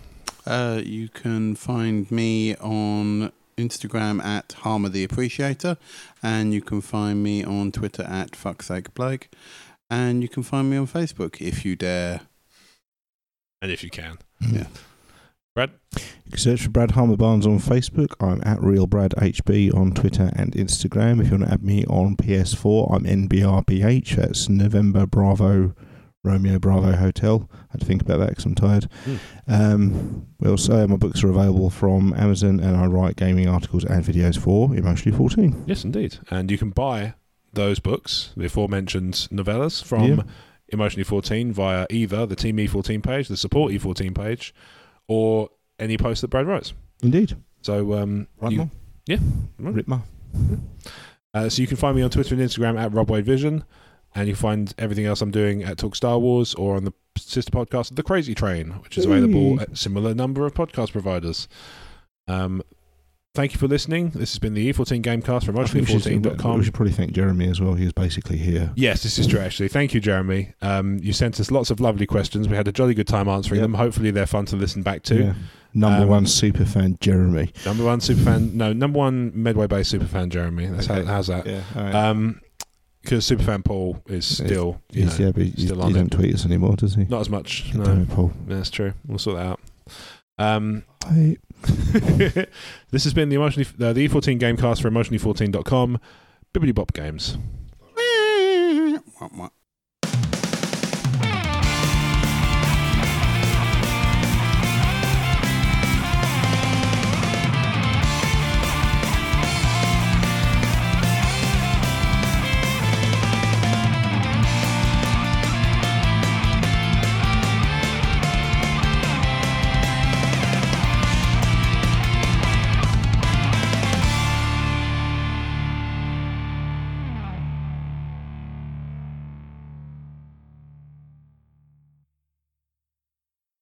Speaker 2: Uh, you can find me on Instagram at Harmer the Appreciator, and you can find me on Twitter at Fucksake Blake, and you can find me on Facebook if you dare.
Speaker 1: And if you can,
Speaker 2: Yeah.
Speaker 1: Brad?
Speaker 3: You can search for Brad Harmer Barnes on Facebook. I'm at RealBradHB on Twitter and Instagram. If you want to add me on PS4, I'm NBRBH. That's November Bravo Romeo Bravo Hotel. I had to think about that because I'm tired.
Speaker 1: Hmm.
Speaker 3: Um, well, so my books are available from Amazon and I write gaming articles and videos for Emotionally 14.
Speaker 1: Yes, indeed. And you can buy those books, the aforementioned novellas, from
Speaker 3: Yeah.
Speaker 1: Emotionally 14 via either the Team E14 page, the Support E14 page, or any post that Brad writes.
Speaker 3: Indeed.
Speaker 1: So, um,
Speaker 3: Right,
Speaker 1: you-
Speaker 3: Mum?
Speaker 1: Yeah.
Speaker 3: Rip Ma.
Speaker 1: uh, so you can find me on Twitter and Instagram at Rob Wade Vision, and you can find everything else I'm doing at Talk Star Wars or on the sister podcast The Crazy Train, which is available
Speaker 3: Hey.
Speaker 1: at similar number of podcast providers. Um, thank you for listening. This has been the E14 Gamecast from
Speaker 3: I think we should- We
Speaker 1: emotionally14.com.
Speaker 3: should probably thank Jeremy as well. He was basically here.
Speaker 1: Yes, this is true, actually. Thank you, Jeremy. Um, you sent us lots of lovely questions. We had a jolly good time answering
Speaker 3: Yep.
Speaker 1: them. Hopefully, they're fun to listen back to.
Speaker 3: Yeah. Number
Speaker 1: Um,
Speaker 3: one super fan, Jeremy.
Speaker 1: Number one superfan, no, number one Medway Bay superfan, Jeremy. That's
Speaker 3: Okay.
Speaker 1: how, how's that?
Speaker 3: Yeah. All right.
Speaker 1: Um, because superfan Paul is still, you
Speaker 3: He's-
Speaker 1: know,
Speaker 3: yeah, but he's-
Speaker 1: Uh, still on
Speaker 3: he
Speaker 1: it.
Speaker 3: doesn't tweet us anymore, does he?
Speaker 1: not as much.
Speaker 3: God
Speaker 1: No,
Speaker 3: damn
Speaker 1: yeah,
Speaker 3: it, Paul.
Speaker 1: that's true. We'll sort that out. Um,
Speaker 3: I,
Speaker 1: this has been the emotionally uh, the E14 Gamecast for emotionally14.com. Bibbidi Bop Games.
Speaker 2: Wah, wah.